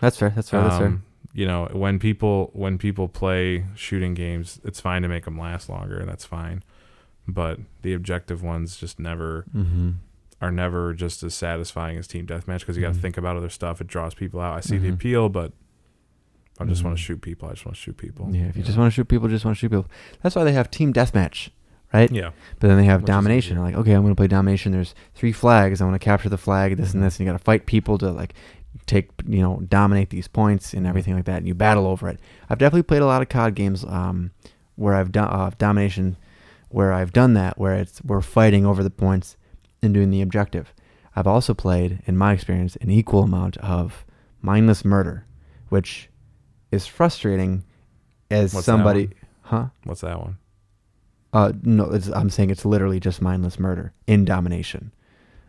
[SPEAKER 2] that's fair that's fair that's fair
[SPEAKER 1] Um, you know, when people when people play shooting games, it's fine to make them last longer, and that's fine. But the objective ones just never
[SPEAKER 2] mm-hmm.
[SPEAKER 1] are never just as satisfying as team deathmatch because you got to
[SPEAKER 2] Mhm.
[SPEAKER 1] think about other stuff. It draws people out. I see the
[SPEAKER 2] Mhm.
[SPEAKER 1] appeal, but I just want
[SPEAKER 2] Mhm.
[SPEAKER 1] to shoot people. I just want to shoot people.
[SPEAKER 2] yeah if you
[SPEAKER 1] know?
[SPEAKER 2] just want to shoot people just want to shoot people that's why they have team deathmatch right
[SPEAKER 1] yeah,
[SPEAKER 2] But then they have
[SPEAKER 1] Which is
[SPEAKER 2] domination.
[SPEAKER 1] easier.
[SPEAKER 2] Like, okay, I'm going to play domination. There's three flags. I want to capture the flag, this and this. And you got to fight people to like take, you know, dominate these points and everything like that. And you battle over it. I've definitely played a lot of COD games um, where I've done uh, domination, where I've done that, where it's we're fighting over the points and doing the objective. I've also played, in my experience, an equal amount of mindless murder, which is frustrating as
[SPEAKER 1] What's that
[SPEAKER 2] somebody,
[SPEAKER 1] one?
[SPEAKER 2] huh?
[SPEAKER 1] what's that one?
[SPEAKER 2] Uh, no, it's, I'm saying it's literally just mindless murder in domination.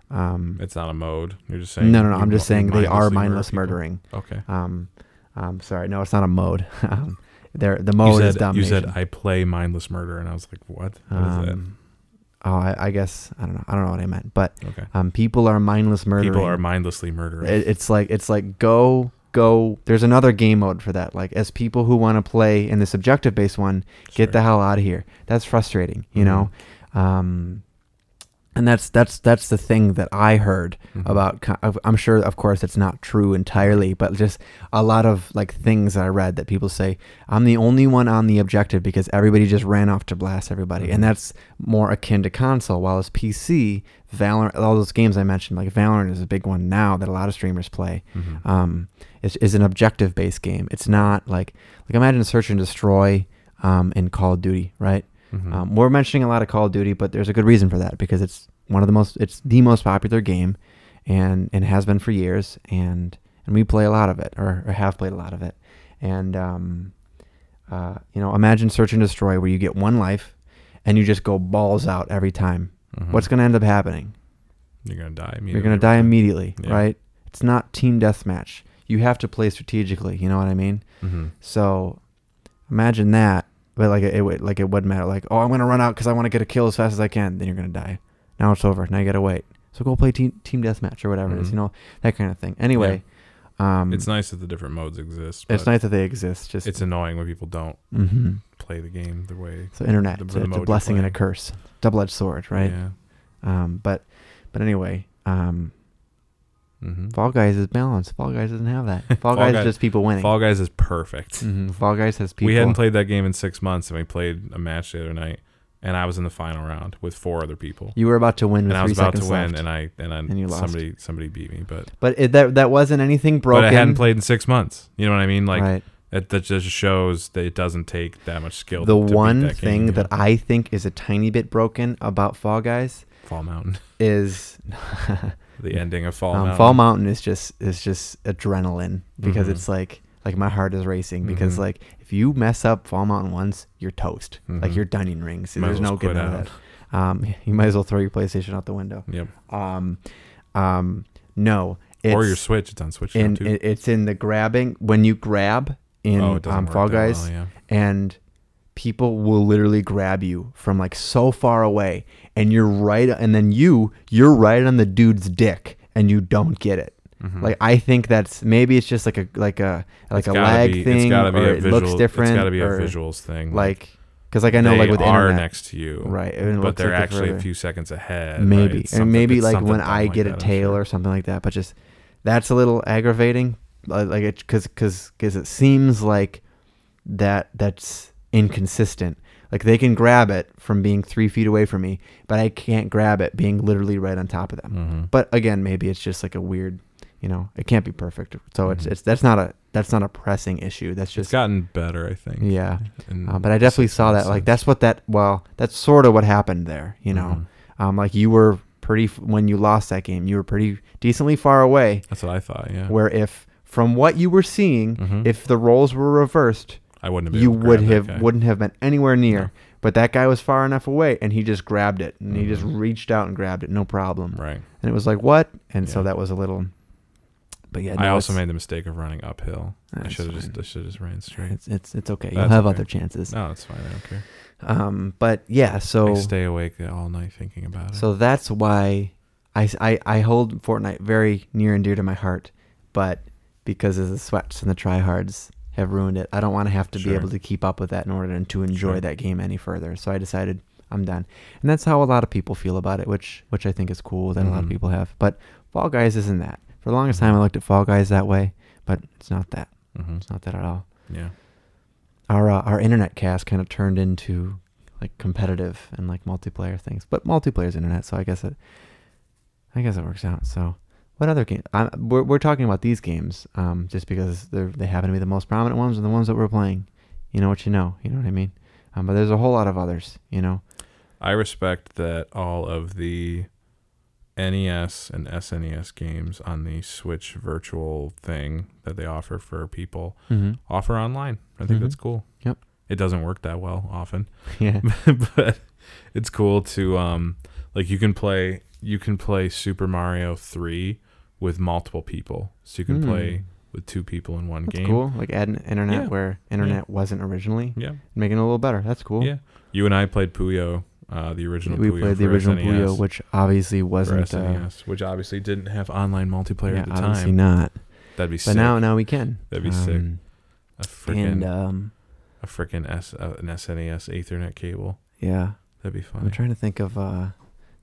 [SPEAKER 2] Um,
[SPEAKER 1] It's not a mode. You're just saying.
[SPEAKER 2] no, no, no.
[SPEAKER 1] you
[SPEAKER 2] I'm just
[SPEAKER 1] mo- you
[SPEAKER 2] saying they are
[SPEAKER 1] mindlessly murder
[SPEAKER 2] mindless
[SPEAKER 1] people. Okay.
[SPEAKER 2] murdering. Um, I'm sorry. No, it's not a mode. um, there, the
[SPEAKER 1] You
[SPEAKER 2] mode is
[SPEAKER 1] said, you
[SPEAKER 2] domination.
[SPEAKER 1] said I play mindless murder, and I was like, what? What is
[SPEAKER 2] um, oh, I, I guess I don't know. I don't know what I meant, but
[SPEAKER 1] that? Okay.
[SPEAKER 2] um, people are mindless murdering. Eh,
[SPEAKER 1] People are mindlessly murdering.
[SPEAKER 2] It, it's like it's like go go. There's another game mode for that. Like as people who want to play in this objective based one,
[SPEAKER 1] Sure.
[SPEAKER 2] get the hell out of here. That's frustrating, you
[SPEAKER 1] Mhm.
[SPEAKER 2] know. Um, and that's that's that's the thing that I heard
[SPEAKER 1] Mhm.
[SPEAKER 2] about. co- of- I'm sure, of course, it's not true entirely, but just a lot of like things that I read that people say I'm the only one on the objective because everybody just ran off to blast everybody,
[SPEAKER 1] Mhm.
[SPEAKER 2] and that's more akin to console. While as PC, Valorant, all those games I mentioned, like Valorant, is a big one now that a lot of streamers play
[SPEAKER 1] Mhm.
[SPEAKER 2] um, is, is an objective based game. It's not like like imagine search and destroy um, in Call of Duty, right?
[SPEAKER 1] Mhm.
[SPEAKER 2] Um, we're mentioning a lot of Call of Duty, but there's a good reason for that because it's one of the most it's the most popular game, and and has been for years, and and we play a lot of it or, or have played a lot of it, and um, uh, you know imagine search and destroy where you get one life, and you just go balls out every time.
[SPEAKER 1] Mhm.
[SPEAKER 2] What's going to end up happening?
[SPEAKER 1] You're gonna die.
[SPEAKER 2] You're going to die immediately,
[SPEAKER 1] Yeah.
[SPEAKER 2] right? It's not team deathmatch. You have to play strategically. You know what I mean?
[SPEAKER 1] hmm
[SPEAKER 2] So imagine that, but like it, it would like it wouldn't matter. Like, oh, I'm gonna run out because I want to get a kill as fast as I can. Then you're gonna die. Now it's over. Now you gotta wait. So go play team team deathmatch or whatever it is.
[SPEAKER 1] Mhm.
[SPEAKER 2] You know that kind of thing. Anyway, um,
[SPEAKER 1] It's nice that the different modes exist. But
[SPEAKER 2] it's nice that they exist. Just
[SPEAKER 1] It's annoying when people don't
[SPEAKER 2] hmm
[SPEAKER 1] play the game the way.
[SPEAKER 2] so internet.
[SPEAKER 1] the
[SPEAKER 2] It's a, it's
[SPEAKER 1] mode
[SPEAKER 2] a
[SPEAKER 1] you're
[SPEAKER 2] blessing and a
[SPEAKER 1] playing.
[SPEAKER 2] curse. Double edged sword, right?
[SPEAKER 1] Yeah.
[SPEAKER 2] Um, but but anyway, um,
[SPEAKER 1] hmm
[SPEAKER 2] Fall Guys is balanced. Fall Guys doesn't have that. Fall,
[SPEAKER 1] Fall
[SPEAKER 2] Guys is
[SPEAKER 1] Guys-
[SPEAKER 2] just people winning.
[SPEAKER 1] Fall Guys is perfect.
[SPEAKER 2] Mhm. Fall Guys has people.
[SPEAKER 1] We hadn't played that game in six months, and we played a match the other night, and I was in the final round with four other people,
[SPEAKER 2] you were about to win with
[SPEAKER 1] and I
[SPEAKER 2] three
[SPEAKER 1] was about to
[SPEAKER 2] seconds
[SPEAKER 1] win,
[SPEAKER 2] left,
[SPEAKER 1] and I and I
[SPEAKER 2] And you lost.
[SPEAKER 1] somebody somebody beat me, but
[SPEAKER 2] but it, that that wasn't anything broken.
[SPEAKER 1] but I hadn't played in six months. You know what I mean? Like
[SPEAKER 2] right.
[SPEAKER 1] it, that just shows that it doesn't take that much skill.
[SPEAKER 2] the
[SPEAKER 1] to beat
[SPEAKER 2] one
[SPEAKER 1] that game,
[SPEAKER 2] thing
[SPEAKER 1] yeah.
[SPEAKER 2] that I think is a tiny bit broken about Fall Guys
[SPEAKER 1] Fall Mountain,
[SPEAKER 2] is
[SPEAKER 1] the ending of Fall
[SPEAKER 2] um,
[SPEAKER 1] Mountain,
[SPEAKER 2] Fall Mountain is just is just adrenaline because
[SPEAKER 1] Mhm.
[SPEAKER 2] it's like like my heart is racing because
[SPEAKER 1] Mhm.
[SPEAKER 2] like if you mess up Fall Mountain once, you're toast. Like
[SPEAKER 1] Mhm.
[SPEAKER 2] you're done in rings.
[SPEAKER 1] Might
[SPEAKER 2] There's
[SPEAKER 1] as well
[SPEAKER 2] no
[SPEAKER 1] quit
[SPEAKER 2] getting out of
[SPEAKER 1] out.
[SPEAKER 2] that. Um, you might as well throw your PlayStation out the window.
[SPEAKER 1] Yep.
[SPEAKER 2] Um, um, no. It's,
[SPEAKER 1] or your Switch. It's on Switch now
[SPEAKER 2] in,
[SPEAKER 1] too.
[SPEAKER 2] it- it's in the grabbing when you grab in
[SPEAKER 1] oh, it doesn't
[SPEAKER 2] um,
[SPEAKER 1] work
[SPEAKER 2] Fall
[SPEAKER 1] that well,
[SPEAKER 2] Guys.
[SPEAKER 1] yeah.
[SPEAKER 2] and people will literally grab you from like so far away and you're right and then you you're right on the dude's dick and you don't get it
[SPEAKER 1] Mhm.
[SPEAKER 2] like i think that's maybe it's just like a like a like
[SPEAKER 1] It's
[SPEAKER 2] a
[SPEAKER 1] gotta
[SPEAKER 2] lag
[SPEAKER 1] be-
[SPEAKER 2] thing
[SPEAKER 1] It's gotta be
[SPEAKER 2] or
[SPEAKER 1] a
[SPEAKER 2] it
[SPEAKER 1] visual,
[SPEAKER 2] looks different
[SPEAKER 1] It's got to be a
[SPEAKER 2] or,
[SPEAKER 1] visuals thing.
[SPEAKER 2] like because like i know like
[SPEAKER 1] they
[SPEAKER 2] with
[SPEAKER 1] are
[SPEAKER 2] internet
[SPEAKER 1] next to you,
[SPEAKER 2] right it
[SPEAKER 1] But
[SPEAKER 2] looks
[SPEAKER 1] they're
[SPEAKER 2] like it's
[SPEAKER 1] actually
[SPEAKER 2] further.
[SPEAKER 1] a few seconds ahead. right?
[SPEAKER 2] maybe
[SPEAKER 1] It's
[SPEAKER 2] and
[SPEAKER 1] something-
[SPEAKER 2] maybe
[SPEAKER 1] it's
[SPEAKER 2] like
[SPEAKER 1] something
[SPEAKER 2] when i
[SPEAKER 1] dumb like
[SPEAKER 2] get
[SPEAKER 1] that,
[SPEAKER 2] a
[SPEAKER 1] I'm
[SPEAKER 2] tail
[SPEAKER 1] sure.
[SPEAKER 2] or something like that but just that's a little aggravating uh, like like it because because because it seems like that that's inconsistent like they can grab it from being three feet away from me but i can't grab it being literally right on top of them
[SPEAKER 1] Mhm.
[SPEAKER 2] but again maybe it's just like a weird you know it can't be perfect so it's
[SPEAKER 1] Mhm.
[SPEAKER 2] it's that's not a that's not a pressing issue that's
[SPEAKER 1] It's Mm.
[SPEAKER 2] just
[SPEAKER 1] gotten better, I think.
[SPEAKER 2] yeah
[SPEAKER 1] in
[SPEAKER 2] Uh, but i definitely
[SPEAKER 1] six
[SPEAKER 2] saw that
[SPEAKER 1] months
[SPEAKER 2] like
[SPEAKER 1] since.
[SPEAKER 2] that's what that well that's sort of what happened there you know
[SPEAKER 1] Mhm.
[SPEAKER 2] um, like you were pretty f- when you lost that game, you were pretty decently far away.
[SPEAKER 1] That's what I thought. Yeah,
[SPEAKER 2] Where if from what you were seeing,
[SPEAKER 1] Mhm.
[SPEAKER 2] if the roles were reversed,
[SPEAKER 1] I wouldn't have. Been
[SPEAKER 2] you
[SPEAKER 1] able to
[SPEAKER 2] would
[SPEAKER 1] grab that
[SPEAKER 2] have
[SPEAKER 1] guy.
[SPEAKER 2] wouldn't have been anywhere near. But that guy was far enough away, and he just grabbed it, and he just reached out and grabbed it, no problem.
[SPEAKER 1] Mm-hmm. Right.
[SPEAKER 2] And it was like what? And so
[SPEAKER 1] Yeah.
[SPEAKER 2] that was a little. But yeah,
[SPEAKER 1] I
[SPEAKER 2] no,
[SPEAKER 1] also
[SPEAKER 2] it's-
[SPEAKER 1] made the mistake of running uphill. I
[SPEAKER 2] That's
[SPEAKER 1] should have
[SPEAKER 2] fine.
[SPEAKER 1] just. I should have just ran straight.
[SPEAKER 2] It's it's it's okay. You'll
[SPEAKER 1] That's
[SPEAKER 2] have
[SPEAKER 1] okay.
[SPEAKER 2] other chances.
[SPEAKER 1] No, it's fine. I don't care.
[SPEAKER 2] Um, but yeah,
[SPEAKER 1] I
[SPEAKER 2] so
[SPEAKER 1] stay awake all night thinking about it.
[SPEAKER 2] so that's why I, I I hold Fortnite very near and dear to my heart, but because of the sweats and the tryhards have ruined it, I don't want to have to
[SPEAKER 1] Sure.
[SPEAKER 2] be able to keep up with that in order to enjoy
[SPEAKER 1] Sure.
[SPEAKER 2] that game any further. So I decided I'm done, and that's how a lot of people feel about it, which which I think is cool that a lot of
[SPEAKER 1] Mhm.
[SPEAKER 2] people have. But Fall Guys isn't that. For the longest
[SPEAKER 1] Mm-hmm.
[SPEAKER 2] time, I looked at Fall Guys that way, but it's not that.
[SPEAKER 1] hmm
[SPEAKER 2] It's not that at all.
[SPEAKER 1] Yeah.
[SPEAKER 2] our uh, our internet cast kind of turned into like competitive and like multiplayer things, but multiplayer's internet, so I guess it I guess it works out. So what other game? I, we're we're talking about these games um, just because they are they happen to be the most prominent ones and the ones that we're playing. You know what you know. You know what I mean. Um, but there's a whole lot of others. You know.
[SPEAKER 1] I respect that all of the NES and SNES games on the Switch virtual thing that they offer for people
[SPEAKER 2] Mm-hmm.
[SPEAKER 1] offer online. I think
[SPEAKER 2] Mhm.
[SPEAKER 1] that's cool.
[SPEAKER 2] Yep.
[SPEAKER 1] It doesn't work that well often,
[SPEAKER 2] Yeah.
[SPEAKER 1] but it's cool to um like you can play you can play Super Mario 3 with multiple people. So you can
[SPEAKER 2] Mm.
[SPEAKER 1] play with two people in one
[SPEAKER 2] That's
[SPEAKER 1] game.
[SPEAKER 2] cool. Like add an internet
[SPEAKER 1] Yeah.
[SPEAKER 2] where internet wasn't originally,
[SPEAKER 1] Yeah.
[SPEAKER 2] making it a little better. That's cool.
[SPEAKER 1] Yeah. You and I played Puyo, uh, the original
[SPEAKER 2] we
[SPEAKER 1] Puyo
[SPEAKER 2] played the
[SPEAKER 1] for E
[SPEAKER 2] original
[SPEAKER 1] SNES.
[SPEAKER 2] Puyo, which obviously
[SPEAKER 1] for
[SPEAKER 2] wasn't. Uh,
[SPEAKER 1] SNES, which obviously didn't have online multiplayer
[SPEAKER 2] yeah,
[SPEAKER 1] at the
[SPEAKER 2] obviously
[SPEAKER 1] time.
[SPEAKER 2] not.
[SPEAKER 1] That'd be
[SPEAKER 2] But
[SPEAKER 1] sick.
[SPEAKER 2] now, now we can.
[SPEAKER 1] That'd be sick.
[SPEAKER 2] Um,
[SPEAKER 1] a freaking
[SPEAKER 2] And um,
[SPEAKER 1] a freaking S uh, an SNES Ethernet cable.
[SPEAKER 2] yeah,
[SPEAKER 1] That'd be
[SPEAKER 2] I'm
[SPEAKER 1] fun.
[SPEAKER 2] trying to think of uh,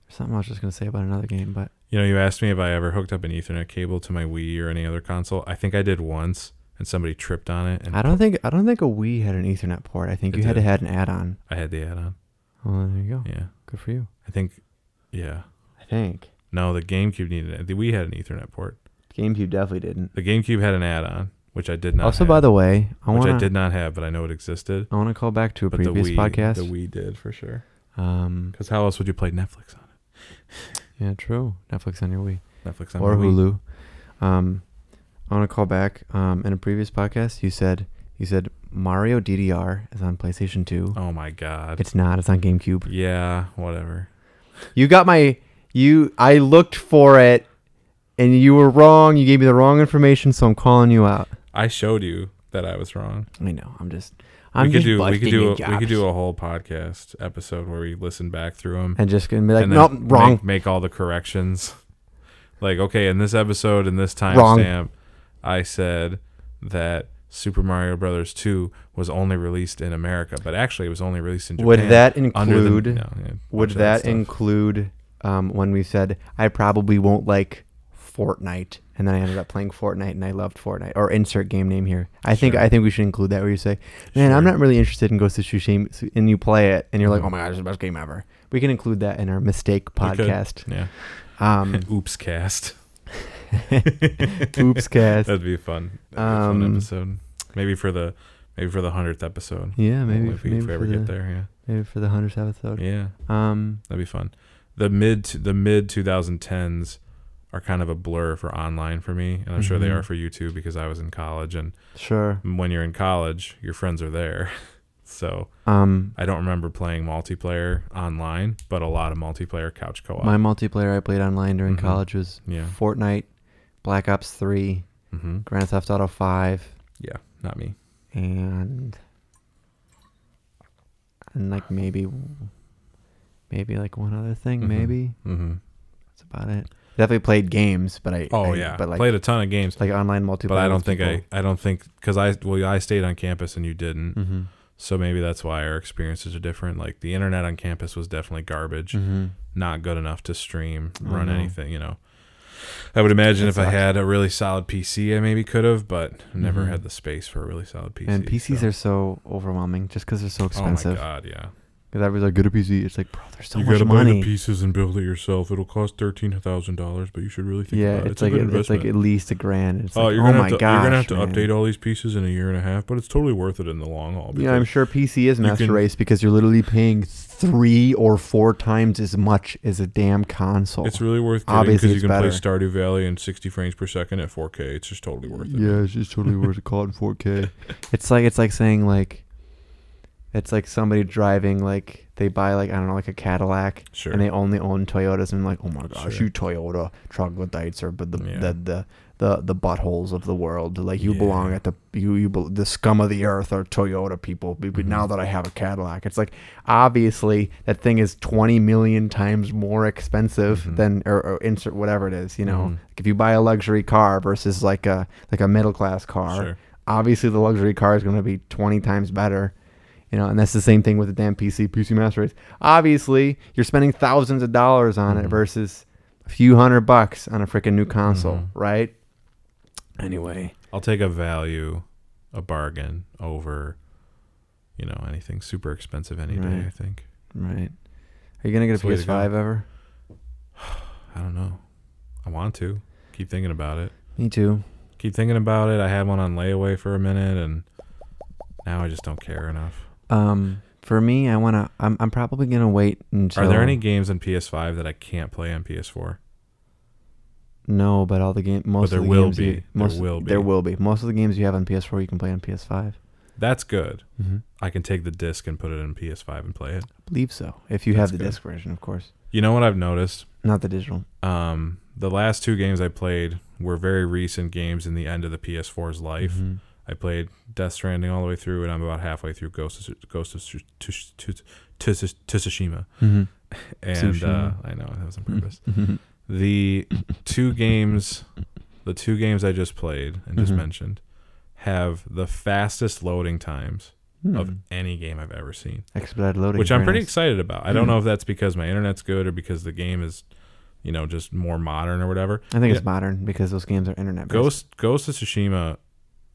[SPEAKER 2] something I was just gonna say about another game, but
[SPEAKER 1] you know, you asked me if I ever hooked up an Ethernet cable to my Wii or any other console. I think I did once, and somebody tripped on it, and
[SPEAKER 2] I don't think I don't think a Wii had an Ethernet port. I think
[SPEAKER 1] It
[SPEAKER 2] you had to
[SPEAKER 1] did.
[SPEAKER 2] had an add-on.
[SPEAKER 1] I had the add-on.
[SPEAKER 2] Well, there you go.
[SPEAKER 1] Yeah,
[SPEAKER 2] Good for you.
[SPEAKER 1] I think. Yeah,
[SPEAKER 2] I think
[SPEAKER 1] no, the GameCube needed it. The Wii had an Ethernet port.
[SPEAKER 2] GameCube definitely didn't.
[SPEAKER 1] The GameCube had an add-on, which I did not.
[SPEAKER 2] also,
[SPEAKER 1] have,
[SPEAKER 2] by the way, I
[SPEAKER 1] which
[SPEAKER 2] want
[SPEAKER 1] I did
[SPEAKER 2] to
[SPEAKER 1] not have, but I know it existed.
[SPEAKER 2] I want to call back to a
[SPEAKER 1] But the
[SPEAKER 2] previous
[SPEAKER 1] Wii,
[SPEAKER 2] podcast.
[SPEAKER 1] the Wii did for sure.
[SPEAKER 2] Um,
[SPEAKER 1] Because how else would you play Netflix on
[SPEAKER 2] yeah, true. Netflix on your Wii
[SPEAKER 1] it? Netflix on
[SPEAKER 2] or
[SPEAKER 1] my Wii.
[SPEAKER 2] Hulu. Um, I want to call back. Um, in a previous podcast, you said you said Mario DDR is on PlayStation Two.
[SPEAKER 1] Oh my god.
[SPEAKER 2] It's not. It's on GameCube.
[SPEAKER 1] Yeah, whatever.
[SPEAKER 2] You got my you I looked for it and you were wrong. You gave me the wrong information, so I'm calling you out.
[SPEAKER 1] I showed you that I was wrong.
[SPEAKER 2] I know. I'm just I'm
[SPEAKER 1] we could
[SPEAKER 2] just
[SPEAKER 1] do we
[SPEAKER 2] busting
[SPEAKER 1] could do
[SPEAKER 2] your
[SPEAKER 1] a, we could
[SPEAKER 2] chops.
[SPEAKER 1] do a whole podcast episode where we listen back through them
[SPEAKER 2] and just gonna be like, nope, wrong.
[SPEAKER 1] Make, make all the corrections. Like okay, in this episode in this
[SPEAKER 2] Wrong.
[SPEAKER 1] timestamp, I said that Super Mario Brothers 2 was only released in America, but actually it was only released in Japan.
[SPEAKER 2] Would that
[SPEAKER 1] under the-
[SPEAKER 2] include
[SPEAKER 1] no, yeah, bunch
[SPEAKER 2] would
[SPEAKER 1] of
[SPEAKER 2] that
[SPEAKER 1] stuff.
[SPEAKER 2] include um, when we said I probably won't like Fortnite and then I ended up playing Fortnite and I loved Fortnite or insert game name here. I think
[SPEAKER 1] Sure.
[SPEAKER 2] I think we should include that where you say, Man, I'm
[SPEAKER 1] Sure.
[SPEAKER 2] not really interested in Ghost of Tsushima and you play it and you're like,
[SPEAKER 1] Mhm.
[SPEAKER 2] Oh my god, it's the best game ever. We can include that in our mistake
[SPEAKER 1] We could.
[SPEAKER 2] podcast.
[SPEAKER 1] Yeah.
[SPEAKER 2] Um
[SPEAKER 1] Oops cast.
[SPEAKER 2] Oops cast.
[SPEAKER 1] That'd be fun. That'd be a
[SPEAKER 2] Um,
[SPEAKER 1] fun episode. Maybe for the maybe for the hundredth episode.
[SPEAKER 2] Yeah, maybe
[SPEAKER 1] if
[SPEAKER 2] if
[SPEAKER 1] we,
[SPEAKER 2] maybe,
[SPEAKER 1] if we
[SPEAKER 2] for
[SPEAKER 1] ever
[SPEAKER 2] the,
[SPEAKER 1] get there.
[SPEAKER 2] maybe for the hundredth
[SPEAKER 1] Yeah,
[SPEAKER 2] episode.
[SPEAKER 1] yeah,
[SPEAKER 2] Um,
[SPEAKER 1] that'd be fun. The mid the mid 2010s are kind of a blur for online for me, and I'm sure they
[SPEAKER 2] Mhm.
[SPEAKER 1] are for you too because I was in college, and
[SPEAKER 2] sure.
[SPEAKER 1] when you're in college, your friends are there. So
[SPEAKER 2] Um,
[SPEAKER 1] I don't remember playing multiplayer online, but a lot of multiplayer couch co-op.
[SPEAKER 2] my multiplayer I played online during
[SPEAKER 1] Mhm.
[SPEAKER 2] college was
[SPEAKER 1] yeah,
[SPEAKER 2] Fortnite, Black Ops Three,
[SPEAKER 1] hmm
[SPEAKER 2] Grand Theft Auto Five,
[SPEAKER 1] yeah, not me.
[SPEAKER 2] and and like maybe maybe like one other thing.
[SPEAKER 1] Mhm.
[SPEAKER 2] Maybe
[SPEAKER 1] hmm
[SPEAKER 2] that's about it. Definitely played games, but I
[SPEAKER 1] Oh
[SPEAKER 2] I-
[SPEAKER 1] yeah,
[SPEAKER 2] but like
[SPEAKER 1] played a ton of games,
[SPEAKER 2] like online multiplayer.
[SPEAKER 1] but I don't think I I don't think because I well I stayed on campus and you didn't.
[SPEAKER 2] Mm-hmm.
[SPEAKER 1] So maybe that's why our experiences are different. Like the internet on campus was definitely garbage,
[SPEAKER 2] Mm-hmm.
[SPEAKER 1] not good enough to stream,
[SPEAKER 2] Oh,
[SPEAKER 1] run
[SPEAKER 2] no.
[SPEAKER 1] anything, you know. I would imagine
[SPEAKER 2] That
[SPEAKER 1] if I
[SPEAKER 2] sucks.
[SPEAKER 1] had a really solid PC, I maybe could have, but I never
[SPEAKER 2] Mhm.
[SPEAKER 1] had the space for a really solid PC.
[SPEAKER 2] And PCs
[SPEAKER 1] so-
[SPEAKER 2] are so overwhelming just because they're so expensive.
[SPEAKER 1] Oh my god, yeah.
[SPEAKER 2] Because I was like, get a PC. It's like, bro, there's so
[SPEAKER 1] you
[SPEAKER 2] much
[SPEAKER 1] gotta buy
[SPEAKER 2] money.
[SPEAKER 1] the pieces and build it yourself. It'll cost thirteen thousand dollars, but you should really think
[SPEAKER 2] yeah,
[SPEAKER 1] about it.
[SPEAKER 2] it's,
[SPEAKER 1] It's, a
[SPEAKER 2] like
[SPEAKER 1] good
[SPEAKER 2] it's
[SPEAKER 1] investment.
[SPEAKER 2] like at least a grand. It's
[SPEAKER 1] oh,
[SPEAKER 2] like,
[SPEAKER 1] you're
[SPEAKER 2] oh
[SPEAKER 1] gonna
[SPEAKER 2] my
[SPEAKER 1] have to,
[SPEAKER 2] gosh,
[SPEAKER 1] you're gonna have to
[SPEAKER 2] man.
[SPEAKER 1] update all these pieces in a year and a half, but it's totally worth it in the long haul.
[SPEAKER 2] Yeah, I'm
[SPEAKER 1] because-
[SPEAKER 2] sure PC is
[SPEAKER 1] you
[SPEAKER 2] master
[SPEAKER 1] can-
[SPEAKER 2] race because you're literally paying three or four times as much as a damn console.
[SPEAKER 1] It's really worth getting
[SPEAKER 2] Obviously,
[SPEAKER 1] because you
[SPEAKER 2] it's
[SPEAKER 1] can
[SPEAKER 2] better.
[SPEAKER 1] play Stardew Valley in 60 frames per second at 4K. It's just totally worth it.
[SPEAKER 2] Yeah, it's just totally worth it. Caught in 4K. It's like it's like saying like, it's like somebody driving like they buy like I don't know like a Cadillac
[SPEAKER 1] Sure.
[SPEAKER 2] and they only own Toyotas and like oh my gosh
[SPEAKER 1] Sure.
[SPEAKER 2] you Toyota troglodytes are but the,
[SPEAKER 1] Yeah.
[SPEAKER 2] the the the the buttholes of the world like you
[SPEAKER 1] Yeah.
[SPEAKER 2] belong at the you you bel the scum of the earth are Toyota people but but
[SPEAKER 1] Mhm.
[SPEAKER 2] now that I have a Cadillac it's like obviously that thing is 20 million times more expensive
[SPEAKER 1] Mhm.
[SPEAKER 2] than or, or insert whatever it is you know
[SPEAKER 1] Mhm.
[SPEAKER 2] like if you buy a luxury car versus like a like a middle class car
[SPEAKER 1] Sure.
[SPEAKER 2] obviously the luxury car is going to be 20 times better you know and that's the same thing with the damn pc pc master race obviously you're spending thousands of dollars on it
[SPEAKER 1] Mhm.
[SPEAKER 2] versus a few hundred bucks on a freaking new console
[SPEAKER 1] Mhm.
[SPEAKER 2] right anyway
[SPEAKER 1] I'll take a value, a bargain over, you know, anything super expensive any
[SPEAKER 2] Right.
[SPEAKER 1] day. I think.
[SPEAKER 2] right are you going to
[SPEAKER 1] It's the
[SPEAKER 2] get a
[SPEAKER 1] way to go.
[SPEAKER 2] ps5 ever
[SPEAKER 1] I don't know. I want to keep thinking about it.
[SPEAKER 2] me too
[SPEAKER 1] Keep thinking about it. I had one on layaway for a minute, and now I just don't care enough.
[SPEAKER 2] um for me i want to I'm, I'm probably going to wait until
[SPEAKER 1] Are there any games on PS5 that I can't play on PS4?
[SPEAKER 2] No, but all the game most
[SPEAKER 1] there
[SPEAKER 2] of the
[SPEAKER 1] will
[SPEAKER 2] games
[SPEAKER 1] be.
[SPEAKER 2] you-
[SPEAKER 1] There
[SPEAKER 2] most,
[SPEAKER 1] will be.
[SPEAKER 2] There will be. Most of the games you have on PS4 you can play on PS5.
[SPEAKER 1] That's good.
[SPEAKER 2] Mm-hmm.
[SPEAKER 1] I can take the disc and put it in PS5 and play it.
[SPEAKER 2] I believe so. If you
[SPEAKER 1] That's
[SPEAKER 2] have the
[SPEAKER 1] good.
[SPEAKER 2] disc version, of course,
[SPEAKER 1] You know what I've noticed?
[SPEAKER 2] not the digital.
[SPEAKER 1] um, the last two games I played were very recent games in the end of the PS4's life.
[SPEAKER 2] Mhm.
[SPEAKER 1] I played Death Stranding all the way through, and I'm about halfway through Ghost of, Ghost of Tsu- Tsu- Tsu- Tsu- Tsushima.
[SPEAKER 2] Mm-hmm.
[SPEAKER 1] And uh,
[SPEAKER 2] Tsushima.
[SPEAKER 1] I know that was on purpose.
[SPEAKER 2] Mhm.
[SPEAKER 1] The two games, the two games I just played and just
[SPEAKER 2] Mhm.
[SPEAKER 1] mentioned, have the fastest loading times of
[SPEAKER 2] Hmm.
[SPEAKER 1] any game I've ever seen
[SPEAKER 2] expedited loading,
[SPEAKER 1] which I'm
[SPEAKER 2] very
[SPEAKER 1] pretty
[SPEAKER 2] nice.
[SPEAKER 1] excited about. I don't
[SPEAKER 2] Hmm.
[SPEAKER 1] know if that's because my internet's good or because the game is, you know, just more modern or whatever.
[SPEAKER 2] I think
[SPEAKER 1] Yeah.
[SPEAKER 2] it's modern because those games are internet.
[SPEAKER 1] Ghost Ghost of Tsushima,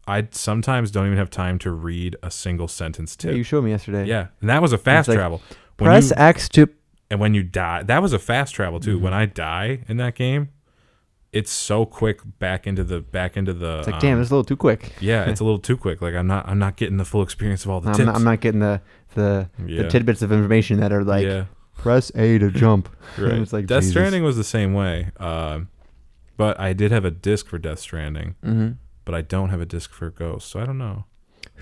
[SPEAKER 1] I sometimes don't even have time to read a single sentence
[SPEAKER 2] Yeah,
[SPEAKER 1] tip.
[SPEAKER 2] you
[SPEAKER 1] Yeah,
[SPEAKER 2] showed me yesterday.
[SPEAKER 1] and that was a fast
[SPEAKER 2] It's like,
[SPEAKER 1] travel. When
[SPEAKER 2] Press Mm-hmm.
[SPEAKER 1] you,
[SPEAKER 2] X to.
[SPEAKER 1] and when you die, that was a fast travel too. When I die in that game, it's so quick back into the back into the.
[SPEAKER 2] It's like,
[SPEAKER 1] um,
[SPEAKER 2] damn, it's a little too quick.
[SPEAKER 1] yeah, it's a little too quick. Like I'm not I'm not getting the full experience of all the
[SPEAKER 2] I'm
[SPEAKER 1] tips.
[SPEAKER 2] not, I'm not getting the the,
[SPEAKER 1] yeah.
[SPEAKER 2] the tidbits of information that are like
[SPEAKER 1] yeah.
[SPEAKER 2] press A to jump.
[SPEAKER 1] Right.
[SPEAKER 2] It's like,
[SPEAKER 1] Death
[SPEAKER 2] Jesus.
[SPEAKER 1] Stranding was the same way. Um, but I did have a disc for Death Stranding,
[SPEAKER 2] Mm-hmm.
[SPEAKER 1] but I don't have a disc for Ghost, so I don't know.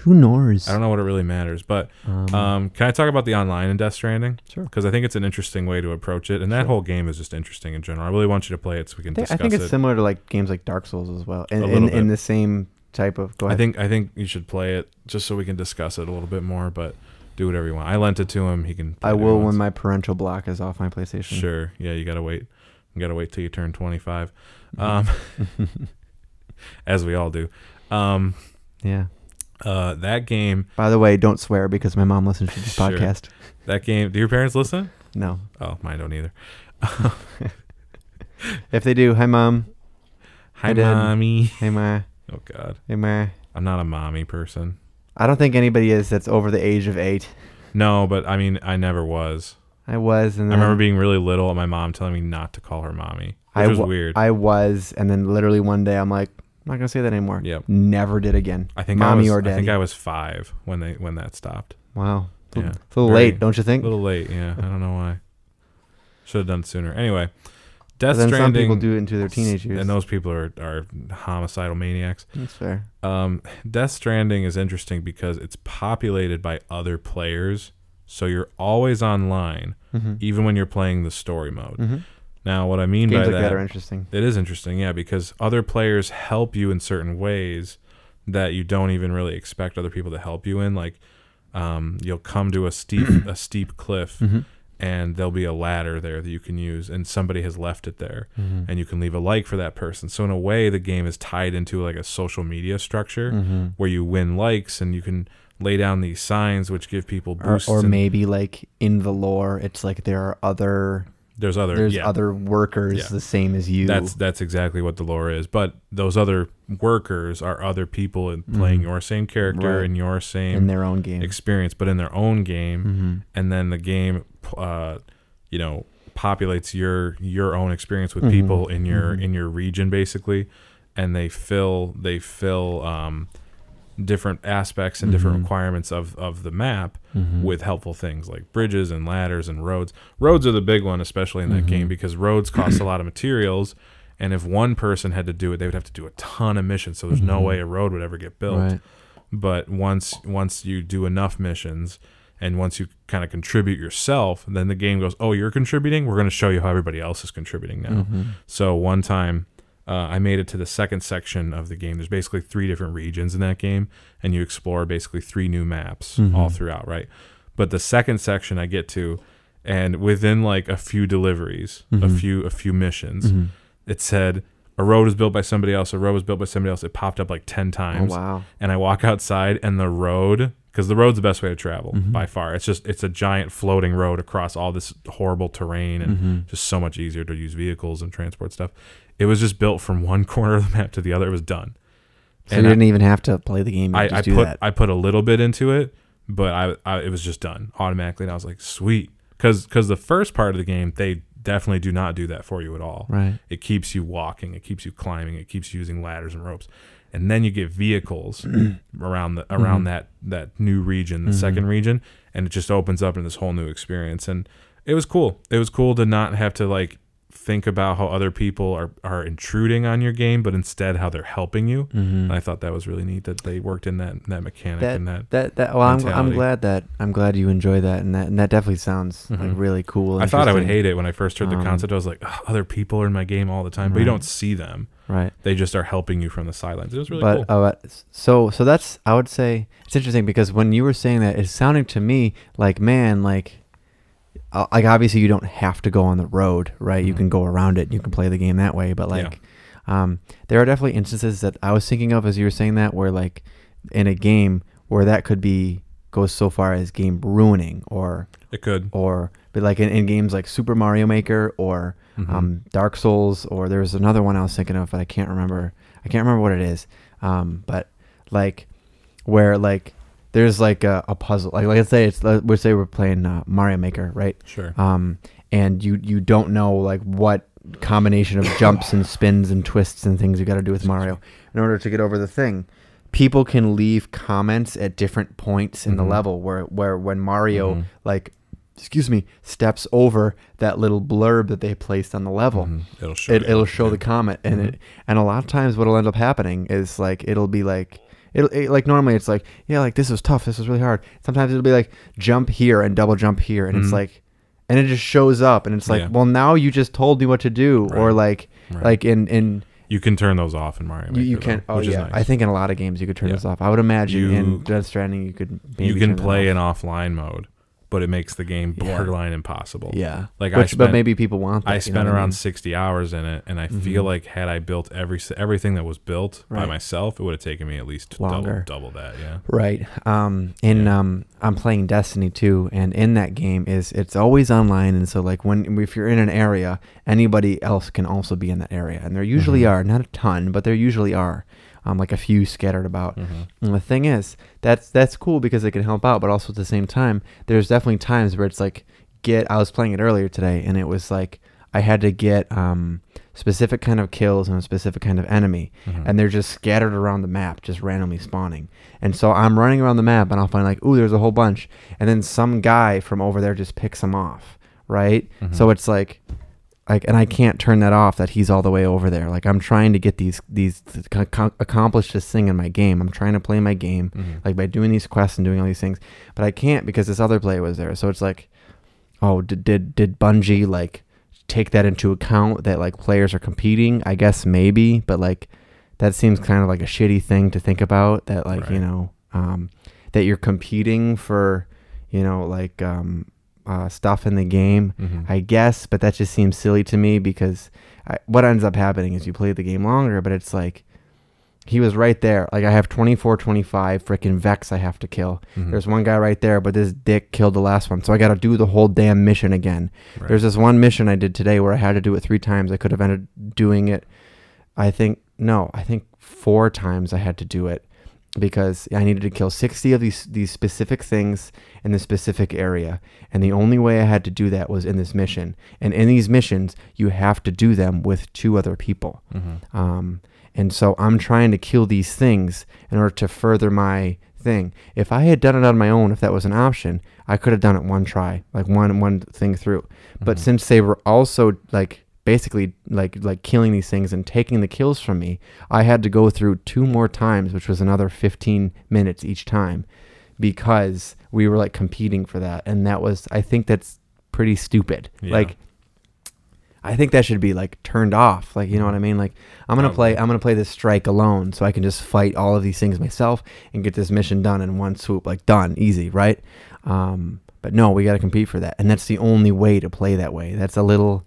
[SPEAKER 2] Who knows?
[SPEAKER 1] I don't know what it really matters. But
[SPEAKER 2] Um,
[SPEAKER 1] um, can I talk about the online in Death Stranding?
[SPEAKER 2] Sure.
[SPEAKER 1] Because I think it's an interesting way to approach it, and that
[SPEAKER 2] Sure.
[SPEAKER 1] whole game is just interesting in general. I really want you to play it so we can
[SPEAKER 2] They-
[SPEAKER 1] discuss
[SPEAKER 2] I think it's
[SPEAKER 1] it.
[SPEAKER 2] similar to like games like Dark Souls as well, and
[SPEAKER 1] A little
[SPEAKER 2] in, in the same type of. Go
[SPEAKER 1] I
[SPEAKER 2] ahead.
[SPEAKER 1] think I think you should play it just so we can discuss it a little bit more. But do whatever you want. I lent it to him. He can. play
[SPEAKER 2] I
[SPEAKER 1] it
[SPEAKER 2] will
[SPEAKER 1] once.
[SPEAKER 2] when my parental block is off my PlayStation.
[SPEAKER 1] Sure. Yeah, you gotta wait. You gotta wait till you turn twenty five.
[SPEAKER 2] Mm-hmm.
[SPEAKER 1] Um, as we all do. Um,
[SPEAKER 2] Yeah.
[SPEAKER 1] uh, that game.
[SPEAKER 2] By the way, don't swear because my mom listens to this
[SPEAKER 1] Sure.
[SPEAKER 2] podcast.
[SPEAKER 1] That game. Do your parents listen?
[SPEAKER 2] No,
[SPEAKER 1] Oh, mine don't either.
[SPEAKER 2] if they do, hi mom,
[SPEAKER 1] Hi,
[SPEAKER 2] I did.
[SPEAKER 1] mommy.
[SPEAKER 2] hey ma,
[SPEAKER 1] Oh God,
[SPEAKER 2] hey ma.
[SPEAKER 1] I'm not a mommy person.
[SPEAKER 2] I don't think anybody is that's over the age of eight.
[SPEAKER 1] No, but I mean, I never was.
[SPEAKER 2] I was, and
[SPEAKER 1] I
[SPEAKER 2] then
[SPEAKER 1] remember being really little, and my mom telling me not to call her mommy, which
[SPEAKER 2] I
[SPEAKER 1] was
[SPEAKER 2] wa-
[SPEAKER 1] weird.
[SPEAKER 2] I was, and then literally one day I'm like, I'm not gonna say that anymore.
[SPEAKER 1] Yep.
[SPEAKER 2] Never did again.
[SPEAKER 1] I think I
[SPEAKER 2] mommy
[SPEAKER 1] was,
[SPEAKER 2] or daddy.
[SPEAKER 1] I think I was five when they when that stopped.
[SPEAKER 2] wow. It's a-
[SPEAKER 1] Yeah.
[SPEAKER 2] It's a little
[SPEAKER 1] Very-
[SPEAKER 2] late, don't you
[SPEAKER 1] A
[SPEAKER 2] think?
[SPEAKER 1] little late. Yeah, I don't know why. Should have done it sooner. Anyway,
[SPEAKER 2] But
[SPEAKER 1] Death
[SPEAKER 2] then some
[SPEAKER 1] Stranding.
[SPEAKER 2] people do it into their teenage years.
[SPEAKER 1] And those people are, are homicidal maniacs.
[SPEAKER 2] That's fair.
[SPEAKER 1] Um, Death Stranding is interesting because it's populated by other players. So you're always online,
[SPEAKER 2] Mm-hmm.
[SPEAKER 1] even when you're playing the story mode.
[SPEAKER 2] Mm-hmm.
[SPEAKER 1] Now, what I mean
[SPEAKER 2] Games
[SPEAKER 1] by
[SPEAKER 2] like that
[SPEAKER 1] that,
[SPEAKER 2] are interesting.
[SPEAKER 1] it is interesting, yeah, because other players help you in certain ways that you don't even really expect other people to help you in. Like, um, you'll come to a steep a steep cliff,
[SPEAKER 2] Mm-hmm.
[SPEAKER 1] and there'll be a ladder there that you can use, and somebody has left it there
[SPEAKER 2] Mm-hmm.
[SPEAKER 1] and you can leave a like for that person. So in a way, the game is tied into like a social media structure
[SPEAKER 2] Mm-hmm.
[SPEAKER 1] where you win likes and you can lay down these signs which give people
[SPEAKER 2] or,
[SPEAKER 1] boosts.
[SPEAKER 2] or
[SPEAKER 1] and-
[SPEAKER 2] maybe like in the lore it's like there are other
[SPEAKER 1] There's other
[SPEAKER 2] There's
[SPEAKER 1] yeah.
[SPEAKER 2] other workers
[SPEAKER 1] Yeah.
[SPEAKER 2] the same as you.
[SPEAKER 1] That's that's exactly what the lore is. But those other workers are other people in playing your same character
[SPEAKER 2] Mm-hmm. Right.
[SPEAKER 1] in your same
[SPEAKER 2] in their own game.
[SPEAKER 1] experience, but in their own game,
[SPEAKER 2] Mm-hmm.
[SPEAKER 1] and then the game, uh, you know, populates your your own experience with
[SPEAKER 2] Mm-hmm.
[SPEAKER 1] people in your in your region, basically, and they fill they fill um, different aspects and
[SPEAKER 2] Mm-hmm.
[SPEAKER 1] different requirements of of the map with helpful things like bridges and ladders and roads. Roads are the big one, especially in that game, because roads cost a lot of materials. And if one person had to do it, they would have to do a ton of missions. So there's no way a road would ever get built
[SPEAKER 2] Right.
[SPEAKER 1] but once once you do enough missions and once you kind of contribute yourself then the game goes oh you're contributing we're going to show you how everybody else is contributing now so one time uh, i made it to the second section of the game there's basically three different regions in that game and you explore basically three new maps all throughout right but the second section i get to and within like a few deliveries a few a few missions it said a road was built by somebody else a road was built by somebody else it popped up like 10
[SPEAKER 2] Oh,
[SPEAKER 1] times
[SPEAKER 2] wow.
[SPEAKER 1] and I walk outside and the road because the road's the best way to travel
[SPEAKER 2] Mm-hmm.
[SPEAKER 1] by far. It's just it's a giant floating road across all this horrible terrain and
[SPEAKER 2] Mm-hmm.
[SPEAKER 1] just so much easier to use vehicles and transport stuff. It was just built from one corner of the map to the other. It was done.
[SPEAKER 2] So
[SPEAKER 1] and
[SPEAKER 2] you
[SPEAKER 1] I-
[SPEAKER 2] didn't even have to play the game. You
[SPEAKER 1] I,
[SPEAKER 2] could
[SPEAKER 1] I
[SPEAKER 2] just do
[SPEAKER 1] put
[SPEAKER 2] that.
[SPEAKER 1] I put a little bit into it, but I, I it was just done automatically, and I was like, sweet, because because the first part of the game they definitely do not do that for you at all.
[SPEAKER 2] Right.
[SPEAKER 1] It keeps you walking, it keeps you climbing, it keeps you using ladders and ropes, and then you get vehicles around the
[SPEAKER 2] Mm-hmm.
[SPEAKER 1] around that that new region, the second region, and it just opens up in this whole new experience. And it was cool. It was cool to not have to like think about how other people are, are intruding on your game, but instead how they're helping you.
[SPEAKER 2] Mm-hmm.
[SPEAKER 1] And I thought that was really neat that they worked in that that mechanic
[SPEAKER 2] that,
[SPEAKER 1] and that.
[SPEAKER 2] that that well I'm, I'm
[SPEAKER 1] mentality.
[SPEAKER 2] glad that I'm glad you enjoy that and that and that definitely sounds like really cool.
[SPEAKER 1] Mm-hmm. I thought I would
[SPEAKER 2] interesting.
[SPEAKER 1] hate it when I first heard the
[SPEAKER 2] Um,
[SPEAKER 1] concept. I was like, "Ugh, other people are in my game all the time, but you
[SPEAKER 2] Right.
[SPEAKER 1] don't see them.
[SPEAKER 2] right.
[SPEAKER 1] They just are helping you from the sidelines. It was really cool.
[SPEAKER 2] but uh, so so that's I would say it's interesting because when you were saying that it sounded to me like man like uh, like obviously you don't have to go on the road right you can go around it you can play the game that way but
[SPEAKER 1] Mm-hmm. Yeah.
[SPEAKER 2] like um, there are definitely instances that I was thinking of as you were saying that where like in a game where that could be goes so far as game ruining or
[SPEAKER 1] it could.
[SPEAKER 2] or but like in, in games like Super Mario Maker or
[SPEAKER 1] Mm-hmm.
[SPEAKER 2] um, Dark Souls or there's another one I was thinking of, but I can't remember. I can't remember what it is. Um, but like where like there's like a, a puzzle. Like let's say it's let- let's say we're playing uh, Mario Maker, right?
[SPEAKER 1] Sure.
[SPEAKER 2] Um, and you you don't know like what combination of jumps and spins and twists and things you got to do with
[SPEAKER 1] Mm-hmm.
[SPEAKER 2] Mario in order to get over the thing. People can leave comments at different points in the level where where when
[SPEAKER 1] Mm-hmm.
[SPEAKER 2] Mario like excuse me steps over that little blurb that they placed on the level
[SPEAKER 1] Mm-hmm. It'll show.
[SPEAKER 2] it,
[SPEAKER 1] you.
[SPEAKER 2] it'll show the comment and it
[SPEAKER 1] Mm-hmm.
[SPEAKER 2] and a lot of times what'll end up happening is like it'll be like it'll it, like normally it's like yeah like this was tough this was really hard sometimes it'll be like jump here and double jump here and it's like and it just shows up and it's like
[SPEAKER 1] Mm-hmm. Yeah.
[SPEAKER 2] well now you just told me what to do or
[SPEAKER 1] Right.
[SPEAKER 2] like
[SPEAKER 1] Right.
[SPEAKER 2] like in in
[SPEAKER 1] You can turn those off in Mario Maker.
[SPEAKER 2] you, you
[SPEAKER 1] though,
[SPEAKER 2] can oh
[SPEAKER 1] which
[SPEAKER 2] yeah
[SPEAKER 1] is nice.
[SPEAKER 2] i think in a lot of games you could turn
[SPEAKER 1] Yeah.
[SPEAKER 2] this off i would imagine
[SPEAKER 1] You-
[SPEAKER 2] in death stranding you could maybe
[SPEAKER 1] you can
[SPEAKER 2] turn that
[SPEAKER 1] play
[SPEAKER 2] off.
[SPEAKER 1] in offline mode, but it makes the game borderline impossible.
[SPEAKER 2] yeah
[SPEAKER 1] Like I
[SPEAKER 2] Which,
[SPEAKER 1] spent,
[SPEAKER 2] but maybe people want that,
[SPEAKER 1] I
[SPEAKER 2] you know
[SPEAKER 1] spent
[SPEAKER 2] what
[SPEAKER 1] around
[SPEAKER 2] mean? Mm-hmm.
[SPEAKER 1] sixty hours in it, and I feel like had I built every s- everything that was built by
[SPEAKER 2] Right.
[SPEAKER 1] myself, it would have taken me at least
[SPEAKER 2] Longer.
[SPEAKER 1] double double that. Yeah.
[SPEAKER 2] Right. Um in um I'm playing Destiny 2 and in that game is it's always online and so like when if you're in an area anybody else can also be in that area and there usually are not a ton but there usually are um like a few scattered about.
[SPEAKER 1] Mm-hmm.
[SPEAKER 2] And the thing is that's that's cool because it can help out but also at the same time there's definitely times where it's like get I was playing it earlier today and it was like I had to get um, specific kind of kills and a specific kind of enemy,
[SPEAKER 1] Mm-hmm.
[SPEAKER 2] Mm-hmm. and they're just scattered around the map, just randomly spawning. And so I'm running around the map, and I'll find like, ooh, there's a whole bunch, and then some guy from over there just picks them off, right?
[SPEAKER 1] Mm-hmm.
[SPEAKER 2] So it's like, like, and I can't turn that off that he's all the way over there. Like I'm trying to get these these to c- c- accomplish this thing in my game. I'm trying to play my game,
[SPEAKER 1] Mm-hmm.
[SPEAKER 2] Mm-hmm. like by doing these quests and doing all these things, but I can't because this other player was there. So it's like oh did did, did bungie like take that into account that like players are competing i guess maybe but like that seems kind of like a shitty thing to think about that like you
[SPEAKER 1] Right.
[SPEAKER 2] know um, that you're competing for you know like um, uh, stuff in the game
[SPEAKER 1] Mm-hmm.
[SPEAKER 2] i guess but that just seems silly to me because I, what ends up happening is you play the game longer but it's like He was right there. Like I have 24, 25 freaking Vex I have to kill.
[SPEAKER 1] Mhm.
[SPEAKER 2] There's one guy right there, but this dick killed the last one. So I got to do the whole damn mission again.
[SPEAKER 1] Right.
[SPEAKER 2] There's this one mission I did today where I had to do it three times. I could have ended doing it, I think, no, I think four times I had to do it because I needed to kill 60 of these, these specific things in this specific area. And the only way I had to do that was in this mission. And in these missions, you have to do them with two other people.
[SPEAKER 1] Mhm.
[SPEAKER 2] Um, and so I'm trying to kill these things in order to further my thing. If I had done it on my own, if that was an option, I could have done it one try, like one one thing through. But
[SPEAKER 1] Mhm.
[SPEAKER 2] since they were also like basically like like killing these things and taking the kills from me, I had to go through two more times, which was another 15 minutes each time because we were like competing for that and that was I think that's pretty stupid.
[SPEAKER 1] Yeah.
[SPEAKER 2] Like I think that should be like turned off. Like you know what I mean? Like I'm gonna
[SPEAKER 1] Totally.
[SPEAKER 2] play. I'm gonna play this strike alone, so I can just fight all of these things myself and get this mission done in one swoop. Like done, easy, right? Um, but no, we gotta compete for that, and that's the only way to play that way. That's a little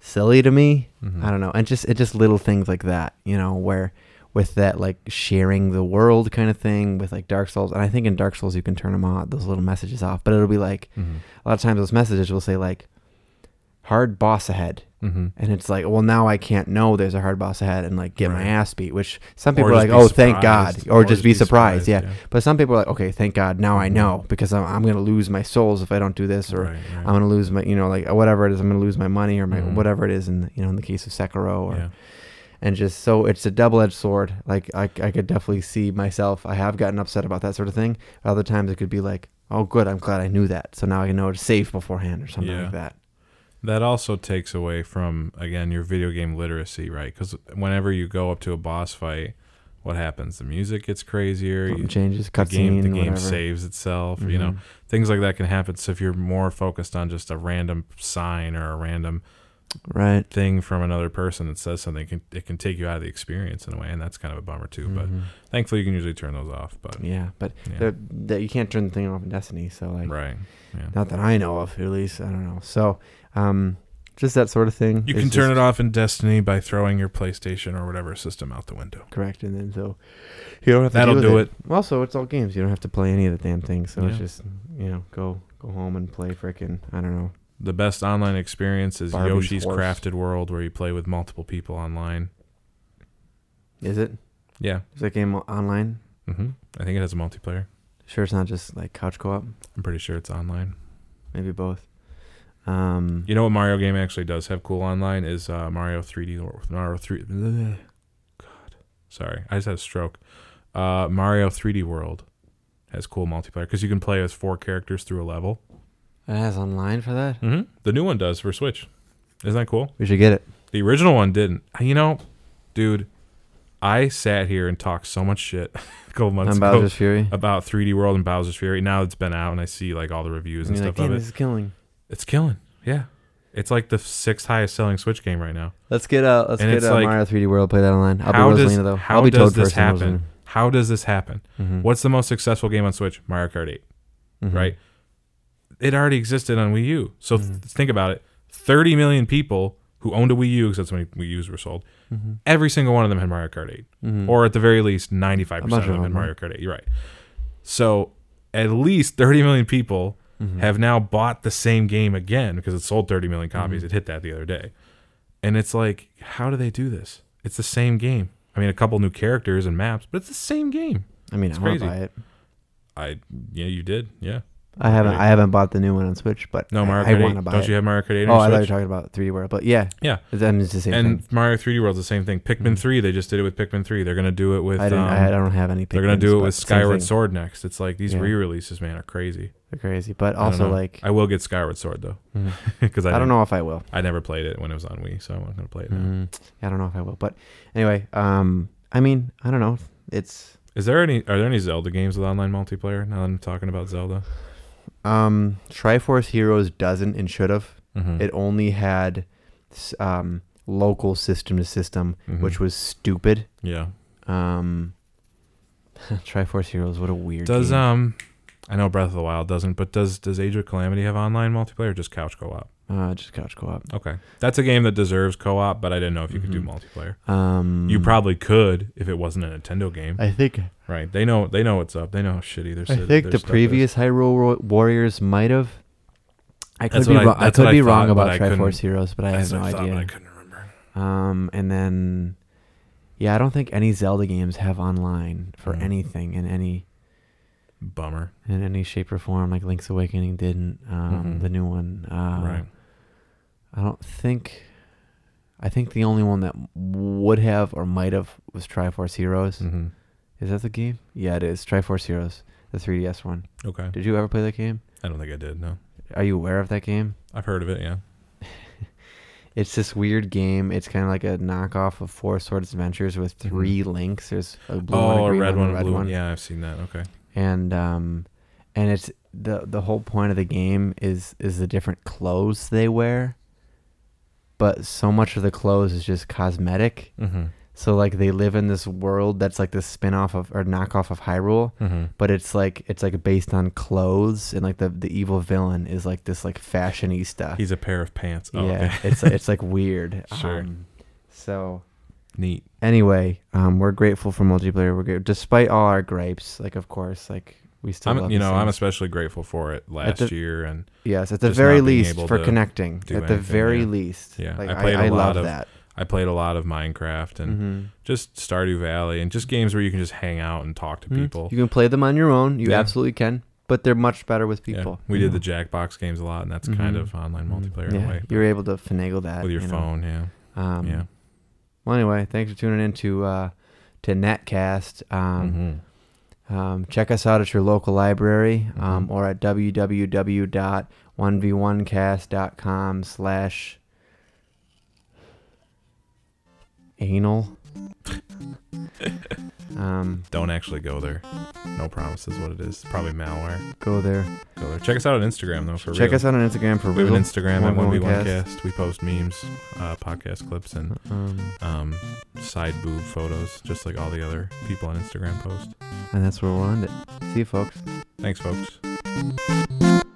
[SPEAKER 2] silly to me.
[SPEAKER 1] Mhm.
[SPEAKER 2] I don't know, and just it just little things like that, you know, where with that like sharing the world kind of thing with like Dark Souls, and I think in Dark Souls you can turn them on those little messages off, but it'll be like
[SPEAKER 1] Mhm.
[SPEAKER 2] a lot of times those messages will say like hard boss ahead
[SPEAKER 1] Mhm.
[SPEAKER 2] and it's like, well, now I can't know there's a hard boss ahead and like get my
[SPEAKER 1] Right.
[SPEAKER 2] ass beat, which some
[SPEAKER 1] Or
[SPEAKER 2] people are
[SPEAKER 1] just
[SPEAKER 2] like,
[SPEAKER 1] be
[SPEAKER 2] oh, thank God,
[SPEAKER 1] surprised.
[SPEAKER 2] or, just, be surprised, yeah. But some people are like, okay, thank God, now I
[SPEAKER 1] Mhm.
[SPEAKER 2] know because I'm, I'm gonna lose my souls if I don't do this, or
[SPEAKER 1] Right, right.
[SPEAKER 2] I'm gonna lose my, you know, like whatever it is, I'm gonna lose my money or my
[SPEAKER 1] Mhm.
[SPEAKER 2] whatever it is, in the, you know, in the case of Sekiro, or
[SPEAKER 1] yeah.
[SPEAKER 2] and just so it's a double-edged sword. Like I, I could definitely see myself. I have gotten upset about that sort of thing. But other times it could be like, oh, good, I'm glad I knew that, so now I can know to save beforehand or something
[SPEAKER 1] Yeah.
[SPEAKER 2] like that.
[SPEAKER 1] That also takes away from again your video game literacy, right? Because whenever you go up to a boss fight, what happens? The music gets crazier.
[SPEAKER 2] Something
[SPEAKER 1] You,
[SPEAKER 2] changes,
[SPEAKER 1] the
[SPEAKER 2] cutscene,
[SPEAKER 1] game, the game
[SPEAKER 2] whatever.
[SPEAKER 1] saves itself. You know,
[SPEAKER 2] Mhm.
[SPEAKER 1] things like that can happen. So if you're more focused on just a random sign or a random
[SPEAKER 2] right?
[SPEAKER 1] thing from another person that says something, it can, it can take you out of the experience in a way, and that's kind of a bummer too.
[SPEAKER 2] Mhm.
[SPEAKER 1] But thankfully, you can usually turn those off. But
[SPEAKER 2] yeah, but
[SPEAKER 1] yeah.
[SPEAKER 2] they're That you can't turn the thing off in Destiny, so like
[SPEAKER 1] right, yeah.
[SPEAKER 2] not that I know of, at least I don't know. So, um, just that sort of thing.
[SPEAKER 1] You
[SPEAKER 2] is
[SPEAKER 1] can turn
[SPEAKER 2] just
[SPEAKER 1] it off in Destiny by throwing your PlayStation or whatever system out the window.
[SPEAKER 2] correct, and then so you don't have to
[SPEAKER 1] That'll
[SPEAKER 2] deal with
[SPEAKER 1] do
[SPEAKER 2] it. Well, so it's all games. You don't have to play any of the damn things. So it's
[SPEAKER 1] Yeah.
[SPEAKER 2] just you know go go home and play frickin' I don't know.
[SPEAKER 1] The best online experience is
[SPEAKER 2] Barbie's
[SPEAKER 1] Yoshi's
[SPEAKER 2] Horse.
[SPEAKER 1] Crafted World, where you play with multiple people online.
[SPEAKER 2] Is it
[SPEAKER 1] Yeah,
[SPEAKER 2] is that game o- online?
[SPEAKER 1] hmm I think it has a multiplayer.
[SPEAKER 2] Sure, it's not just like couch co-op.
[SPEAKER 1] I'm pretty sure it's online.
[SPEAKER 2] Maybe both. Um,
[SPEAKER 1] You know what Mario game actually does have cool online is uh, Mario 3D Wor- Mario 3. bleh. God, sorry, I just had a stroke. Uh, Mario 3D World has cool multiplayer because you can play as four characters through a level.
[SPEAKER 2] it has online for that.
[SPEAKER 1] Mm-hmm. The new one does for Switch. Isn't that cool?
[SPEAKER 2] We should get it.
[SPEAKER 1] The original one didn't. You know, dude, I sat here and talked so much shit a couple months
[SPEAKER 2] On
[SPEAKER 1] ago
[SPEAKER 2] Bowser's Fury.
[SPEAKER 1] about 3D World and Bowser's Fury. Now it's been out, and I see like all the reviews
[SPEAKER 2] And
[SPEAKER 1] and
[SPEAKER 2] you're like,
[SPEAKER 1] stuff
[SPEAKER 2] damn,
[SPEAKER 1] of
[SPEAKER 2] this
[SPEAKER 1] it.
[SPEAKER 2] is killing.
[SPEAKER 1] It's killing. Yeah, it's like the sixth highest selling Switch game right now.
[SPEAKER 2] Let's get uh, let's
[SPEAKER 1] And
[SPEAKER 2] get
[SPEAKER 1] it's
[SPEAKER 2] uh,
[SPEAKER 1] like,
[SPEAKER 2] Mario 3D World. Play that online. I'll
[SPEAKER 1] how
[SPEAKER 2] be
[SPEAKER 1] does
[SPEAKER 2] Rosalina though.
[SPEAKER 1] how
[SPEAKER 2] I'll be
[SPEAKER 1] does
[SPEAKER 2] Toad
[SPEAKER 1] this
[SPEAKER 2] first and
[SPEAKER 1] happen? How does this happen?
[SPEAKER 2] Rosalina. Mhm.
[SPEAKER 1] What's the most successful game on Switch? Mario Kart 8,
[SPEAKER 2] Mhm.
[SPEAKER 1] right? It already existed on Wii U. So th- think about it. 30 million people who owned a Wii U, because that's when Wii U's were sold,
[SPEAKER 2] Mhm.
[SPEAKER 1] every single one of them had Mario Kart 8.
[SPEAKER 2] Mhm.
[SPEAKER 1] or at the very least 95% Mm-hmm. of
[SPEAKER 2] I'm not sure
[SPEAKER 1] them in
[SPEAKER 2] about
[SPEAKER 1] Mario Kart 8. You're right. So at least 30 million people
[SPEAKER 2] Mhm.
[SPEAKER 1] Mm-hmm. have now bought the same game again because it sold 30 million
[SPEAKER 2] Mm-hmm.
[SPEAKER 1] copies. It hit that the other day. And it's like, how do they do this? It's the same game. I mean, a couple new characters and maps, but it's the same game.
[SPEAKER 2] I mean, I want to
[SPEAKER 1] crazy.
[SPEAKER 2] buy it.
[SPEAKER 1] I yeah, you did. Yeah.
[SPEAKER 2] I haven't
[SPEAKER 1] Right.
[SPEAKER 2] I haven't bought the new one on Switch, but
[SPEAKER 1] No, Mario
[SPEAKER 2] I, I
[SPEAKER 1] Kart
[SPEAKER 2] want
[SPEAKER 1] 8.
[SPEAKER 2] to buy
[SPEAKER 1] Don't
[SPEAKER 2] it.
[SPEAKER 1] you have Mario Kart 8
[SPEAKER 2] oh, I
[SPEAKER 1] on
[SPEAKER 2] thought you
[SPEAKER 1] Switch?
[SPEAKER 2] were talking about 3D World, but yeah,
[SPEAKER 1] Yeah.
[SPEAKER 2] it's, I mean, it's the same
[SPEAKER 1] and
[SPEAKER 2] thing.
[SPEAKER 1] Mario 3D World's the same thing. Pikmin 3, they just did it with Pikmin 3. They're going to do it with
[SPEAKER 2] Mm-hmm. I didn't.
[SPEAKER 1] um,
[SPEAKER 2] I don't have any.
[SPEAKER 1] They're going
[SPEAKER 2] Pikmins,
[SPEAKER 1] to do it
[SPEAKER 2] but
[SPEAKER 1] with
[SPEAKER 2] same
[SPEAKER 1] Skyward
[SPEAKER 2] thing.
[SPEAKER 1] Sword next. It's like these
[SPEAKER 2] Yeah.
[SPEAKER 1] re-releases, man, are crazy.
[SPEAKER 2] They're crazy, but
[SPEAKER 1] I don't
[SPEAKER 2] also
[SPEAKER 1] know.
[SPEAKER 2] like
[SPEAKER 1] I will get Skyward Sword though,
[SPEAKER 2] Mhm.
[SPEAKER 1] because
[SPEAKER 2] I,
[SPEAKER 1] I,
[SPEAKER 2] don't
[SPEAKER 1] know.
[SPEAKER 2] know if I will.
[SPEAKER 1] I never played it when it was on Wii, so I'm not gonna play it. now.
[SPEAKER 2] Mhm. Yeah, I don't know if I will, but anyway, um, I mean, I don't know. It's
[SPEAKER 1] Is there any? Are there any Zelda games with online multiplayer? Now that I'm talking about Zelda,
[SPEAKER 2] um, Triforce Heroes doesn't and should have.
[SPEAKER 1] mm-hmm.
[SPEAKER 2] It only had s- um local system to system,
[SPEAKER 1] Mm-hmm.
[SPEAKER 2] which was stupid.
[SPEAKER 1] yeah.
[SPEAKER 2] Um, Triforce Heroes, what a weird.
[SPEAKER 1] Does
[SPEAKER 2] game.
[SPEAKER 1] um, I know Breath of the Wild doesn't, but does does Age of Calamity have online multiplayer? or Just couch co-op.
[SPEAKER 2] Uh, just couch co-op.
[SPEAKER 1] Okay, that's a game that deserves co-op, but I didn't know if you could do multiplayer.
[SPEAKER 2] Um,
[SPEAKER 1] Oh, You probably could if it wasn't a Nintendo game,
[SPEAKER 2] I think
[SPEAKER 1] right? They know they know what's up. They know how shitty their.
[SPEAKER 2] I
[SPEAKER 1] shit-
[SPEAKER 2] think
[SPEAKER 1] their
[SPEAKER 2] the
[SPEAKER 1] stuff is.
[SPEAKER 2] previous Hyrule Wa- Warriors might have. I could
[SPEAKER 1] That's
[SPEAKER 2] be
[SPEAKER 1] what I-
[SPEAKER 2] wrong. I,
[SPEAKER 1] that's
[SPEAKER 2] could
[SPEAKER 1] what I
[SPEAKER 2] be
[SPEAKER 1] thought,
[SPEAKER 2] wrong
[SPEAKER 1] but
[SPEAKER 2] about
[SPEAKER 1] I couldn't-
[SPEAKER 2] Triforce Heroes, but I have
[SPEAKER 1] That's
[SPEAKER 2] no
[SPEAKER 1] what I thought,
[SPEAKER 2] idea.
[SPEAKER 1] but I couldn't remember.
[SPEAKER 2] Um, and then, yeah, I don't think any Zelda games have online for
[SPEAKER 1] Mm.
[SPEAKER 2] anything in any
[SPEAKER 1] Bummer.
[SPEAKER 2] in any shape or form. Like Link's Awakening didn't. Um,
[SPEAKER 1] Mhm.
[SPEAKER 2] the new one. Uh,
[SPEAKER 1] right.
[SPEAKER 2] I don't think. I think the only one that would have or might have was Triforce Heroes.
[SPEAKER 1] hmm
[SPEAKER 2] Is that the game? Yeah, it is. Triforce Heroes, the 3DS one.
[SPEAKER 1] Okay.
[SPEAKER 2] Did you ever play that game?
[SPEAKER 1] I don't think I did. No,
[SPEAKER 2] Are you aware of that game?
[SPEAKER 1] I've heard of it. Yeah.
[SPEAKER 2] It's this weird game. It's kind of like a knockoff of Four Swords Adventures with
[SPEAKER 1] Mhm.
[SPEAKER 2] three links. There's a blue one,
[SPEAKER 1] Oh,
[SPEAKER 2] a
[SPEAKER 1] a
[SPEAKER 2] green
[SPEAKER 1] red one, a
[SPEAKER 2] a red
[SPEAKER 1] blue
[SPEAKER 2] one.
[SPEAKER 1] one. Yeah, I've seen that. Okay.
[SPEAKER 2] and um and it's the the whole point of the game is is the different clothes they wear but so much of the clothes is just cosmetic
[SPEAKER 1] Mm-hmm.
[SPEAKER 2] so like they live in this world that's like this spin-off of or knockoff of Hyrule
[SPEAKER 1] Mm-hmm.
[SPEAKER 2] but it's like it's like based on clothes and like the the evil villain is like this like fashionista
[SPEAKER 1] He's a pair of pants. Oh,
[SPEAKER 2] yeah
[SPEAKER 1] okay.
[SPEAKER 2] it's it's like weird
[SPEAKER 1] Sure.
[SPEAKER 2] um, so
[SPEAKER 1] Neat.
[SPEAKER 2] anyway um we're grateful for multiplayer we're great despite all our gripes like of course like we still
[SPEAKER 1] I'm,
[SPEAKER 2] love
[SPEAKER 1] you
[SPEAKER 2] these
[SPEAKER 1] know, I'm
[SPEAKER 2] things.
[SPEAKER 1] especially grateful for it last
[SPEAKER 2] the-
[SPEAKER 1] year, and
[SPEAKER 2] Yes, at the
[SPEAKER 1] Just
[SPEAKER 2] very
[SPEAKER 1] not being
[SPEAKER 2] least
[SPEAKER 1] able
[SPEAKER 2] for
[SPEAKER 1] to
[SPEAKER 2] connecting. At
[SPEAKER 1] do
[SPEAKER 2] the
[SPEAKER 1] anything,
[SPEAKER 2] very
[SPEAKER 1] yeah.
[SPEAKER 2] least.
[SPEAKER 1] Yeah,
[SPEAKER 2] Like,
[SPEAKER 1] I played
[SPEAKER 2] I,
[SPEAKER 1] a lot
[SPEAKER 2] love
[SPEAKER 1] of-
[SPEAKER 2] that.
[SPEAKER 1] I played a lot of Minecraft and
[SPEAKER 2] Mhm.
[SPEAKER 1] just Stardew Valley and just games where you can just hang out and talk to
[SPEAKER 2] Mhm.
[SPEAKER 1] people.
[SPEAKER 2] You can play them on your own. You
[SPEAKER 1] Yeah.
[SPEAKER 2] absolutely can, but they're much better with
[SPEAKER 1] Yeah.
[SPEAKER 2] people.
[SPEAKER 1] We
[SPEAKER 2] you
[SPEAKER 1] did the
[SPEAKER 2] know.
[SPEAKER 1] Jackbox games a lot, and that's kind
[SPEAKER 2] Mhm.
[SPEAKER 1] of online
[SPEAKER 2] Mhm.
[SPEAKER 1] multiplayer in
[SPEAKER 2] Yeah,
[SPEAKER 1] a way
[SPEAKER 2] You're able to finagle that
[SPEAKER 1] with your
[SPEAKER 2] you know.
[SPEAKER 1] phone. Yeah.
[SPEAKER 2] Um,
[SPEAKER 1] yeah.
[SPEAKER 2] Well, anyway, thanks for tuning in to uh, to Netcast. Um,
[SPEAKER 1] Mhm.
[SPEAKER 2] Um, check us out at your local library um,
[SPEAKER 1] Mhm.
[SPEAKER 2] or at www.1v1cast.com slash anal. um,
[SPEAKER 1] Don't actually go there. No promises. What it is? Probably malware.
[SPEAKER 2] go there.
[SPEAKER 1] Go there. Check us out on Instagram though. For
[SPEAKER 2] Check
[SPEAKER 1] real.
[SPEAKER 2] us out on Instagram for
[SPEAKER 1] We have
[SPEAKER 2] real.
[SPEAKER 1] an Instagram at
[SPEAKER 2] 1v1cast.
[SPEAKER 1] 1v1cast. We post memes, uh, podcast clips, and
[SPEAKER 2] Um,
[SPEAKER 1] um, side boob photos, just like all the other people on Instagram post.
[SPEAKER 2] and that's where we'll end it. See you, folks.
[SPEAKER 1] Thanks, folks.